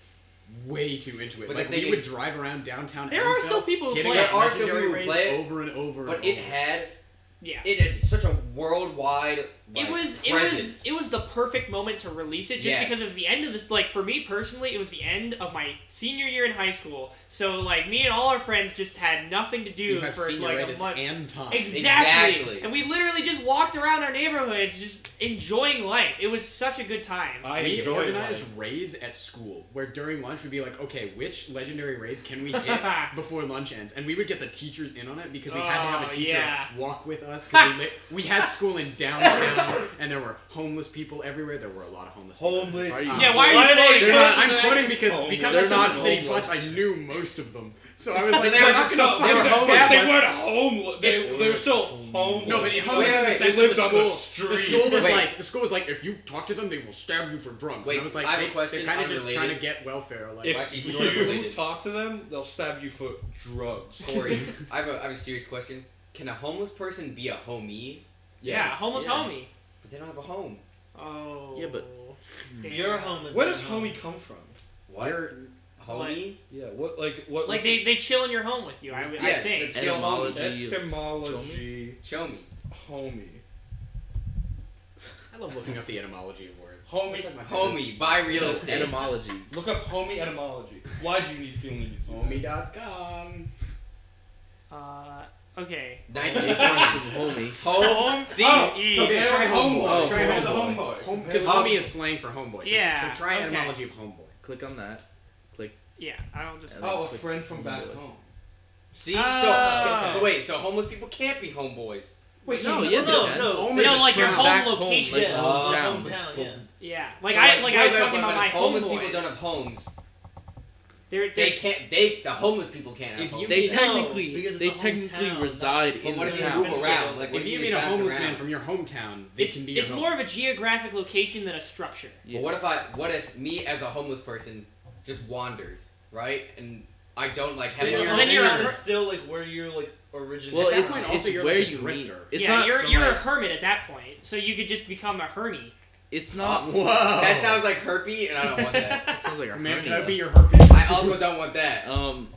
Speaker 2: way too into it.
Speaker 5: But the
Speaker 2: like
Speaker 5: thing
Speaker 2: we would
Speaker 5: is-
Speaker 2: drive around downtown.
Speaker 1: There are still
Speaker 2: Evansville,
Speaker 1: people who
Speaker 2: hitting
Speaker 1: play
Speaker 2: up
Speaker 1: it.
Speaker 5: There are still
Speaker 2: legendary
Speaker 5: people
Speaker 2: raids
Speaker 5: who play it,
Speaker 2: over and over.
Speaker 5: But
Speaker 2: and
Speaker 5: it
Speaker 2: over.
Speaker 5: had
Speaker 1: Yeah.
Speaker 5: it had such a worldwide. Like,
Speaker 1: It was it
Speaker 5: presence.
Speaker 1: was it was the perfect moment to release it just
Speaker 5: Yes.
Speaker 1: because it was the end of this like for me personally it was the end of my senior year in high school so like me and all our friends just had nothing to do
Speaker 2: you have
Speaker 1: for like a
Speaker 2: senioritis
Speaker 1: month
Speaker 2: and time.
Speaker 1: exactly.
Speaker 5: Exactly.
Speaker 1: and we literally just walked around our neighborhoods just enjoying life it was such a good time
Speaker 6: I
Speaker 2: we
Speaker 6: enjoy
Speaker 2: organized
Speaker 6: mine.
Speaker 2: raids at school where during lunch we'd be like, okay, which legendary raids can we hit before lunch ends? And we would get the teachers in on it because we had to have
Speaker 1: Oh,
Speaker 2: a teacher
Speaker 1: yeah.
Speaker 2: walk with us. 'cause we, li- we had school in downtown and there were homeless people everywhere. There were a lot of homeless people. Um,
Speaker 5: homeless.
Speaker 3: Are you-
Speaker 5: people.
Speaker 1: yeah why are you
Speaker 4: Why did I-
Speaker 1: quoting
Speaker 2: They're
Speaker 1: Conan
Speaker 2: not, I'm
Speaker 1: O'Brien?
Speaker 2: quoting because
Speaker 6: homeless.
Speaker 2: because
Speaker 3: They're
Speaker 2: I took
Speaker 3: not
Speaker 2: the city
Speaker 3: homeless.
Speaker 2: bus, I knew most of them. So I was like,
Speaker 5: they
Speaker 2: they're
Speaker 5: were
Speaker 2: not
Speaker 5: just
Speaker 2: going to fucking
Speaker 5: not- they were homeless.
Speaker 2: stab
Speaker 6: They
Speaker 2: us.
Speaker 6: weren't homeless. They,
Speaker 2: It's-
Speaker 6: they were still homeless.
Speaker 2: No, but it
Speaker 5: Wait,
Speaker 2: homeless in the
Speaker 5: wait,
Speaker 2: sense
Speaker 6: they
Speaker 2: that the
Speaker 6: lived on the
Speaker 2: school, the,
Speaker 6: street.
Speaker 2: school was
Speaker 5: Wait.
Speaker 2: like, the school was like, if you talk to them, they will stab you for drugs.
Speaker 5: Wait,
Speaker 2: and I was like,
Speaker 5: I have a
Speaker 2: they,
Speaker 5: question,
Speaker 2: they're kind of just
Speaker 5: unrelated.
Speaker 2: trying to get welfare. Like,
Speaker 6: if
Speaker 5: Actually, sort of
Speaker 6: you
Speaker 5: related.
Speaker 6: talk to them, they'll stab you for drugs.
Speaker 5: Corey, I have, a, I have a serious question. Can a homeless person be a homie?
Speaker 1: yeah homeless
Speaker 2: Yeah.
Speaker 1: homie
Speaker 5: But they don't have a home.
Speaker 1: oh
Speaker 3: Yeah, but-
Speaker 1: Damn.
Speaker 4: Your home is.
Speaker 6: Where
Speaker 4: not
Speaker 6: does
Speaker 4: home.
Speaker 6: homie come from?
Speaker 5: What? homie?
Speaker 6: Yeah, what like what
Speaker 1: like they, they chill in your home with you I, would- I
Speaker 5: Yeah,
Speaker 1: think
Speaker 5: the chill
Speaker 3: Etymology.
Speaker 5: homie.
Speaker 6: etymology
Speaker 5: Show me.
Speaker 6: homie.
Speaker 2: I love looking up the etymology of words.
Speaker 6: Homie,
Speaker 2: That's like my favorite.
Speaker 5: Homie, buy real
Speaker 3: No,
Speaker 5: estate.
Speaker 3: etymology.
Speaker 6: look up homie etymology. Why do you need feel need to do that?
Speaker 2: Homie.com.
Speaker 1: uh, okay
Speaker 5: 1920s.
Speaker 3: homie.
Speaker 5: Home.
Speaker 1: home
Speaker 5: See?
Speaker 6: Oh,
Speaker 1: E.
Speaker 6: okay.
Speaker 2: Yeah, try homeboy.
Speaker 3: homeboy.
Speaker 2: Try
Speaker 3: Compare the
Speaker 2: homeboy.
Speaker 6: homeboy.
Speaker 2: Home
Speaker 6: Compare
Speaker 2: because
Speaker 5: the
Speaker 2: homie
Speaker 5: homeboy.
Speaker 2: is slang for homeboy. So,
Speaker 1: Yeah,
Speaker 2: So try
Speaker 1: okay.
Speaker 2: etymology of homeboy.
Speaker 3: Click on that.
Speaker 1: yeah I don't just
Speaker 3: Yeah.
Speaker 6: Oh, a friend from back home.
Speaker 5: See?
Speaker 1: Ah.
Speaker 5: So, so wait, so homeless people can't be homeboys.
Speaker 3: Wait,
Speaker 4: no,
Speaker 3: you
Speaker 4: yeah,
Speaker 3: look
Speaker 4: no,
Speaker 3: at that.
Speaker 4: no.
Speaker 2: Home
Speaker 1: No,
Speaker 2: is a
Speaker 1: like your
Speaker 2: term.
Speaker 1: home
Speaker 3: Back
Speaker 1: location.
Speaker 3: like
Speaker 5: Yeah.
Speaker 3: hometown.
Speaker 4: hometown, yeah.
Speaker 1: Yeah, like
Speaker 5: So,
Speaker 1: I like, I
Speaker 5: wait,
Speaker 1: was
Speaker 5: wait,
Speaker 1: talking
Speaker 5: wait,
Speaker 1: about
Speaker 5: wait,
Speaker 1: my
Speaker 5: if homeless
Speaker 1: homeboys.
Speaker 5: people don't have homes.
Speaker 1: They're-
Speaker 5: They
Speaker 1: they're-
Speaker 5: can't. They the homeless people can't. Have
Speaker 2: If you
Speaker 5: homes.
Speaker 3: They
Speaker 4: No,
Speaker 3: technically,
Speaker 4: because it's
Speaker 3: they
Speaker 4: the
Speaker 3: technically
Speaker 4: hometown.
Speaker 3: reside
Speaker 5: but
Speaker 3: in
Speaker 5: what
Speaker 3: the
Speaker 5: if you
Speaker 3: town.
Speaker 5: move around? Like, what
Speaker 2: If you
Speaker 5: you
Speaker 2: mean a
Speaker 5: bounce
Speaker 2: homeless
Speaker 5: around?
Speaker 2: man from your hometown, they
Speaker 1: it's
Speaker 2: can be
Speaker 1: it's
Speaker 2: your
Speaker 1: more of a geographic location than a structure.
Speaker 5: But what if I? What if me as a homeless person just wanders, right? And I don't like have.
Speaker 2: Then
Speaker 5: a-
Speaker 2: you're-
Speaker 1: Well, then you're
Speaker 4: Hometown
Speaker 1: a
Speaker 4: is
Speaker 1: her-
Speaker 4: still like where you're like originally.
Speaker 3: Well,
Speaker 2: At that
Speaker 3: it's,
Speaker 2: point,
Speaker 3: it's
Speaker 2: also, you're
Speaker 3: where
Speaker 2: like a
Speaker 3: you meet.
Speaker 2: drifter.
Speaker 3: It's
Speaker 1: yeah,
Speaker 3: not.
Speaker 1: you're
Speaker 3: so
Speaker 1: you're a
Speaker 3: like-
Speaker 1: hermit at that point, so you could just become a hermie.
Speaker 3: It's not.
Speaker 2: Whoa. Oh.
Speaker 5: That sounds like herpy, and I don't want that.
Speaker 3: It sounds like a
Speaker 2: Man, can I
Speaker 3: hernia.
Speaker 2: be your herpes?
Speaker 5: I also don't want
Speaker 2: Oh,
Speaker 5: that.
Speaker 3: Um,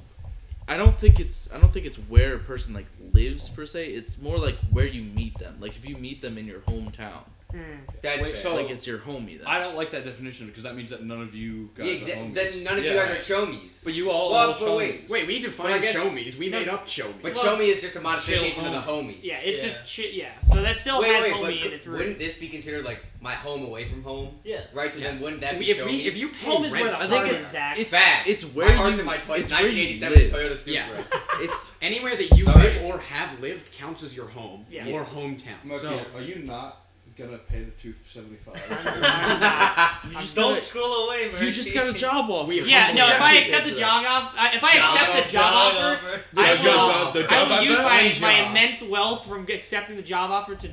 Speaker 3: I don't think it's I don't think it's where a person like lives per se. It's more like where you meet them. Like if you meet them in your hometown,
Speaker 1: Hmm.
Speaker 5: That's
Speaker 6: Wait,
Speaker 5: fair.
Speaker 6: so-
Speaker 3: like it's your homie. Then
Speaker 6: I don't like that definition because that means that none of you
Speaker 5: yeah,
Speaker 6: guys are
Speaker 5: exa-
Speaker 6: homies.
Speaker 5: then none of you
Speaker 6: Yeah.
Speaker 5: guys are chomies.
Speaker 6: But you all
Speaker 5: Well,
Speaker 6: are
Speaker 5: but
Speaker 6: homies.
Speaker 5: wait,
Speaker 2: Wait, we
Speaker 5: But I
Speaker 2: defined
Speaker 5: guess-
Speaker 2: chomies. We made up chomies.
Speaker 5: But
Speaker 1: Well,
Speaker 5: chomie is just a modification
Speaker 6: chill
Speaker 5: of the homie.
Speaker 1: Yeah, it's
Speaker 4: Yeah.
Speaker 1: just chi- yeah. So that still
Speaker 5: wait,
Speaker 1: has
Speaker 5: wait,
Speaker 1: homie
Speaker 5: but
Speaker 1: in
Speaker 5: could-
Speaker 1: its
Speaker 5: wouldn't
Speaker 1: root.
Speaker 5: this be considered like my home away from home?
Speaker 4: Yeah.
Speaker 5: Right. So
Speaker 1: Yeah.
Speaker 5: then wouldn't that be
Speaker 2: if
Speaker 5: chomie?
Speaker 2: we if you pay
Speaker 1: Home is where
Speaker 2: rent,
Speaker 1: the
Speaker 3: I think
Speaker 1: heart
Speaker 3: it's-
Speaker 1: is, Zach.
Speaker 3: it's
Speaker 5: Fact.
Speaker 3: it's where
Speaker 5: my heart's
Speaker 3: you
Speaker 5: in my toy-
Speaker 3: it's where you
Speaker 5: 1987
Speaker 3: live.
Speaker 5: Toyota Supra.
Speaker 2: Yeah.
Speaker 3: It's
Speaker 2: anywhere that you
Speaker 5: Sorry.
Speaker 2: live or have lived counts as your home
Speaker 1: Yeah.
Speaker 2: or hometown.
Speaker 6: Murphy,
Speaker 2: So
Speaker 6: are you not gonna pay the two seventy five.
Speaker 1: yeah,
Speaker 3: You just
Speaker 4: Don't
Speaker 3: got
Speaker 4: scroll away,
Speaker 3: a, you just got a job offer.
Speaker 2: We-
Speaker 1: no. If I accept the job offer, if I accept the job offer, I
Speaker 6: job
Speaker 1: will.
Speaker 6: offer. The
Speaker 1: I
Speaker 6: job
Speaker 1: will
Speaker 6: offer.
Speaker 1: use my,
Speaker 2: One
Speaker 1: my
Speaker 2: job.
Speaker 1: immense wealth from accepting the job offer to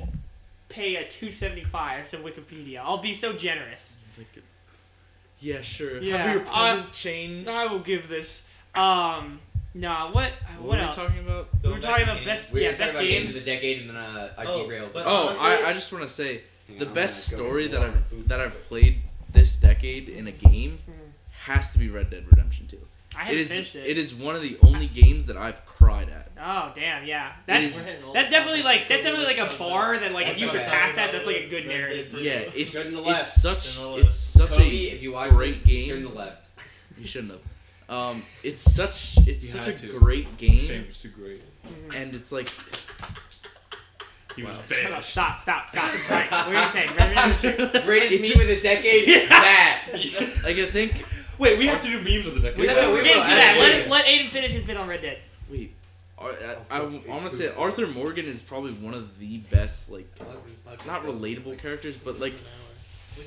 Speaker 1: pay a two seventy five to Wikipedia. I'll be so generous.
Speaker 3: Like, yeah, sure.
Speaker 1: Yeah,
Speaker 3: Have your
Speaker 1: I-
Speaker 3: present change.
Speaker 1: I will give this. Um, nah. What? What,
Speaker 3: what
Speaker 1: else?
Speaker 3: are we talking about?
Speaker 1: we were talking about best.
Speaker 5: We were
Speaker 1: yeah,
Speaker 5: talking
Speaker 1: best
Speaker 5: about games of
Speaker 1: games.
Speaker 5: the decade, and then uh, I
Speaker 4: Oh,
Speaker 5: derailed.
Speaker 4: but-
Speaker 3: Oh,
Speaker 4: Honestly-
Speaker 3: I, I just want to say
Speaker 2: Hang
Speaker 3: the
Speaker 2: on, I'm
Speaker 3: best
Speaker 2: gonna go
Speaker 3: story
Speaker 2: get
Speaker 3: that
Speaker 2: some water.
Speaker 3: I've that I've played this decade in a game
Speaker 1: Mm.
Speaker 3: has to be Red Dead Redemption 2.
Speaker 1: I
Speaker 3: It
Speaker 1: haven't
Speaker 3: is
Speaker 1: finished it.
Speaker 3: it is one of the only games that I've cried at.
Speaker 1: Oh damn! Yeah, that's
Speaker 3: is-
Speaker 1: that's definitely like that's definitely like a bar that like if
Speaker 4: That's
Speaker 1: you
Speaker 4: what I'm
Speaker 1: surpass
Speaker 4: talking
Speaker 1: that,
Speaker 4: about
Speaker 1: that's like a
Speaker 4: with
Speaker 1: good
Speaker 4: Red Dead
Speaker 1: narrative.
Speaker 4: Redemption.
Speaker 3: Yeah, it's
Speaker 5: Turn the
Speaker 3: it's
Speaker 5: left.
Speaker 3: such
Speaker 4: Turn the left.
Speaker 3: it's such
Speaker 5: Kobe,
Speaker 3: a
Speaker 5: if you watch
Speaker 3: great
Speaker 5: this,
Speaker 3: game.
Speaker 5: turn to the left.
Speaker 3: you shouldn't have. Um, it's such it's
Speaker 2: You
Speaker 3: such a
Speaker 2: had to.
Speaker 3: great
Speaker 6: Shame
Speaker 3: game,
Speaker 6: it's too great.
Speaker 3: and it's like
Speaker 6: He was
Speaker 1: Shut
Speaker 3: Wow.
Speaker 1: up!
Speaker 6: banished.
Speaker 1: Stop! Stop! Stop! Right, what are you saying? Red Dead Redemption?
Speaker 5: Greatest
Speaker 3: It
Speaker 5: meme
Speaker 3: just-
Speaker 5: of the decade. That.
Speaker 3: like I think
Speaker 6: Wait, we have to do memes of the decade.
Speaker 5: We
Speaker 1: That's what
Speaker 5: will,
Speaker 1: we're getting
Speaker 5: will,
Speaker 1: to that.
Speaker 5: I
Speaker 1: Let
Speaker 5: will.
Speaker 1: it, let Aiden finish his bit on Red Dead.
Speaker 3: wait. Ar- I, I, am gonna say Arthur Morgan is probably one of the best, like, not relatable characters, but like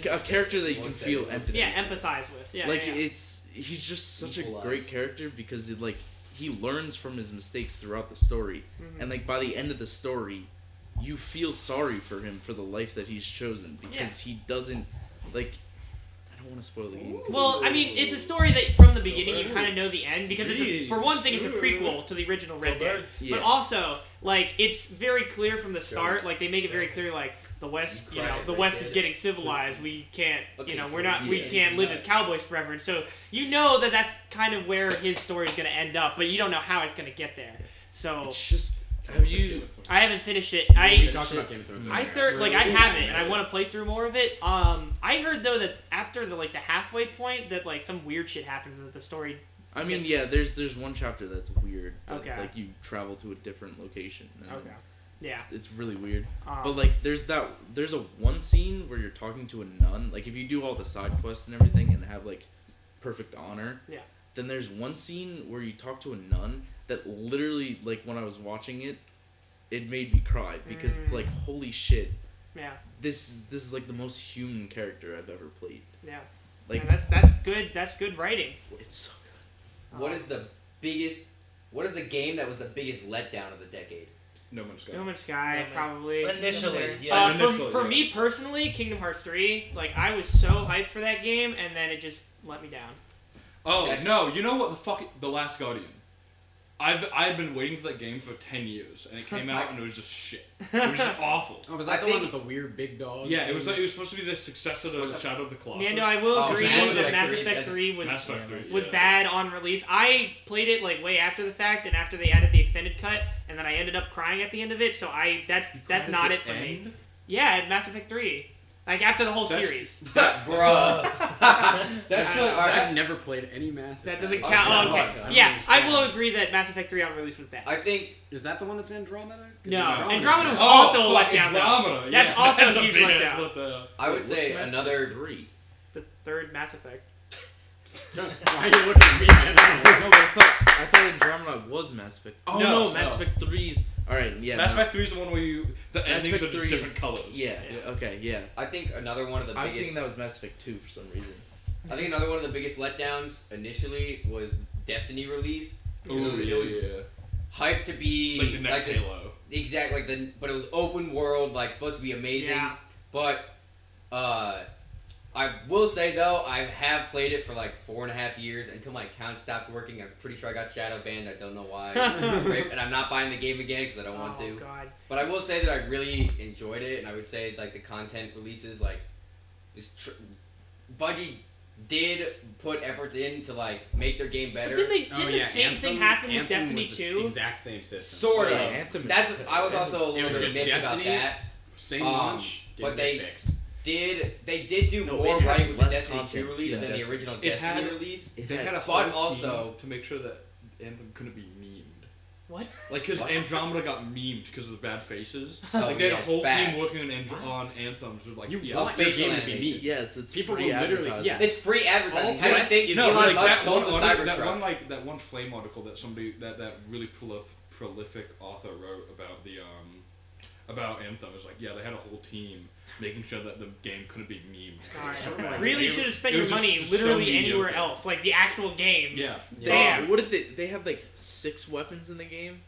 Speaker 3: a character that you can feel empathy.
Speaker 1: Yeah, empathize with. Yeah,
Speaker 3: like
Speaker 1: yeah, yeah.
Speaker 3: it's he's just such a
Speaker 5: Equalize.
Speaker 3: great character because it like he learns from his mistakes throughout the story
Speaker 1: Mhm.
Speaker 3: and like by the end of the story you feel sorry for him for the life that he's chosen because he doesn't like i don't want to spoil the game 'cause
Speaker 1: Well, I mean, it's a story that from the beginning you kind of know the end because it's a,
Speaker 6: Jeez.
Speaker 1: for one thing it's a prequel to the original Red Dead,
Speaker 3: Yeah.
Speaker 1: but also like it's very clear from the start.
Speaker 5: Jones.
Speaker 1: Like they make it very clear, like the West, you
Speaker 5: Right,
Speaker 1: know, the
Speaker 5: Red
Speaker 1: West
Speaker 5: Dead.
Speaker 1: is getting civilized. We can't, you
Speaker 5: Okay,
Speaker 1: know,
Speaker 5: so
Speaker 1: we're not, we
Speaker 3: yeah.
Speaker 1: can't live as cowboys forever. And so you know that that's kind of where his story is going to end up, but you don't know how it's going to get there. So
Speaker 3: it's just have you
Speaker 1: I haven't finished it.
Speaker 2: We
Speaker 1: I
Speaker 2: talked about Game of Thrones.
Speaker 1: I
Speaker 2: earlier.
Speaker 1: third like I have it and I want to play through more of it. Um, I heard though that after the like the halfway point that like some weird shit happens and that the story.
Speaker 3: i mean
Speaker 1: Yes.
Speaker 3: yeah there's there's one chapter that's weird that,
Speaker 1: Okay.
Speaker 3: like you travel to a different location and
Speaker 1: Okay. Yeah.
Speaker 3: it's, it's really weird
Speaker 1: Um,
Speaker 3: But like, there's that there's a one scene where you're talking to a nun. Like, if you do all the side quests and everything and have like perfect honor,
Speaker 1: Yeah.
Speaker 3: Then there's one scene where you talk to a nun that literally, like, when I was watching it, it made me cry because it's
Speaker 1: Mm.
Speaker 3: like, holy shit,
Speaker 1: yeah,
Speaker 3: this this is like the most human character I've ever played.
Speaker 1: yeah.
Speaker 3: Like,
Speaker 1: Yeah, that's that's good. That's good writing.
Speaker 3: it's so good.
Speaker 5: What is the biggest? What is the game that was the biggest letdown of the decade?
Speaker 6: No man's got.
Speaker 1: No Man's Sky
Speaker 4: No,
Speaker 1: probably.
Speaker 4: Initially, yeah.
Speaker 1: Uh, for,
Speaker 6: Initially,
Speaker 1: for
Speaker 6: yeah.
Speaker 1: me personally, Kingdom Hearts three, like I was so hyped for that game, and then it just let me down.
Speaker 6: Oh
Speaker 5: Yeah.
Speaker 6: no! You know what? The fuck, The Last Guardian. I've I've been waiting for that game for ten years, and it came out and it was just shit. It was just awful.
Speaker 2: Oh, was that
Speaker 5: I
Speaker 2: the one with
Speaker 5: think-
Speaker 2: the weird big dog?
Speaker 6: Yeah, it was like, it was supposed to be the successor to the Shadow of the Colossus.
Speaker 1: Mando, I will
Speaker 5: Oh,
Speaker 1: agree
Speaker 6: Mass
Speaker 1: that
Speaker 6: Effect
Speaker 1: Mass
Speaker 5: 3,
Speaker 1: Effect
Speaker 5: that's-
Speaker 1: three was
Speaker 6: Mass Effect 3 's
Speaker 1: was
Speaker 6: good.
Speaker 1: bad on release. I played it like way after the fact, and after they added the extended cut, and then I ended up crying at the end of it. So I that's
Speaker 6: You
Speaker 1: that's
Speaker 6: cried
Speaker 1: not
Speaker 6: at
Speaker 1: it
Speaker 6: the
Speaker 1: for me.
Speaker 6: end?
Speaker 1: Yeah, at Mass Effect three, like after the whole
Speaker 6: That's-
Speaker 1: series.
Speaker 5: Bruh.
Speaker 6: That's
Speaker 1: Yeah.
Speaker 6: like,
Speaker 5: Alright.
Speaker 6: that-
Speaker 2: I've never played any Mass
Speaker 1: That
Speaker 2: Effect.
Speaker 1: doesn't
Speaker 5: Oh,
Speaker 1: count.
Speaker 5: yeah,
Speaker 1: okay,
Speaker 5: fuck,
Speaker 2: I
Speaker 1: yeah, I
Speaker 2: understand.
Speaker 1: will agree that Mass Effect three on release was bad.
Speaker 5: I think
Speaker 2: Is that the one that's Andromeda? 'Cause
Speaker 1: No, Andromeda
Speaker 2: Andromeda
Speaker 1: was-
Speaker 6: oh,
Speaker 1: also a
Speaker 6: fuck,
Speaker 1: letdown, though.
Speaker 6: Andromeda,
Speaker 1: That's
Speaker 6: yeah.
Speaker 1: also a
Speaker 6: that's
Speaker 1: huge
Speaker 6: big ass
Speaker 1: letdown.
Speaker 6: letdown.
Speaker 5: I would
Speaker 3: Wait,
Speaker 5: say
Speaker 3: what's Mass Effect
Speaker 5: another.
Speaker 3: three.
Speaker 1: the third Mass Effect.
Speaker 2: Why are you looking at me? I don't know.
Speaker 3: No, but I thought I thought Andromeda was Mass Effect. Oh no,
Speaker 6: No,
Speaker 3: Mass
Speaker 6: no.
Speaker 3: Effect threes. All right, yeah.
Speaker 6: Mass
Speaker 3: no.
Speaker 6: Effect Three is the one where you the
Speaker 3: Mass
Speaker 6: endings
Speaker 3: Effect
Speaker 6: are just
Speaker 3: 3 is-
Speaker 6: different colors.
Speaker 3: Yeah,
Speaker 6: Yeah.
Speaker 3: Okay. Yeah.
Speaker 5: I think another one of the
Speaker 3: I was
Speaker 5: biggest.
Speaker 3: thinking that was Mass Effect two for some reason.
Speaker 5: I think another one of the biggest letdowns initially was Destiny release.
Speaker 6: Ooh,
Speaker 5: It was- it
Speaker 6: yeah,
Speaker 5: was
Speaker 6: yeah.
Speaker 5: hyped to be
Speaker 6: Like the next
Speaker 5: this-
Speaker 6: Halo.
Speaker 5: exact like the but it was open world like supposed to be amazing
Speaker 1: Yeah.
Speaker 5: but uh i will say though i have played it for like four and a half years until my account stopped working i'm pretty sure i got shadow banned i don't know why Right, and i'm not buying the game again because i don't want
Speaker 1: oh
Speaker 5: to
Speaker 1: God.
Speaker 5: but i will say that i really enjoyed it and i would say like the content releases like this tr- budgie did put efforts in to like make their game better
Speaker 1: But didn't they?
Speaker 2: Oh,
Speaker 1: Didn't the
Speaker 2: yeah,
Speaker 1: same
Speaker 2: Anthem-
Speaker 1: thing happen with
Speaker 2: Anthem
Speaker 1: Destiny
Speaker 2: was the s-
Speaker 1: two?
Speaker 2: Exact same system.
Speaker 5: sort
Speaker 3: Yeah,
Speaker 5: of
Speaker 3: Anthem is-
Speaker 5: that's i was
Speaker 3: Anthem
Speaker 5: also a
Speaker 2: It
Speaker 5: little
Speaker 2: was
Speaker 5: bit
Speaker 2: just
Speaker 5: miffed about
Speaker 2: Destiny,
Speaker 5: that
Speaker 2: Same
Speaker 5: Um,
Speaker 2: launch,
Speaker 5: but
Speaker 2: didn't
Speaker 5: they-
Speaker 2: get fixed.
Speaker 5: did they did do
Speaker 3: No,
Speaker 5: more
Speaker 3: it had
Speaker 5: right with the
Speaker 3: less
Speaker 5: Destiny
Speaker 3: content.
Speaker 5: 2 release
Speaker 3: Yeah,
Speaker 5: than the
Speaker 3: Destiny.
Speaker 5: original
Speaker 6: It
Speaker 5: Destiny
Speaker 6: had-
Speaker 5: release?
Speaker 3: It
Speaker 6: They
Speaker 3: had-
Speaker 6: had a
Speaker 5: But
Speaker 6: whole team
Speaker 5: also-
Speaker 6: to make sure that Anthem couldn't be memed.
Speaker 1: What?
Speaker 6: Like, because
Speaker 5: What?
Speaker 6: Andromeda got memed because of the bad faces.
Speaker 5: Oh,
Speaker 6: like, they had
Speaker 5: yeah,
Speaker 6: a whole
Speaker 5: facts.
Speaker 6: team working on, Andro- on anthems. With, like,
Speaker 2: You
Speaker 6: yeah,
Speaker 2: want your
Speaker 5: facial
Speaker 2: game to be
Speaker 5: animation.
Speaker 2: meat.
Speaker 3: Yeah, it's, it's
Speaker 2: People
Speaker 3: free
Speaker 2: will literally-
Speaker 3: advertising.
Speaker 2: yeah.
Speaker 5: It's free advertising.
Speaker 2: All
Speaker 5: How do you
Speaker 2: press
Speaker 5: think
Speaker 2: is
Speaker 6: no,
Speaker 5: Elon
Speaker 6: like
Speaker 5: Musk
Speaker 6: that
Speaker 5: sold
Speaker 6: one,
Speaker 5: the
Speaker 6: arti- that one,
Speaker 5: Cybertruck?
Speaker 6: like that one flame article that somebody that that really prolif- prolific author wrote about the um about Anthem is like, yeah, they had a whole team making sure that the game couldn't be memed.
Speaker 1: God,
Speaker 6: So bad.
Speaker 1: really
Speaker 6: It-
Speaker 1: should have spent
Speaker 6: it
Speaker 1: your
Speaker 6: was just
Speaker 1: money
Speaker 6: so
Speaker 1: literally anywhere
Speaker 6: mediocre.
Speaker 1: else, like the actual game.
Speaker 6: Yeah.
Speaker 1: Damn.
Speaker 3: Oh, what did they? They have like six weapons in the game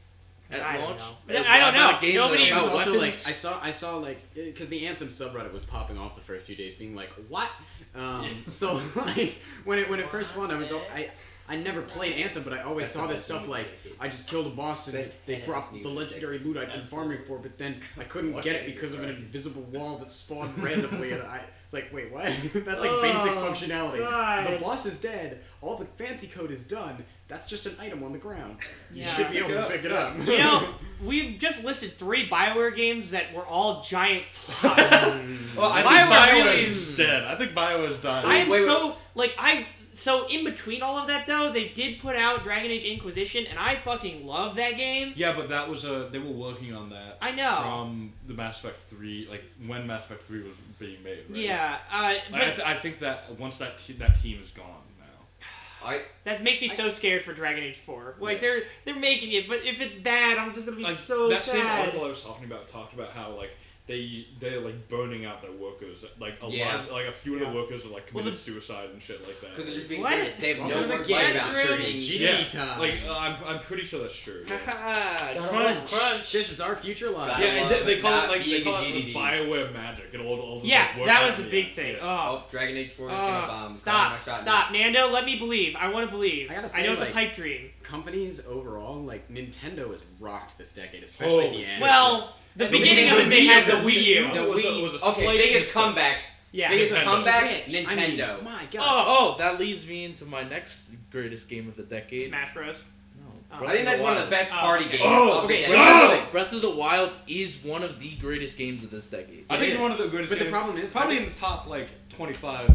Speaker 3: at
Speaker 1: I don't
Speaker 3: launch.
Speaker 1: know.
Speaker 3: At-
Speaker 1: I don't
Speaker 3: about
Speaker 1: know.
Speaker 3: a game
Speaker 1: Nobody-
Speaker 3: that
Speaker 2: I was
Speaker 3: about
Speaker 2: also like, I
Speaker 3: weapons.
Speaker 2: saw, I saw like, because the Anthem subreddit was popping off the first few days, being like, what? Um, so like, when it when it first won, I was, al- I, I never played Anthem, but I always
Speaker 5: That's
Speaker 2: saw
Speaker 5: the
Speaker 2: this
Speaker 5: best
Speaker 2: stuff
Speaker 5: new
Speaker 2: like,
Speaker 5: thing.
Speaker 2: I just killed a boss and
Speaker 5: Best
Speaker 2: they
Speaker 5: NS
Speaker 2: dropped
Speaker 5: new
Speaker 2: the
Speaker 5: thing.
Speaker 2: legendary loot I'd been
Speaker 5: That's
Speaker 2: farming for, but then I couldn't
Speaker 5: Watch
Speaker 2: get
Speaker 5: it,
Speaker 2: it because of an
Speaker 5: right.
Speaker 2: invisible wall that spawned randomly, and I. It's like, wait, what? That's like
Speaker 1: Oh,
Speaker 2: basic functionality. The
Speaker 1: God.
Speaker 2: boss is dead. All the fancy code is done. That's just an item on the ground. You
Speaker 1: Yeah.
Speaker 2: should be able
Speaker 6: Pick it
Speaker 2: to
Speaker 6: up.
Speaker 2: pick it up.
Speaker 1: You know, we've just listed three Bioware games that were all giant flops.
Speaker 5: Oh,
Speaker 6: Well, I
Speaker 1: Bioware
Speaker 6: think Bioware
Speaker 1: really
Speaker 6: is
Speaker 1: is-
Speaker 6: dead. I think Bioware is dying.
Speaker 1: I am
Speaker 5: Wait, wait.
Speaker 1: so like I so in between all of that though, they did put out Dragon Age Inquisition, and I fucking love that game.
Speaker 6: Yeah, but that was a they were working on that.
Speaker 1: I know.
Speaker 6: from the Mass Effect three, like when Mass Effect three was being made. Right?
Speaker 1: Yeah, uh,
Speaker 6: Like,
Speaker 1: but
Speaker 6: I, th- I think that once that te- that team is gone now.
Speaker 5: I
Speaker 1: that makes me so scared for Dragon Age Four. Like
Speaker 6: Yeah.
Speaker 1: they're they're making it, but if it's bad, I'm just gonna be
Speaker 6: Like
Speaker 1: so
Speaker 6: that same
Speaker 1: sad.
Speaker 6: article I was talking about talked about how like they they're like burning out their workers. Like a
Speaker 5: Yeah.
Speaker 6: lot, like a few of
Speaker 1: Yeah.
Speaker 6: the workers are like
Speaker 1: Well, the-
Speaker 6: committed suicide and shit like that.
Speaker 5: because they're just being
Speaker 1: What?
Speaker 5: they're- they have no
Speaker 2: Welcome to the
Speaker 5: word right about
Speaker 1: games room.
Speaker 5: streaming.
Speaker 2: GD
Speaker 6: Yeah,
Speaker 2: time.
Speaker 6: like uh, I'm I'm pretty sure that's true. Yeah,
Speaker 1: Crunch.
Speaker 2: this is our future live.
Speaker 5: I
Speaker 6: Yeah, and they,
Speaker 5: love
Speaker 6: they call
Speaker 5: not
Speaker 6: it like they
Speaker 5: being a
Speaker 6: call it the
Speaker 5: GDD.
Speaker 6: Bioware magic and all, all this, like,
Speaker 1: Yeah,
Speaker 6: work
Speaker 1: that
Speaker 6: out
Speaker 1: was the
Speaker 6: in
Speaker 1: big
Speaker 6: end.
Speaker 1: thing.
Speaker 6: Yeah.
Speaker 1: Oh,
Speaker 5: Oh, Dragon Age Four is
Speaker 1: Uh,
Speaker 5: gonna bomb.
Speaker 1: stop,
Speaker 5: Calling my shot
Speaker 1: stop, Nando. Let me believe. I want to believe.
Speaker 2: I
Speaker 1: I,
Speaker 2: gotta say,
Speaker 1: know it's
Speaker 2: like-
Speaker 1: a pipe dream.
Speaker 2: Companies overall, like Nintendo, has rocked this decade, especially at the
Speaker 6: Oh,
Speaker 2: end.
Speaker 1: Well, the
Speaker 2: The
Speaker 1: beginning
Speaker 2: Wii
Speaker 1: of it, they
Speaker 6: U,
Speaker 1: had
Speaker 6: the
Speaker 1: the Wii U.
Speaker 6: Wii
Speaker 5: now.
Speaker 6: No,
Speaker 5: The
Speaker 6: it was a-
Speaker 5: Wii-
Speaker 6: it was a
Speaker 5: okay,
Speaker 6: slight
Speaker 5: biggest
Speaker 6: instant.
Speaker 5: comeback.
Speaker 1: Yeah.
Speaker 5: Biggest
Speaker 6: Nintendo.
Speaker 5: comeback.
Speaker 2: Switch, I mean,
Speaker 5: Nintendo.
Speaker 2: my God.
Speaker 1: Oh,
Speaker 3: Oh, that leads me into my next greatest game of the
Speaker 1: oh,
Speaker 3: decade.
Speaker 1: Smash Bros.
Speaker 3: No,
Speaker 1: I
Speaker 3: Breath
Speaker 5: I think
Speaker 3: the
Speaker 5: that's one of the
Speaker 3: Wild.
Speaker 5: best
Speaker 1: Oh,
Speaker 5: party
Speaker 1: okay.
Speaker 5: games.
Speaker 6: Oh,
Speaker 5: of the
Speaker 2: okay,
Speaker 5: day.
Speaker 2: wait,
Speaker 3: Breath,
Speaker 2: wait,
Speaker 3: of the, Breath of the Wild is one of the greatest games of this decade.
Speaker 6: I
Speaker 2: It
Speaker 6: think
Speaker 2: is.
Speaker 6: it's one of the greatest.
Speaker 2: But the
Speaker 6: games-
Speaker 2: problem is-
Speaker 6: probably in the top like 25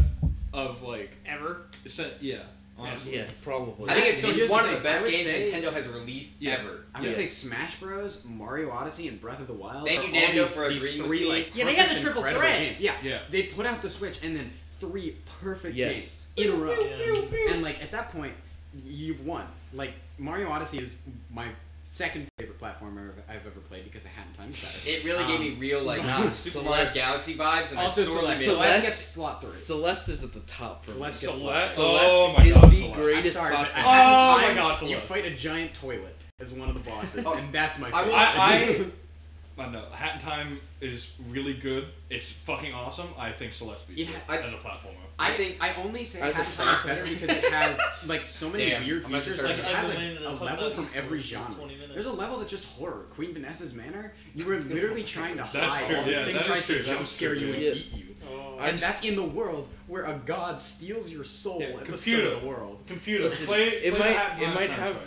Speaker 6: of like
Speaker 1: Ever.
Speaker 6: se- yeah. Honestly.
Speaker 3: Yeah,
Speaker 6: Oh.
Speaker 3: probably.
Speaker 5: I think it's,
Speaker 2: So
Speaker 5: it's
Speaker 2: here's
Speaker 5: one
Speaker 2: the
Speaker 5: of
Speaker 2: thing,
Speaker 5: the
Speaker 2: I
Speaker 5: best
Speaker 2: would
Speaker 5: games
Speaker 2: say-
Speaker 5: Nintendo has released
Speaker 6: Yeah.
Speaker 5: ever.
Speaker 2: I would
Speaker 3: Yeah.
Speaker 2: say Smash Bros, Mario Odyssey, and Breath of the Wild.
Speaker 5: Thank
Speaker 2: are
Speaker 5: you,
Speaker 2: all
Speaker 5: Nando,
Speaker 2: these,
Speaker 5: for
Speaker 2: these
Speaker 5: agreeing with
Speaker 2: three
Speaker 5: me.
Speaker 2: like
Speaker 1: Yeah, they had the
Speaker 2: perfect,
Speaker 1: triple
Speaker 2: incredible
Speaker 1: threat.
Speaker 2: Games. Yeah,
Speaker 6: Yeah.
Speaker 2: they put out the Switch and then three perfect
Speaker 3: Yes.
Speaker 2: games in a row.
Speaker 1: Yeah.
Speaker 2: And like at that point, you've won. Like Mario Odyssey is my second favorite platformer I've, I've ever played because I hadn't time spent
Speaker 5: It really gave
Speaker 2: Um,
Speaker 5: me real like
Speaker 3: nah,
Speaker 5: Super Mario
Speaker 3: Celeste-
Speaker 5: Galaxy vibes, and
Speaker 2: Also,
Speaker 5: I sorely
Speaker 2: Celeste,
Speaker 5: miss.
Speaker 3: Celeste-
Speaker 2: gets slot three.
Speaker 3: Celeste is at the top for
Speaker 2: Celeste
Speaker 3: me.
Speaker 2: gets
Speaker 6: Celeste-
Speaker 2: slot.
Speaker 3: Celeste
Speaker 6: Oh my
Speaker 3: is
Speaker 6: God,
Speaker 3: the
Speaker 6: Celeste.
Speaker 3: greatest
Speaker 2: I'm sorry, but at
Speaker 3: platform.
Speaker 2: that
Speaker 6: Oh my
Speaker 2: time,
Speaker 6: God,
Speaker 2: You
Speaker 6: Celeste.
Speaker 2: fight a giant toilet as one of the bosses,
Speaker 5: Oh,
Speaker 2: and that's my
Speaker 5: I
Speaker 2: favorite.
Speaker 5: will-
Speaker 6: I, I, I know. Hat in Time is really good. It's fucking awesome. I think Celeste beats
Speaker 2: Yeah,
Speaker 6: it
Speaker 5: I-
Speaker 6: as a platformer.
Speaker 2: I think I only say
Speaker 3: As a
Speaker 2: Half Time is
Speaker 3: side-
Speaker 2: better because it has like so many
Speaker 5: Damn,
Speaker 2: weird
Speaker 5: I'm about to
Speaker 2: features.
Speaker 5: start
Speaker 2: Like it
Speaker 5: to-
Speaker 2: has
Speaker 4: I've been
Speaker 2: like,
Speaker 4: waiting to
Speaker 2: a
Speaker 4: talk
Speaker 2: level
Speaker 4: about
Speaker 2: from
Speaker 4: esports
Speaker 2: every
Speaker 4: for
Speaker 2: genre.
Speaker 4: 20 minutes.
Speaker 2: There's a level that's just horror. Queen Vanessa's Manor. You were literally trying to
Speaker 6: That's
Speaker 2: hide
Speaker 6: true,
Speaker 2: while this
Speaker 6: yeah,
Speaker 2: thing
Speaker 6: that is
Speaker 2: tries to
Speaker 6: true, that
Speaker 2: jump
Speaker 6: is
Speaker 2: scare
Speaker 6: true,
Speaker 2: you and
Speaker 3: yeah.
Speaker 2: eat you.
Speaker 1: Oh.
Speaker 3: I
Speaker 2: And that's
Speaker 3: just,
Speaker 2: in the world where a god steals your soul
Speaker 6: Yeah,
Speaker 2: at the start
Speaker 6: computer.
Speaker 2: of the world.
Speaker 6: Computer.
Speaker 3: Listen,
Speaker 6: play,
Speaker 3: it
Speaker 6: play
Speaker 3: might-
Speaker 6: Hat in
Speaker 3: it
Speaker 6: Time
Speaker 3: might
Speaker 6: soundtrack.
Speaker 3: have-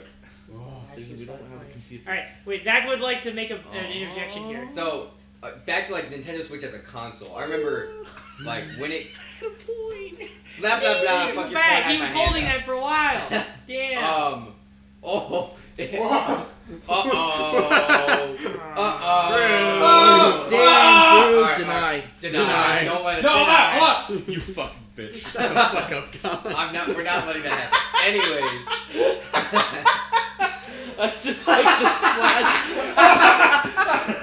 Speaker 2: Oh.
Speaker 3: Dude, we don't have a computer.
Speaker 1: All right, wait. Zach would like to make a, an interjection here.
Speaker 5: So uh, back to like Nintendo Switch as a console. I remember like when it blah blah blah.
Speaker 1: Hey,
Speaker 5: Fuck
Speaker 1: back.
Speaker 5: your phone, I had
Speaker 1: He was
Speaker 5: my hand
Speaker 1: holding
Speaker 5: up.
Speaker 1: that for a while. Damn.
Speaker 5: Um. Oh. Uh oh. Uh oh.
Speaker 1: Oh,
Speaker 3: Damn,
Speaker 5: Damn.
Speaker 3: Drew,
Speaker 5: All right, all
Speaker 3: deny.
Speaker 5: right. Deny. Don't let it.
Speaker 6: No,
Speaker 5: deny.
Speaker 6: ah, ah, you fucking bitch.
Speaker 2: Fuck up, god.
Speaker 5: I'm not. We're not letting that happen. Anyways.
Speaker 3: I just like the slide.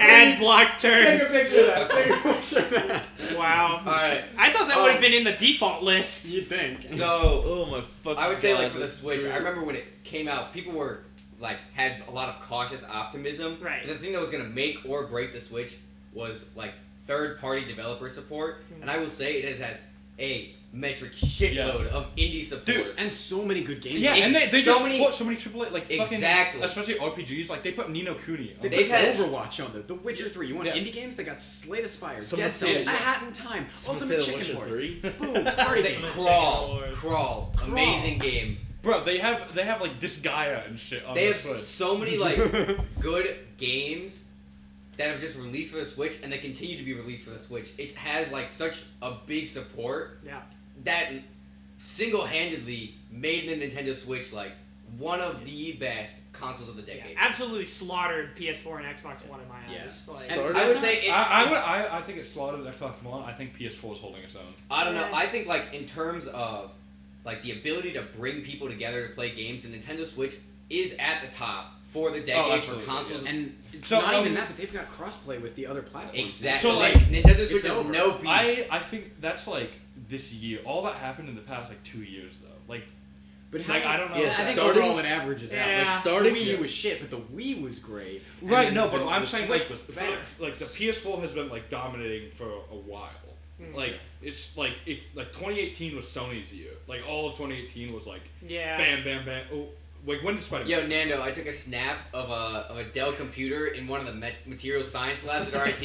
Speaker 1: Ad block turn.
Speaker 2: a picture of that. Take a picture of that.
Speaker 5: All
Speaker 1: Wow.
Speaker 5: right.
Speaker 1: I thought that
Speaker 5: Um,
Speaker 1: would have been in the default list.
Speaker 2: You'd think.
Speaker 5: So.
Speaker 3: Oh my fucking
Speaker 5: I would say like
Speaker 3: God,
Speaker 5: for the
Speaker 3: that's
Speaker 5: Switch, I
Speaker 3: brutal.
Speaker 5: remember when it came out, people were like had a lot of cautious optimism.
Speaker 1: Right.
Speaker 5: And the thing that was gonna make or break the Switch was like third party developer support. And I will say it has had a metric shitload
Speaker 6: Yeah.
Speaker 5: of indie support.
Speaker 6: Dude,
Speaker 2: and so many good games.
Speaker 6: Yeah,
Speaker 5: Ex-
Speaker 6: and they, they
Speaker 5: so
Speaker 6: just
Speaker 5: many-
Speaker 6: put so many AAA like fucking
Speaker 5: Exactly.
Speaker 6: especially RPGs. Like they put Nino Cooney. on
Speaker 2: They
Speaker 5: They've
Speaker 2: They've had
Speaker 5: had-
Speaker 2: Overwatch on there. The Witcher 3. You want
Speaker 6: Yeah.
Speaker 2: indie games? They got Slay the Spire,
Speaker 3: Someone
Speaker 2: Dead
Speaker 3: said-
Speaker 2: Cells,
Speaker 3: yeah.
Speaker 2: A Hat in Time,
Speaker 3: Someone
Speaker 2: Ultimate
Speaker 3: said The
Speaker 2: Chicken
Speaker 3: Witcher
Speaker 2: Horse.
Speaker 3: 3?
Speaker 2: Boom, party
Speaker 5: they
Speaker 2: game.
Speaker 4: Ultimate Chicken
Speaker 5: crawl,
Speaker 4: Wars.
Speaker 5: crawl,
Speaker 2: Crawl.
Speaker 5: amazing game.
Speaker 6: Bro, they have they have like Disgaea and shit on
Speaker 5: They
Speaker 6: their
Speaker 5: have
Speaker 6: Switch.
Speaker 5: so many like good games that have just released for the Switch and they continue to be released for the Switch. It has like such a big support.
Speaker 1: Yeah.
Speaker 5: That single-handedly made the Nintendo Switch like one of the best consoles of the
Speaker 1: Yeah,
Speaker 5: decade.
Speaker 1: absolutely slaughtered PS4 and Xbox One in my eyes.
Speaker 2: Yeah.
Speaker 1: Like,
Speaker 2: And-
Speaker 5: I would say it,
Speaker 6: I, I would I, I think it's slotted Xbox One. I think PS4 is holding its own.
Speaker 5: I don't know. I think like in terms of like the ability to bring people together to play games, the Nintendo Switch is at the top for the decade for
Speaker 6: Oh, absolutely,
Speaker 5: consoles. And
Speaker 2: And
Speaker 6: So,
Speaker 2: not even
Speaker 6: um,
Speaker 2: that, but they've got crossplay with the other platforms.
Speaker 5: exactly.
Speaker 6: So,
Speaker 5: like,
Speaker 6: like,
Speaker 5: Nintendo Switch
Speaker 2: it's
Speaker 5: is
Speaker 2: over.
Speaker 5: no beat.
Speaker 6: I I think that's like this year. All that happened in the past like two years though. Like
Speaker 2: But how
Speaker 6: Like,
Speaker 2: do you-
Speaker 6: I don't know.
Speaker 2: Yeah,
Speaker 6: Yeah,
Speaker 2: I think
Speaker 3: starting-
Speaker 2: overall it averages out.
Speaker 1: Yeah.
Speaker 2: Like,
Speaker 3: Starting-
Speaker 2: the Wii
Speaker 3: yeah.
Speaker 2: U was shit, but the Wii was great. And
Speaker 6: right,
Speaker 2: then
Speaker 6: no,
Speaker 2: the-
Speaker 6: but I'm
Speaker 2: the
Speaker 6: saying
Speaker 2: Switch
Speaker 6: like
Speaker 2: was
Speaker 6: for-
Speaker 2: better.
Speaker 6: like the PS4 has been like dominating for a while.
Speaker 1: Hmm.
Speaker 6: Like it's like if like 2018 was Sony's year. Like all of 2018 was like
Speaker 1: Yeah.
Speaker 6: bam, bam, bam. Oh, like when did Spider-Man?
Speaker 5: Yo, Nando, I took a snap of a, of a Dell computer in one of the met- material science labs at RIT.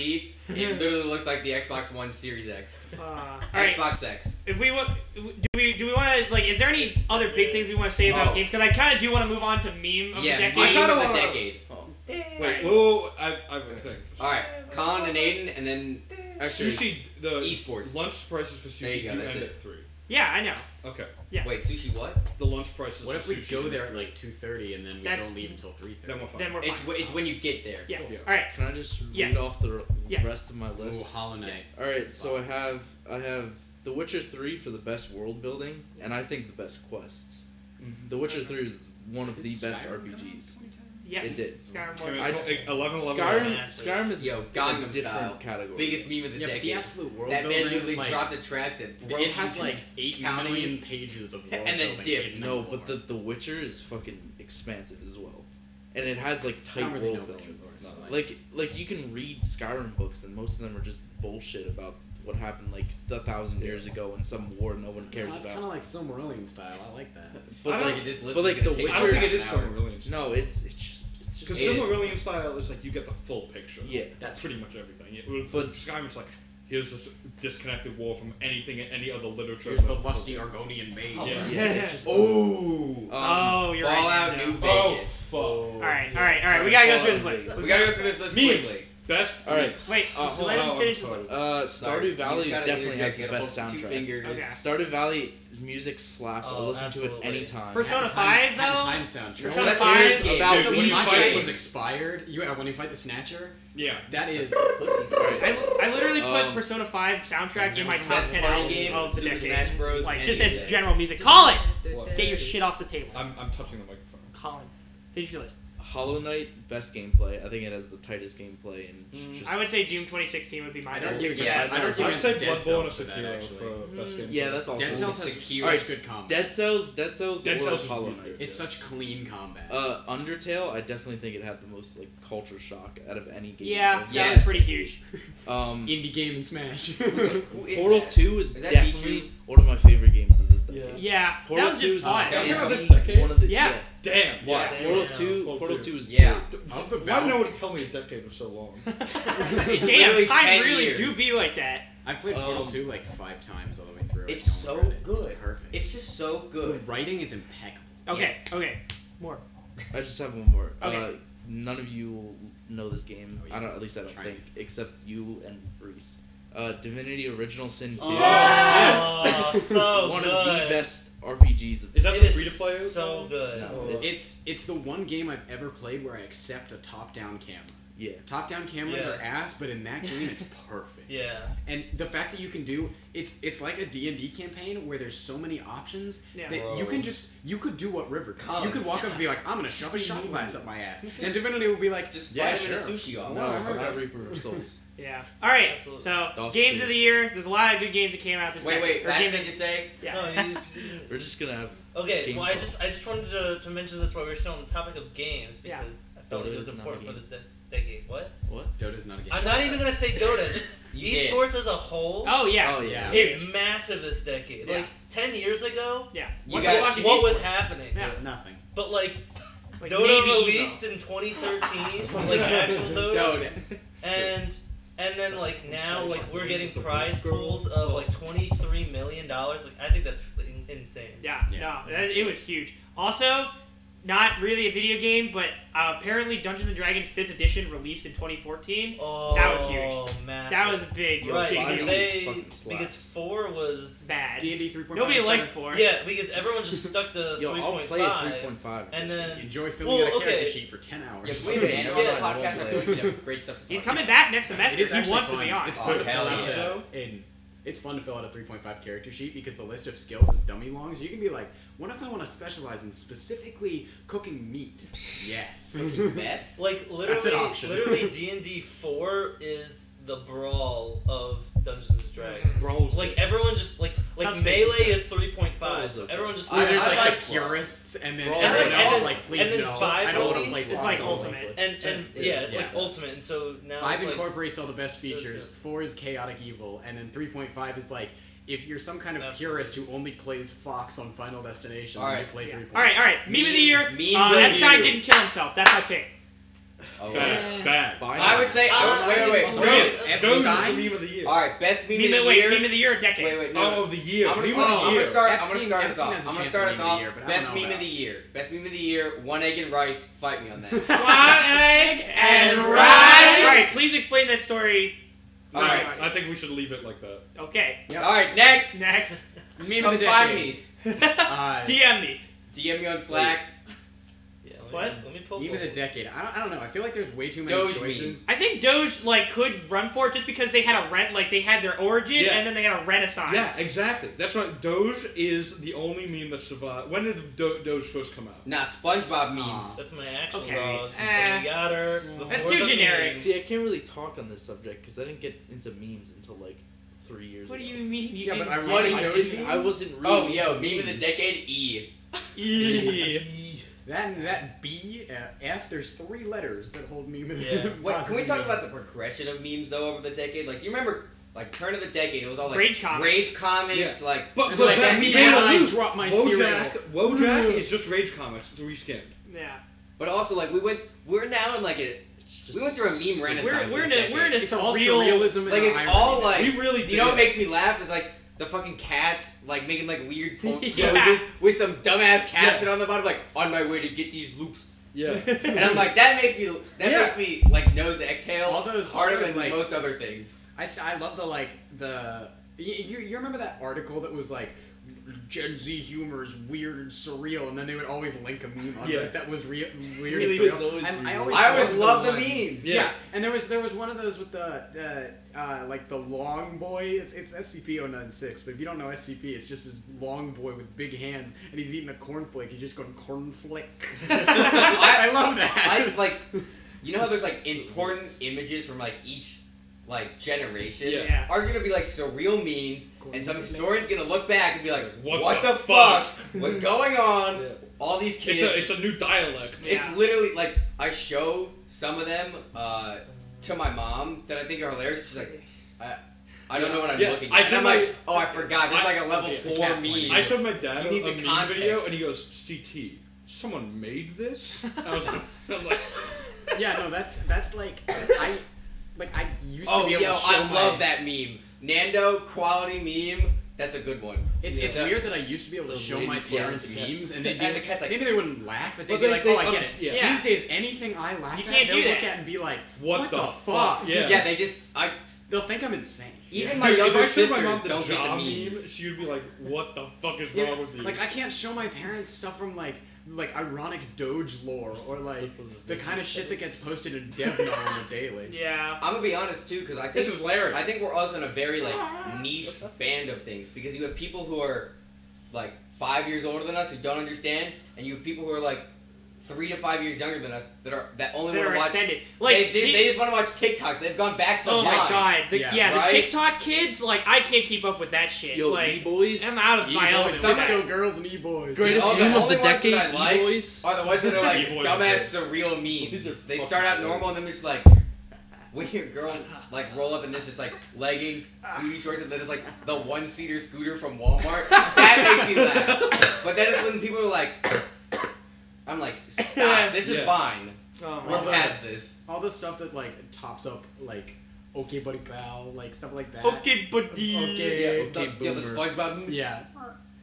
Speaker 5: it literally looks like the Xbox One Series X.
Speaker 1: Uh, all right.
Speaker 5: Xbox X.
Speaker 1: If we wa- do we do we want to like is there any other big things we want to say about
Speaker 5: Oh.
Speaker 1: games? Because I kind of do want to move on to meme of
Speaker 5: yeah,
Speaker 1: the decade.
Speaker 5: game
Speaker 6: kinda
Speaker 5: of the
Speaker 6: wanna-
Speaker 5: decade.
Speaker 6: Wait, whoa, whoa, whoa, I, I have a thing.
Speaker 5: Alright, Colin and Aiden, and then. Actually,
Speaker 6: Sushi, the
Speaker 5: Esports.
Speaker 6: lunch prices for
Speaker 5: There you
Speaker 6: sushi
Speaker 5: go,
Speaker 6: do
Speaker 5: that's
Speaker 6: end
Speaker 5: it.
Speaker 6: at three.
Speaker 1: Yeah, I know.
Speaker 6: Okay,
Speaker 5: Wait, sushi what?
Speaker 6: the lunch prices.
Speaker 2: What
Speaker 6: for
Speaker 2: if we
Speaker 6: sushi
Speaker 2: go
Speaker 6: do-
Speaker 2: there at like 2:30 and then we
Speaker 1: That's-
Speaker 2: don't leave until 3:30?
Speaker 6: Then we're fine.
Speaker 1: Then we're fine.
Speaker 5: It's, wh- it's when you get there.
Speaker 1: yeah.
Speaker 6: Yeah.
Speaker 1: All right.
Speaker 3: Can I just read
Speaker 1: Yes.
Speaker 3: off the r-
Speaker 1: Yes.
Speaker 3: rest of my list?
Speaker 2: Ooh, Hollow Knight.
Speaker 3: All right, so I have I have The Witcher Three for the best world building, and I think the best quests.
Speaker 6: Mhm.
Speaker 3: The Witcher
Speaker 1: Okay.
Speaker 3: Three is one of
Speaker 2: Did
Speaker 3: the best
Speaker 2: Skyrim come out
Speaker 3: RPGs.
Speaker 2: 2010?
Speaker 1: Yes.
Speaker 3: It did.
Speaker 1: Skyrim
Speaker 6: Can we
Speaker 1: was-
Speaker 3: I-
Speaker 6: talk- like, 11, 11,
Speaker 3: Skyrim,
Speaker 6: 11.
Speaker 3: Skyrim is
Speaker 5: Yo,
Speaker 3: in
Speaker 5: Gangnam
Speaker 3: a different
Speaker 5: Style.
Speaker 3: category.
Speaker 5: Biggest meme of the
Speaker 2: Yeah, but
Speaker 5: decade.
Speaker 2: the absolute world
Speaker 5: that man
Speaker 2: building.
Speaker 5: literally
Speaker 2: like,
Speaker 5: dropped a track that broke
Speaker 2: it has
Speaker 5: YouTube's
Speaker 2: like eight million
Speaker 5: counting.
Speaker 2: pages of world
Speaker 5: And then
Speaker 2: building
Speaker 5: dipped.
Speaker 2: in
Speaker 3: No,
Speaker 2: that
Speaker 3: but the
Speaker 2: lore.
Speaker 3: The Witcher is fucking expansive as well, and it has like tight
Speaker 2: really know
Speaker 3: world
Speaker 2: Witcher
Speaker 3: building.
Speaker 2: lore, so,
Speaker 3: No,
Speaker 2: like-
Speaker 3: like like you can read Skyrim books, and most of them are just bullshit about what happened like a thousand years ago in some war no one cares
Speaker 2: No, it's
Speaker 3: about.
Speaker 2: kind of like Silmarillion style. I like that.
Speaker 3: But
Speaker 6: I don't-
Speaker 3: like,
Speaker 5: Like, it is
Speaker 3: but,
Speaker 5: listed
Speaker 3: like,
Speaker 5: as gonna
Speaker 3: The
Speaker 5: take
Speaker 6: I don't
Speaker 3: Witcher-
Speaker 6: think it is
Speaker 5: half an hour.
Speaker 6: Silmarillion.
Speaker 3: no, it's it's just it's
Speaker 6: Because
Speaker 3: just
Speaker 5: It-
Speaker 6: Silmarillion style is like you get the full picture.
Speaker 3: Yeah.
Speaker 6: that's pretty much everything. Yeah, with-
Speaker 3: But-
Speaker 6: with Skyrim's like here's this disconnected war from anything in any other literature.
Speaker 2: Here's the
Speaker 6: But-
Speaker 2: lusty Argonian mage.
Speaker 6: Yeah.
Speaker 3: yeah, it's just
Speaker 5: Oh!
Speaker 3: um,
Speaker 1: oh, you're
Speaker 5: Fallout
Speaker 1: right.
Speaker 5: New
Speaker 1: Nintendo.
Speaker 5: Vegas.
Speaker 6: Oh fuck!
Speaker 1: All right. All right. All right. We gotta go through this list.
Speaker 5: We
Speaker 1: Let's-
Speaker 5: gotta go through this list
Speaker 6: Memes.
Speaker 5: quickly.
Speaker 6: Best.
Speaker 3: All right.
Speaker 1: Wait.
Speaker 3: Uh,
Speaker 1: let
Speaker 6: hold
Speaker 1: him
Speaker 6: on,
Speaker 1: finish this
Speaker 6: I'm
Speaker 1: list.
Speaker 3: Uh,
Speaker 5: Sorry,
Speaker 3: Stardew
Speaker 5: you
Speaker 3: Valley
Speaker 5: just
Speaker 3: is
Speaker 5: gotta
Speaker 3: definitely has
Speaker 5: interject,
Speaker 3: the
Speaker 5: get a
Speaker 3: best
Speaker 5: whole two
Speaker 3: soundtrack.
Speaker 5: fingers.
Speaker 1: Okay.
Speaker 3: Stardew Valley music slaps. I'll
Speaker 4: Oh,
Speaker 3: listen to it
Speaker 4: absolutely.
Speaker 3: anytime.
Speaker 1: Persona-
Speaker 2: Had a
Speaker 1: five,
Speaker 2: had a
Speaker 1: though?
Speaker 2: Time soundtrack.
Speaker 1: Persona
Speaker 3: no one
Speaker 1: five
Speaker 3: cares
Speaker 5: games.
Speaker 3: about
Speaker 2: Dude, when
Speaker 3: Wii
Speaker 2: my
Speaker 3: Fight.
Speaker 2: shit was expired, you yeah, when you fight the Snatcher,
Speaker 6: Yeah.
Speaker 2: that is
Speaker 5: Pussies.
Speaker 1: I, I literally put
Speaker 3: Um,
Speaker 1: Persona 5 soundtrack in my
Speaker 2: Best
Speaker 1: top 10
Speaker 5: party
Speaker 1: albums
Speaker 5: game,
Speaker 1: of the
Speaker 5: Super
Speaker 1: decade.
Speaker 5: Smash Bros,
Speaker 1: Like,
Speaker 5: any
Speaker 1: just
Speaker 5: day.
Speaker 1: as general music. Colin!
Speaker 6: What?
Speaker 1: Get your shit off the table.
Speaker 6: I'm I'm touching the microphone.
Speaker 1: Colin, finish your list.
Speaker 3: Hollow Knight best gameplay. I think it has the tightest gameplay and it's just
Speaker 1: I would say June 2016 would be my
Speaker 2: I don't
Speaker 1: vote.
Speaker 2: give
Speaker 5: Yeah,
Speaker 2: yeah, I don't give
Speaker 6: I'd
Speaker 2: it
Speaker 6: say
Speaker 2: to Dead
Speaker 6: Bloodborne
Speaker 2: Cells
Speaker 6: is
Speaker 2: for that
Speaker 6: Sekiro
Speaker 2: actually.
Speaker 6: for best game.
Speaker 3: yeah, that's all.
Speaker 2: Dead Cells has
Speaker 3: Sekiro-
Speaker 2: huge
Speaker 3: Alright,
Speaker 2: good combat.
Speaker 3: Dead Cells, Dead Cells,
Speaker 6: Dead
Speaker 3: or
Speaker 6: Cells is
Speaker 3: Hollow
Speaker 6: really
Speaker 3: Knight.
Speaker 6: good.
Speaker 2: it's such clean combat.
Speaker 3: Uh, Undertale, I definitely think it had the most like culture shock out of any game.
Speaker 1: Yeah,
Speaker 3: That's-
Speaker 1: that
Speaker 5: Yes.
Speaker 1: was pretty huge.
Speaker 3: Um,
Speaker 2: Indie game Smash.
Speaker 5: Who is
Speaker 3: Portal
Speaker 5: that?
Speaker 3: Two is
Speaker 5: Is that
Speaker 3: definitely one of my favorite games of this decade.
Speaker 1: Yeah,
Speaker 3: Portal
Speaker 1: that was
Speaker 3: 2
Speaker 1: just
Speaker 3: is
Speaker 1: fun.
Speaker 5: okay.
Speaker 3: is
Speaker 5: Yeah,
Speaker 6: this
Speaker 3: the-
Speaker 6: decade.
Speaker 3: one of the
Speaker 1: Yeah.
Speaker 6: Damn.
Speaker 5: Yeah.
Speaker 6: Why?
Speaker 3: Portal
Speaker 4: Yeah.
Speaker 3: Two,
Speaker 6: Portal
Speaker 3: Portal
Speaker 6: two.
Speaker 3: Two is
Speaker 5: Yeah.
Speaker 3: great.
Speaker 1: Oh.
Speaker 2: Of the
Speaker 6: Why
Speaker 2: Valve-
Speaker 6: did nobody tell me a decade was so long?
Speaker 5: It's
Speaker 1: Damn,
Speaker 5: literally
Speaker 1: time
Speaker 5: 10
Speaker 1: really
Speaker 5: years.
Speaker 1: do be like that.
Speaker 2: I've played Portal
Speaker 3: Um,
Speaker 2: 2 like five times all the way through. I
Speaker 5: It's
Speaker 2: don't
Speaker 5: so
Speaker 2: regret it.
Speaker 5: good.
Speaker 2: Perfect.
Speaker 5: It's just so
Speaker 2: the
Speaker 5: good.
Speaker 2: writing is impeccable.
Speaker 1: Okay, okay. More.
Speaker 3: I just have one more.
Speaker 1: Okay.
Speaker 3: Uh, none of you will know this game.
Speaker 2: Oh, yeah.
Speaker 3: I don't. At least I don't
Speaker 2: Try
Speaker 3: think, except you and Reese. Uh, Divinity: Original Sin Two.
Speaker 1: Oh!
Speaker 4: Yes!
Speaker 2: Yes!
Speaker 4: Oh, so
Speaker 3: Oh, One
Speaker 4: good.
Speaker 3: of the best RPGs of this
Speaker 6: Is that
Speaker 4: It
Speaker 6: the
Speaker 4: is
Speaker 6: free to play?
Speaker 4: So good.
Speaker 3: No.
Speaker 6: Oh,
Speaker 2: It's it's the one game I've ever played where I accept a top-down camera.
Speaker 3: Yeah.
Speaker 2: Top-down cameras
Speaker 4: Yes.
Speaker 2: are ass, but in that game it's perfect.
Speaker 4: Yeah.
Speaker 2: And the fact that you can do it's it's like a D&D campaign where there's so many options
Speaker 1: Yeah.
Speaker 2: that you can just you could do what River does. You could
Speaker 5: Collins.
Speaker 2: walk up and be like, "I'm going to shove a shot glass up my ass." And Divinity would be like,
Speaker 5: Just
Speaker 2: "Yeah,
Speaker 5: yeah,
Speaker 2: sure."
Speaker 5: a sushi off.
Speaker 3: No,
Speaker 2: I
Speaker 3: not
Speaker 2: heard that.
Speaker 3: Reaper of Souls.
Speaker 1: Yeah. All right.
Speaker 4: Absolutely.
Speaker 1: So
Speaker 3: Dawson
Speaker 1: games
Speaker 3: Creek.
Speaker 1: of the year. There's a lot of good games that came out this
Speaker 5: Wait,
Speaker 1: decade.
Speaker 5: wait,
Speaker 1: Or
Speaker 5: last
Speaker 1: games
Speaker 5: thing to say?
Speaker 1: that- yeah.
Speaker 4: No, you just-
Speaker 3: We're just gonna have.
Speaker 4: okay.
Speaker 3: Game
Speaker 4: well, I
Speaker 3: Pro.
Speaker 4: just I just wanted to, to mention this while we were still on the topic of games
Speaker 1: Yeah.
Speaker 4: because I felt
Speaker 3: Dota
Speaker 4: like it was
Speaker 3: is not a
Speaker 4: important for the
Speaker 3: game.
Speaker 4: de- decade. What?
Speaker 2: Dota's not a game.
Speaker 4: I'm not even gonna say Dota. Just
Speaker 5: You did.
Speaker 4: esports as a whole
Speaker 1: Oh yeah.
Speaker 3: Oh
Speaker 2: Yeah.
Speaker 3: yeah.
Speaker 4: is massive this decade.
Speaker 1: Yeah.
Speaker 4: Like ten years ago,
Speaker 1: Yeah.
Speaker 5: You
Speaker 1: What-
Speaker 5: guys-
Speaker 1: watching
Speaker 4: what
Speaker 1: esports.
Speaker 4: was
Speaker 5: Oh.
Speaker 4: happening?
Speaker 1: Yeah.
Speaker 2: Nothing.
Speaker 4: But like,
Speaker 1: Like,
Speaker 4: Dota
Speaker 1: maybe Evo.
Speaker 4: released in 2013, like actual Dota,
Speaker 5: Dota.
Speaker 4: and and then like now like we're getting prize pools of like 23 million dollars. Like I think that's in- insane.
Speaker 1: Yeah,
Speaker 2: Yeah.
Speaker 1: no, that, it was huge. Also, not really a video game, but uh, apparently Dungeons and Dragons 5th Edition released in 2014.
Speaker 4: Oh,
Speaker 1: That was huge.
Speaker 4: Massive.
Speaker 1: That was a big,
Speaker 3: Yo,
Speaker 4: right
Speaker 1: big
Speaker 4: because
Speaker 1: deal.
Speaker 3: Finally,
Speaker 4: they
Speaker 3: it's fucking slaps.
Speaker 4: because four was
Speaker 1: Bad.
Speaker 2: D&D 3.5.
Speaker 1: Nobody
Speaker 2: is
Speaker 1: liked
Speaker 2: better.
Speaker 1: 4.
Speaker 4: yeah because everyone just stuck to
Speaker 3: Yo, I'll play it
Speaker 4: 3.5
Speaker 3: 3.5.
Speaker 4: and then
Speaker 2: Enjoy filling
Speaker 4: Well,
Speaker 2: out a character
Speaker 4: okay.
Speaker 2: sheet for 10 hours.
Speaker 5: Yeah,
Speaker 3: Just
Speaker 5: wait a
Speaker 3: wait,
Speaker 5: minute.
Speaker 3: no,
Speaker 5: On the
Speaker 4: no,
Speaker 5: podcast,
Speaker 3: no,
Speaker 5: I feel like we have great stuff to talk
Speaker 1: He's coming
Speaker 5: about.
Speaker 1: back next
Speaker 2: It
Speaker 1: semester.
Speaker 2: is
Speaker 1: He
Speaker 2: actually
Speaker 1: wants to
Speaker 2: fun.
Speaker 1: be on.
Speaker 2: It's
Speaker 5: Oh,
Speaker 2: fun to
Speaker 5: hell
Speaker 2: fill out
Speaker 5: yeah.
Speaker 2: the- in it's fun to fill out a 3.5 character sheet because the list of skills is dummy long. So you can be like, what if I want to specialize in specifically cooking meat? Yes.
Speaker 5: Meth?
Speaker 4: Like
Speaker 2: That's an
Speaker 4: literally,
Speaker 2: option.
Speaker 4: literally D and D four is the brawl of Dungeons and
Speaker 1: Mm-hmm.
Speaker 4: Dragons.
Speaker 6: Brawl's
Speaker 4: Like everyone just like like
Speaker 1: Some
Speaker 4: melee
Speaker 1: places-
Speaker 4: is three point five,
Speaker 3: Brawl's
Speaker 4: so
Speaker 3: okay.
Speaker 4: everyone just
Speaker 2: So
Speaker 4: like,
Speaker 2: there's
Speaker 4: I
Speaker 2: like,
Speaker 4: like
Speaker 2: the purists, and then
Speaker 3: Brawl.
Speaker 2: everyone
Speaker 4: And then-
Speaker 2: else
Speaker 4: and
Speaker 2: is like,
Speaker 4: then-
Speaker 2: please
Speaker 4: and then
Speaker 2: no,
Speaker 4: five
Speaker 2: I don't want to play
Speaker 4: release
Speaker 1: is
Speaker 2: Fox
Speaker 1: like
Speaker 2: Ultimate.
Speaker 1: ultimate.
Speaker 4: and and
Speaker 5: Yeah,
Speaker 4: yeah, it's
Speaker 2: yeah.
Speaker 4: like ultimate, and so now
Speaker 2: Five
Speaker 4: it's like,
Speaker 2: incorporates all the best
Speaker 4: That's
Speaker 2: features.
Speaker 4: good.
Speaker 2: Four is chaotic evil, and then three point five is like if you're some kind of
Speaker 4: Absolutely.
Speaker 2: purist who only plays Fox on Final Destination,
Speaker 5: All
Speaker 2: then
Speaker 5: right,
Speaker 2: you play
Speaker 1: Yeah.
Speaker 2: three.
Speaker 1: All right, all right. Meme of the year.
Speaker 5: Meme
Speaker 1: uh,
Speaker 5: of
Speaker 1: that
Speaker 5: the
Speaker 1: guy
Speaker 5: year.
Speaker 1: didn't kill himself. That's my pick.
Speaker 5: Oh,
Speaker 6: Bad.
Speaker 5: yeah.
Speaker 6: Bad.
Speaker 3: Buy
Speaker 5: I
Speaker 3: now.
Speaker 5: would
Speaker 1: Uh,
Speaker 5: say. oh,
Speaker 4: Ah,
Speaker 5: wait, wait,
Speaker 4: I
Speaker 5: wait.
Speaker 4: didn't-
Speaker 5: wait.
Speaker 4: Those-
Speaker 5: Epstein?
Speaker 6: Those are the
Speaker 5: All
Speaker 6: meme of the year.
Speaker 5: right, best meme,
Speaker 1: Meme
Speaker 5: of
Speaker 1: of,
Speaker 5: the
Speaker 1: wait,
Speaker 5: year.
Speaker 1: meme of the year, decade.
Speaker 5: Wait, wait, no.
Speaker 6: Oh, of the year.
Speaker 5: I'm gonna,
Speaker 6: Meme of
Speaker 5: start,
Speaker 6: the
Speaker 5: I'm
Speaker 6: year.
Speaker 5: gonna start. I'm
Speaker 2: Epstein-
Speaker 5: gonna start
Speaker 2: Epstein
Speaker 5: us off.
Speaker 2: has a
Speaker 5: I'm gonna
Speaker 2: chance
Speaker 5: start
Speaker 2: of
Speaker 5: us
Speaker 2: meme of the
Speaker 5: off.
Speaker 2: year, but I don't
Speaker 5: Best
Speaker 2: know
Speaker 5: meme of
Speaker 2: about-
Speaker 5: the year. Best meme of the year. One egg and rice. Fight me on that.
Speaker 1: One egg and
Speaker 4: And
Speaker 1: rice.
Speaker 4: rice.
Speaker 1: All right, please explain that story.
Speaker 6: No,
Speaker 5: All right.
Speaker 6: I think we should leave it like that.
Speaker 1: Okay,
Speaker 5: All right, next.
Speaker 1: next.
Speaker 2: Meme of
Speaker 5: Come
Speaker 2: the
Speaker 5: find
Speaker 2: decade.
Speaker 5: me.
Speaker 2: Uh,
Speaker 1: DM me.
Speaker 5: DM me on Slack.
Speaker 4: Yeah, let me-
Speaker 1: What?
Speaker 4: Let me pull.
Speaker 2: meme of the decade. I don't, I don't know. I feel like there's way too many
Speaker 5: Doge
Speaker 2: choices.
Speaker 1: I think Doge like could run for it just because they had a rent, like they had their origin
Speaker 6: Yeah.
Speaker 1: and then they had a renaissance.
Speaker 6: Yeah, exactly. That's right. Doge is the only meme that survived. When did Do- Doge first come out?
Speaker 5: Nah, SpongeBob memes.
Speaker 2: Aw.
Speaker 4: That's my action
Speaker 1: Okay,
Speaker 4: laws.
Speaker 1: eh.
Speaker 4: we got her.
Speaker 1: That's
Speaker 4: before
Speaker 1: too
Speaker 4: the
Speaker 1: generic.
Speaker 4: meme.
Speaker 3: See, I can't really talk on this subject because I didn't get into memes until like three years
Speaker 1: What do
Speaker 3: ago.
Speaker 1: you mean? You
Speaker 2: Yeah, but
Speaker 1: didn't
Speaker 2: I
Speaker 1: get
Speaker 2: wanted
Speaker 1: it?
Speaker 3: I,
Speaker 2: Doge
Speaker 3: didn't, I
Speaker 2: memes?
Speaker 3: wasn't really.
Speaker 5: Oh, yo,
Speaker 3: into
Speaker 5: meme of the
Speaker 3: memes.
Speaker 5: decade E.
Speaker 1: Yeah.
Speaker 2: That and that B uh, F. There's three letters that hold meme. of the-
Speaker 4: Yeah.
Speaker 5: Wait, can we
Speaker 2: positive
Speaker 5: talk
Speaker 2: meme.
Speaker 5: about the progression of memes though over the decade? Like you remember, like turn of the decade, it was all like
Speaker 1: Rage comics.
Speaker 5: rage comics, like
Speaker 6: But-
Speaker 5: it was
Speaker 6: but
Speaker 5: like
Speaker 6: that
Speaker 5: that
Speaker 2: Me
Speaker 6: meme-
Speaker 5: meme-
Speaker 2: and I
Speaker 6: Wojak-
Speaker 2: drop my cereal.
Speaker 6: Wojak, Wojak is just Rage Comics. It's reskinned.
Speaker 1: yeah.
Speaker 5: But also like we went, we're now in like a
Speaker 3: It's just
Speaker 5: we went through a meme
Speaker 3: so-
Speaker 5: renaissance.
Speaker 1: We're, we're, in
Speaker 5: this
Speaker 1: a, we're in a
Speaker 2: It's all
Speaker 1: surreal.
Speaker 2: surrealism. and
Speaker 5: Like it's
Speaker 2: irony.
Speaker 5: all like
Speaker 6: We really did
Speaker 5: You know what
Speaker 6: it.
Speaker 5: makes me laugh is like the fucking cats like making like weird po- poses
Speaker 1: Yeah.
Speaker 5: with some dumbass caption on the bottom like on my way to get these loops,
Speaker 6: Yeah.
Speaker 5: and I'm like that makes me that
Speaker 6: Yeah.
Speaker 5: makes me like nose exhale
Speaker 2: All those- all
Speaker 5: harder
Speaker 2: those,
Speaker 5: than
Speaker 2: like-
Speaker 5: most other things.
Speaker 2: I, s- I love the like the y- you, you remember that article that was like Gen Z humor is weird and surreal, and then they would always link a meme under
Speaker 6: Yeah.
Speaker 2: it that was rea- weird
Speaker 3: Really
Speaker 2: and
Speaker 3: was
Speaker 2: surreal.
Speaker 3: always
Speaker 2: And I
Speaker 3: weird.
Speaker 2: always,
Speaker 5: I always
Speaker 2: loved
Speaker 5: love the
Speaker 2: one-
Speaker 5: memes.
Speaker 2: Yeah.
Speaker 6: Yeah.
Speaker 2: and there was there was one of those with the the uh, like the long boy. It's it's SCP 096, but if you don't know SCP, it's just this long boy with big hands, and he's eating a cornflake. He's just going cornflake. I, I love that.
Speaker 5: I like, you know how there's like important images from like each like generation.
Speaker 6: Yeah.
Speaker 1: Yeah.
Speaker 5: Are gonna be like surreal memes, and some historian's gonna look back and be like,
Speaker 6: What
Speaker 5: "What,
Speaker 6: the
Speaker 5: the,
Speaker 6: fuck?
Speaker 5: fuck? What's going on?
Speaker 6: Yeah.
Speaker 5: All these
Speaker 6: Mhm. It's
Speaker 5: kids."
Speaker 6: a, it's a new dialect.
Speaker 5: It's
Speaker 1: Yeah.
Speaker 5: literally like I show some of them uh, to my mom that I think are hilarious. She's like, "I, I don't know what I'm
Speaker 6: Yeah,
Speaker 5: looking
Speaker 6: I
Speaker 5: at." and
Speaker 6: show
Speaker 5: I'm
Speaker 6: my-
Speaker 5: like, "Oh, I forgot. This is like a level
Speaker 6: Yeah,
Speaker 5: four
Speaker 2: cat
Speaker 5: meme."
Speaker 2: point.
Speaker 6: I showed my dad
Speaker 5: You
Speaker 6: a,
Speaker 5: need
Speaker 6: a
Speaker 5: the
Speaker 6: meme
Speaker 5: context.
Speaker 6: video, and he goes, "CT, someone made this." I was like, I'm like,
Speaker 2: yeah, no, that's that's like I like I used to
Speaker 5: oh,
Speaker 2: be
Speaker 5: yo,
Speaker 2: able to show
Speaker 5: I
Speaker 2: my-
Speaker 5: love that meme. Nando quality meme. That's a good one.
Speaker 2: It's, it's
Speaker 5: Yeah.
Speaker 2: weird that I used to be able to
Speaker 3: The
Speaker 2: show
Speaker 3: lady-
Speaker 2: my
Speaker 5: yeah.
Speaker 2: parents
Speaker 3: Yeah.
Speaker 2: memes, and they'd be
Speaker 5: And the
Speaker 2: like-
Speaker 5: cat's like-
Speaker 2: maybe they wouldn't laugh, but they'd
Speaker 6: But
Speaker 2: be
Speaker 6: they-
Speaker 2: like,
Speaker 6: they
Speaker 2: "Oh, I get it."
Speaker 6: understand.
Speaker 1: Yeah.
Speaker 2: These days, anything I laugh
Speaker 1: You
Speaker 2: at,
Speaker 1: can't
Speaker 2: they'll
Speaker 1: do
Speaker 2: look
Speaker 1: that.
Speaker 2: at and be like,
Speaker 6: "What, the, fuck?"
Speaker 5: Yeah. they just I
Speaker 2: They'll think I'm insane.
Speaker 5: even
Speaker 6: Dude,
Speaker 5: my
Speaker 6: if I
Speaker 5: younger
Speaker 6: showed
Speaker 5: sisters
Speaker 6: my mom the
Speaker 5: don't
Speaker 6: Ja
Speaker 5: get the
Speaker 6: meme,
Speaker 5: memes.
Speaker 6: she would be like, "What the fuck is
Speaker 2: Yeah,
Speaker 6: wrong with you?"
Speaker 2: like I can't show my parents stuff from like like ironic Doge lore or like the kind of shit that gets posted in DevNar on the daily.
Speaker 1: Yeah.
Speaker 5: I'm gonna be honest too, because I think
Speaker 6: this is Larry.
Speaker 5: I think we're also in a very like niche band of things because you have people who are like five years older than us who don't understand, and you have people who are like three to five years younger than us that are that only
Speaker 1: That
Speaker 5: want
Speaker 1: are
Speaker 5: to watch.
Speaker 1: ascended. Like
Speaker 5: they,
Speaker 1: the-
Speaker 5: they, they just want to watch TikToks. They've gone back to
Speaker 1: Oh my
Speaker 5: Vine.
Speaker 1: god. The, yeah,
Speaker 2: Yeah.
Speaker 1: the
Speaker 5: Right?
Speaker 1: TikTok kids, like I can't keep up with that shit.
Speaker 3: Yo,
Speaker 1: like
Speaker 3: E boys.
Speaker 1: I'm out of my
Speaker 2: Oh,
Speaker 1: element.
Speaker 2: it's
Speaker 5: Some-
Speaker 2: disco girls and e boys.
Speaker 3: Greatest
Speaker 5: Oh, the
Speaker 3: meme of
Speaker 5: only
Speaker 3: the
Speaker 5: ones that
Speaker 3: decade,
Speaker 5: I like
Speaker 3: E boys.
Speaker 5: Are the ones that are like
Speaker 6: Boy,
Speaker 5: dumbass surreal
Speaker 3: These are
Speaker 5: memes. They start out
Speaker 3: fucking
Speaker 5: normal and then they're just like. When your girl like roll up in this, it's like leggings, booty shorts, and then it's like the one seater scooter from Walmart. That makes me laugh. But then it's when people are like, I'm like, stop. This is
Speaker 6: Yeah.
Speaker 5: fine.
Speaker 1: Oh my
Speaker 5: We're
Speaker 2: Well,
Speaker 1: god.
Speaker 5: past this.
Speaker 2: All the stuff that like tops up like okay buddy pal, like stuff like that.
Speaker 1: Okay, buddy.
Speaker 2: Okay.
Speaker 5: Yeah,
Speaker 2: Okay,
Speaker 5: the, yeah,
Speaker 3: boomer.
Speaker 5: the SpongeBob. meme.
Speaker 2: Yeah.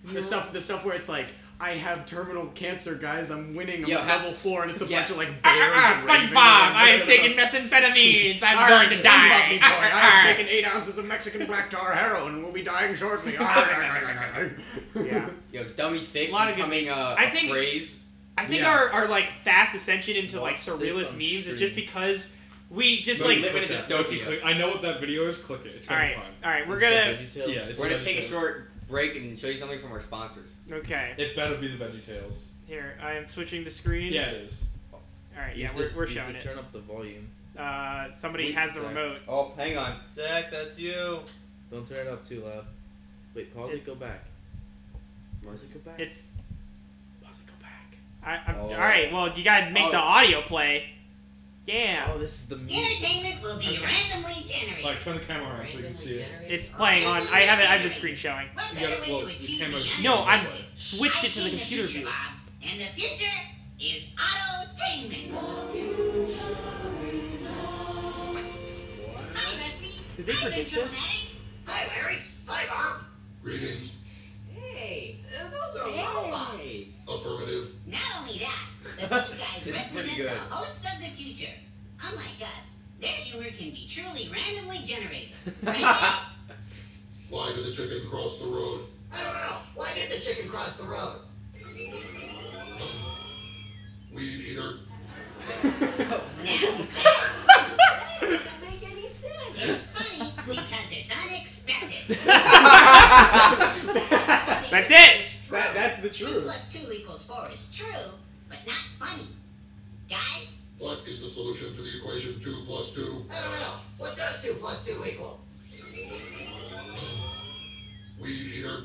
Speaker 2: The stuff the stuff where it's like I have terminal cancer, guys. I'm winning. I'm
Speaker 5: Yeah,
Speaker 2: at
Speaker 5: ha-
Speaker 2: level four, and it's a
Speaker 5: yeah.
Speaker 2: bunch of like
Speaker 1: Ah,
Speaker 2: bears.
Speaker 1: ah, ah,
Speaker 2: raving
Speaker 1: SpongeBob,
Speaker 2: around.
Speaker 1: I am taking methamphetamines. I'm
Speaker 2: Arr,
Speaker 1: going to
Speaker 2: SpongeBob,
Speaker 1: die.
Speaker 2: me boy,
Speaker 1: Ah,
Speaker 2: I
Speaker 1: ah,
Speaker 2: have
Speaker 1: ah.
Speaker 2: taken eight ounces of Mexican black tar heroin. and will be dying shortly. Ah. Arr, arr, arr, arr, arr.
Speaker 1: Yeah.
Speaker 5: Yo, dummy thick
Speaker 1: A lot of good-
Speaker 5: becoming uh,
Speaker 1: I
Speaker 5: a
Speaker 1: think-
Speaker 5: phrase.
Speaker 1: I think
Speaker 2: Yeah.
Speaker 1: our, our like fast ascension into
Speaker 3: Watch
Speaker 1: like
Speaker 3: this
Speaker 1: surrealist
Speaker 3: on
Speaker 1: memes is
Speaker 3: stream.
Speaker 1: just because we just
Speaker 5: But
Speaker 1: like.
Speaker 5: Limited
Speaker 6: Click
Speaker 5: to
Speaker 6: that.
Speaker 5: Snopia.
Speaker 6: Click- I know what that video is. Click it. It's
Speaker 1: all
Speaker 6: gonna
Speaker 1: right,
Speaker 6: be fine.
Speaker 1: all right, we're
Speaker 3: It's
Speaker 1: gonna.
Speaker 3: the VeggieTales.
Speaker 6: Yeah, it's-
Speaker 5: We're gonna
Speaker 6: Veggie
Speaker 5: take a
Speaker 6: Tales.
Speaker 5: short break and show you something from our sponsors.
Speaker 1: Okay,
Speaker 6: It better be the Veggie Tales.
Speaker 1: here I am switching the screen.
Speaker 6: Yeah, it is.
Speaker 1: All right,
Speaker 3: You
Speaker 1: yeah,
Speaker 3: have
Speaker 1: we're,
Speaker 3: to-
Speaker 1: we're
Speaker 3: you have
Speaker 1: showing
Speaker 3: to
Speaker 1: it.
Speaker 3: Turn up the volume.
Speaker 1: Uh, somebody
Speaker 3: Wait,
Speaker 1: has the
Speaker 3: sorry.
Speaker 1: remote.
Speaker 5: Oh, hang on.
Speaker 4: Zach, that's you.
Speaker 3: Don't turn it up too loud. Wait, pause it.
Speaker 1: It-
Speaker 3: Go back. Pause it. Go back.
Speaker 1: It's.
Speaker 3: pause it. Go back.
Speaker 1: I, I'm,
Speaker 5: Oh.
Speaker 1: All right, well, you gotta make the
Speaker 5: Oh.
Speaker 1: audio play. Yeah.
Speaker 3: Oh, this is the music.
Speaker 7: Entertainment will be
Speaker 1: Okay.
Speaker 7: randomly generated.
Speaker 6: Like turn the camera on so you can see it.
Speaker 1: It's playing on. I have it. I have the screen showing.
Speaker 7: What
Speaker 6: You
Speaker 7: better
Speaker 6: gotta-
Speaker 7: way
Speaker 6: well,
Speaker 7: to
Speaker 6: the
Speaker 7: achieve
Speaker 6: camera
Speaker 7: the
Speaker 6: is-
Speaker 7: end
Speaker 1: No,
Speaker 7: goal?
Speaker 1: I'm switched
Speaker 7: I've
Speaker 1: it to the
Speaker 7: seen
Speaker 1: computer
Speaker 7: future,
Speaker 1: view.
Speaker 7: Bob, and the future is autotainment. Hi, Rusty.
Speaker 1: Did they
Speaker 7: Hi,
Speaker 1: predict
Speaker 7: Ventura
Speaker 1: this?
Speaker 7: Matic. Hi, Larry. Hi, Bob. Hey, those are robots.
Speaker 8: Affirmative.
Speaker 7: Not only that, but these guys
Speaker 5: This is pretty
Speaker 7: represent
Speaker 5: good.
Speaker 7: the hosts of the future. Unlike us, their humor can be truly randomly generated. Right, guys?
Speaker 8: Why did the chicken cross the road?
Speaker 7: I don't know. Why did the chicken cross the road?
Speaker 8: Weed eater.
Speaker 7: Now, that doesn't make any sense. It's funny because it's unexpected.
Speaker 1: That's it.
Speaker 2: That, that's the
Speaker 7: Two
Speaker 2: truth.
Speaker 7: plus two equals four is true, but not funny. Guys?
Speaker 8: What is the solution to the equation 2 plus 2?
Speaker 7: I don't know. What does two plus two equal?
Speaker 8: Weed eater.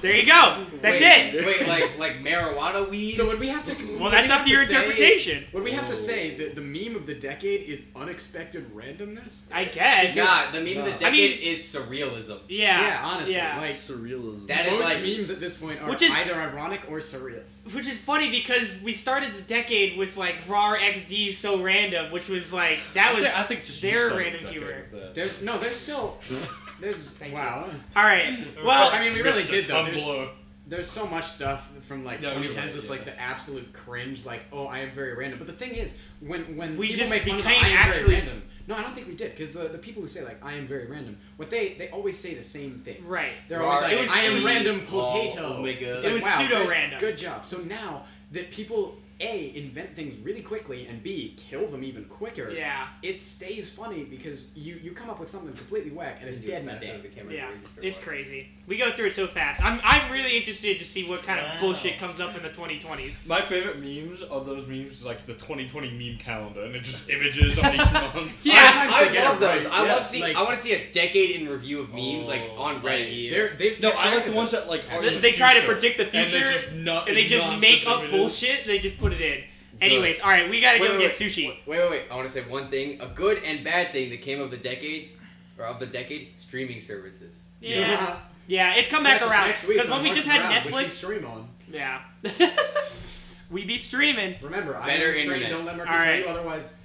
Speaker 1: There you go. That's
Speaker 5: wait,
Speaker 1: it.
Speaker 5: Wait, like like marijuana weed?
Speaker 2: So would we have to?
Speaker 1: Well,
Speaker 2: would
Speaker 1: that's
Speaker 2: we
Speaker 1: up
Speaker 2: have
Speaker 1: to your
Speaker 2: say-
Speaker 1: interpretation.
Speaker 2: Would we have to say that the meme of the decade is unexpected randomness?
Speaker 1: I guess.
Speaker 5: God, the meme of the
Speaker 2: No.
Speaker 5: decade
Speaker 1: I mean-
Speaker 5: is surrealism.
Speaker 1: Yeah.
Speaker 2: honestly,
Speaker 1: yeah.
Speaker 2: like
Speaker 3: surrealism.
Speaker 5: That is
Speaker 2: most
Speaker 5: like
Speaker 2: memes at this point are
Speaker 1: Which is-
Speaker 2: either ironic or surreal.
Speaker 1: Which is funny because we started the decade with like RAR XD so random, which was like that was
Speaker 6: I think, I think just you
Speaker 1: their
Speaker 6: started
Speaker 1: random
Speaker 6: that
Speaker 1: humor.
Speaker 6: bit with that.
Speaker 2: There's no, there's still, there's
Speaker 1: Thank you.
Speaker 2: wow.
Speaker 1: all right. Well,
Speaker 2: I mean, we really
Speaker 6: Mr.
Speaker 2: did though. There's,
Speaker 6: Tumblr.
Speaker 2: there's so much stuff from like
Speaker 6: No, you're
Speaker 2: 2010s
Speaker 6: right,
Speaker 2: that's
Speaker 6: yeah.
Speaker 2: like the absolute cringe. Like, oh, I am very random. But the thing is, when when
Speaker 1: We
Speaker 2: people
Speaker 1: just
Speaker 2: make fun of the,
Speaker 1: became
Speaker 2: I am
Speaker 1: actually-
Speaker 2: very random. No, I don't think we did because the, the people who say like I am very random, what they they always say the same thing.
Speaker 1: Right.
Speaker 2: They're always
Speaker 5: Right.
Speaker 2: like
Speaker 1: It was-
Speaker 2: I
Speaker 1: it
Speaker 2: am
Speaker 1: was-
Speaker 2: random
Speaker 5: Oh,
Speaker 2: potato.
Speaker 5: oh my God.
Speaker 2: It's
Speaker 1: It
Speaker 2: like,
Speaker 1: was
Speaker 2: wow, good-
Speaker 1: pseudo-random.
Speaker 2: Good job. So now that people a invent things really quickly and b kill them even quicker.
Speaker 1: yeah,
Speaker 2: It stays funny because you you come up with something completely whack and it's
Speaker 5: Do it
Speaker 2: dead in a
Speaker 5: fast out
Speaker 2: day.
Speaker 5: of the camera
Speaker 1: yeah,
Speaker 5: before you start
Speaker 1: it's
Speaker 5: walking.
Speaker 1: crazy. We go through it so fast. I'm I'm really interested to see what kind of
Speaker 4: Wow.
Speaker 1: bullshit comes up in the 2020s.
Speaker 6: My favorite memes of those memes is like the 2020 meme calendar, and it just images of each month.
Speaker 1: Yeah.
Speaker 2: Sometimes
Speaker 5: I
Speaker 2: they get
Speaker 5: love
Speaker 2: it right.
Speaker 5: those. I
Speaker 2: Yeah,
Speaker 5: love seeing.
Speaker 2: like-
Speaker 5: I want to see a decade in review of memes like
Speaker 6: Oh,
Speaker 5: on
Speaker 6: right.
Speaker 5: Reddit.
Speaker 2: They're, they've
Speaker 6: No,
Speaker 2: they're
Speaker 6: I like the
Speaker 2: checking
Speaker 6: ones
Speaker 2: those.
Speaker 6: that like are
Speaker 1: They,
Speaker 6: the
Speaker 1: they try to
Speaker 6: future,
Speaker 1: predict the
Speaker 6: and
Speaker 1: future,
Speaker 6: they just, not,
Speaker 1: and they just make up bullshit. They just put it in. Anyways, all right, we gotta go
Speaker 5: Wait, wait,
Speaker 1: get
Speaker 5: wait.
Speaker 1: sushi.
Speaker 5: Wait, wait, wait. I want to say one thing. A good and bad thing that came of the decades, or of the decade, streaming services.
Speaker 1: Yeah, yeah, it's come back
Speaker 2: That's
Speaker 1: around
Speaker 2: next week
Speaker 1: because when
Speaker 2: on
Speaker 1: we
Speaker 2: March
Speaker 1: just had
Speaker 2: Ground, which we
Speaker 1: Netflix,
Speaker 2: stream on.
Speaker 1: yeah, we be streaming.
Speaker 2: Remember, I
Speaker 5: Better
Speaker 2: am streaming.
Speaker 5: internet.
Speaker 2: Don't let Murphy
Speaker 1: All
Speaker 2: tell
Speaker 1: right.
Speaker 2: you otherwise.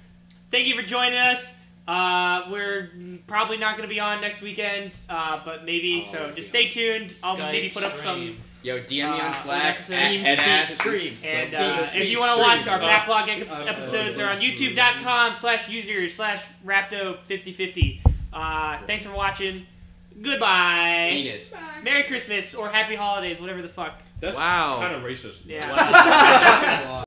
Speaker 1: Thank you for joining us. Uh, we're probably not gonna be on next weekend, uh, but maybe.
Speaker 5: I'll
Speaker 1: so
Speaker 5: always
Speaker 1: just
Speaker 5: be
Speaker 1: stay tuned. I'll
Speaker 4: Skype
Speaker 1: maybe put up some.
Speaker 4: stream.
Speaker 5: Yo, DM me
Speaker 1: Uh,
Speaker 5: on Slack.
Speaker 1: Alexa,
Speaker 5: at-
Speaker 2: Teams
Speaker 5: at- at-
Speaker 2: stream.
Speaker 1: And
Speaker 2: Sub-
Speaker 1: uh,
Speaker 2: Sub-
Speaker 1: if you want to watch our
Speaker 6: Sub-
Speaker 1: backlog ep-
Speaker 6: Uh,
Speaker 1: episodes, they're on
Speaker 6: Sub-
Speaker 1: youtube.com slash user slash rapto5050. Uh, thanks for watching. Goodbye.
Speaker 5: Penis.
Speaker 1: Merry Christmas or Happy Holidays, whatever the fuck.
Speaker 6: That's
Speaker 3: Wow.
Speaker 6: kind of racist.
Speaker 1: Yeah.
Speaker 3: Wow.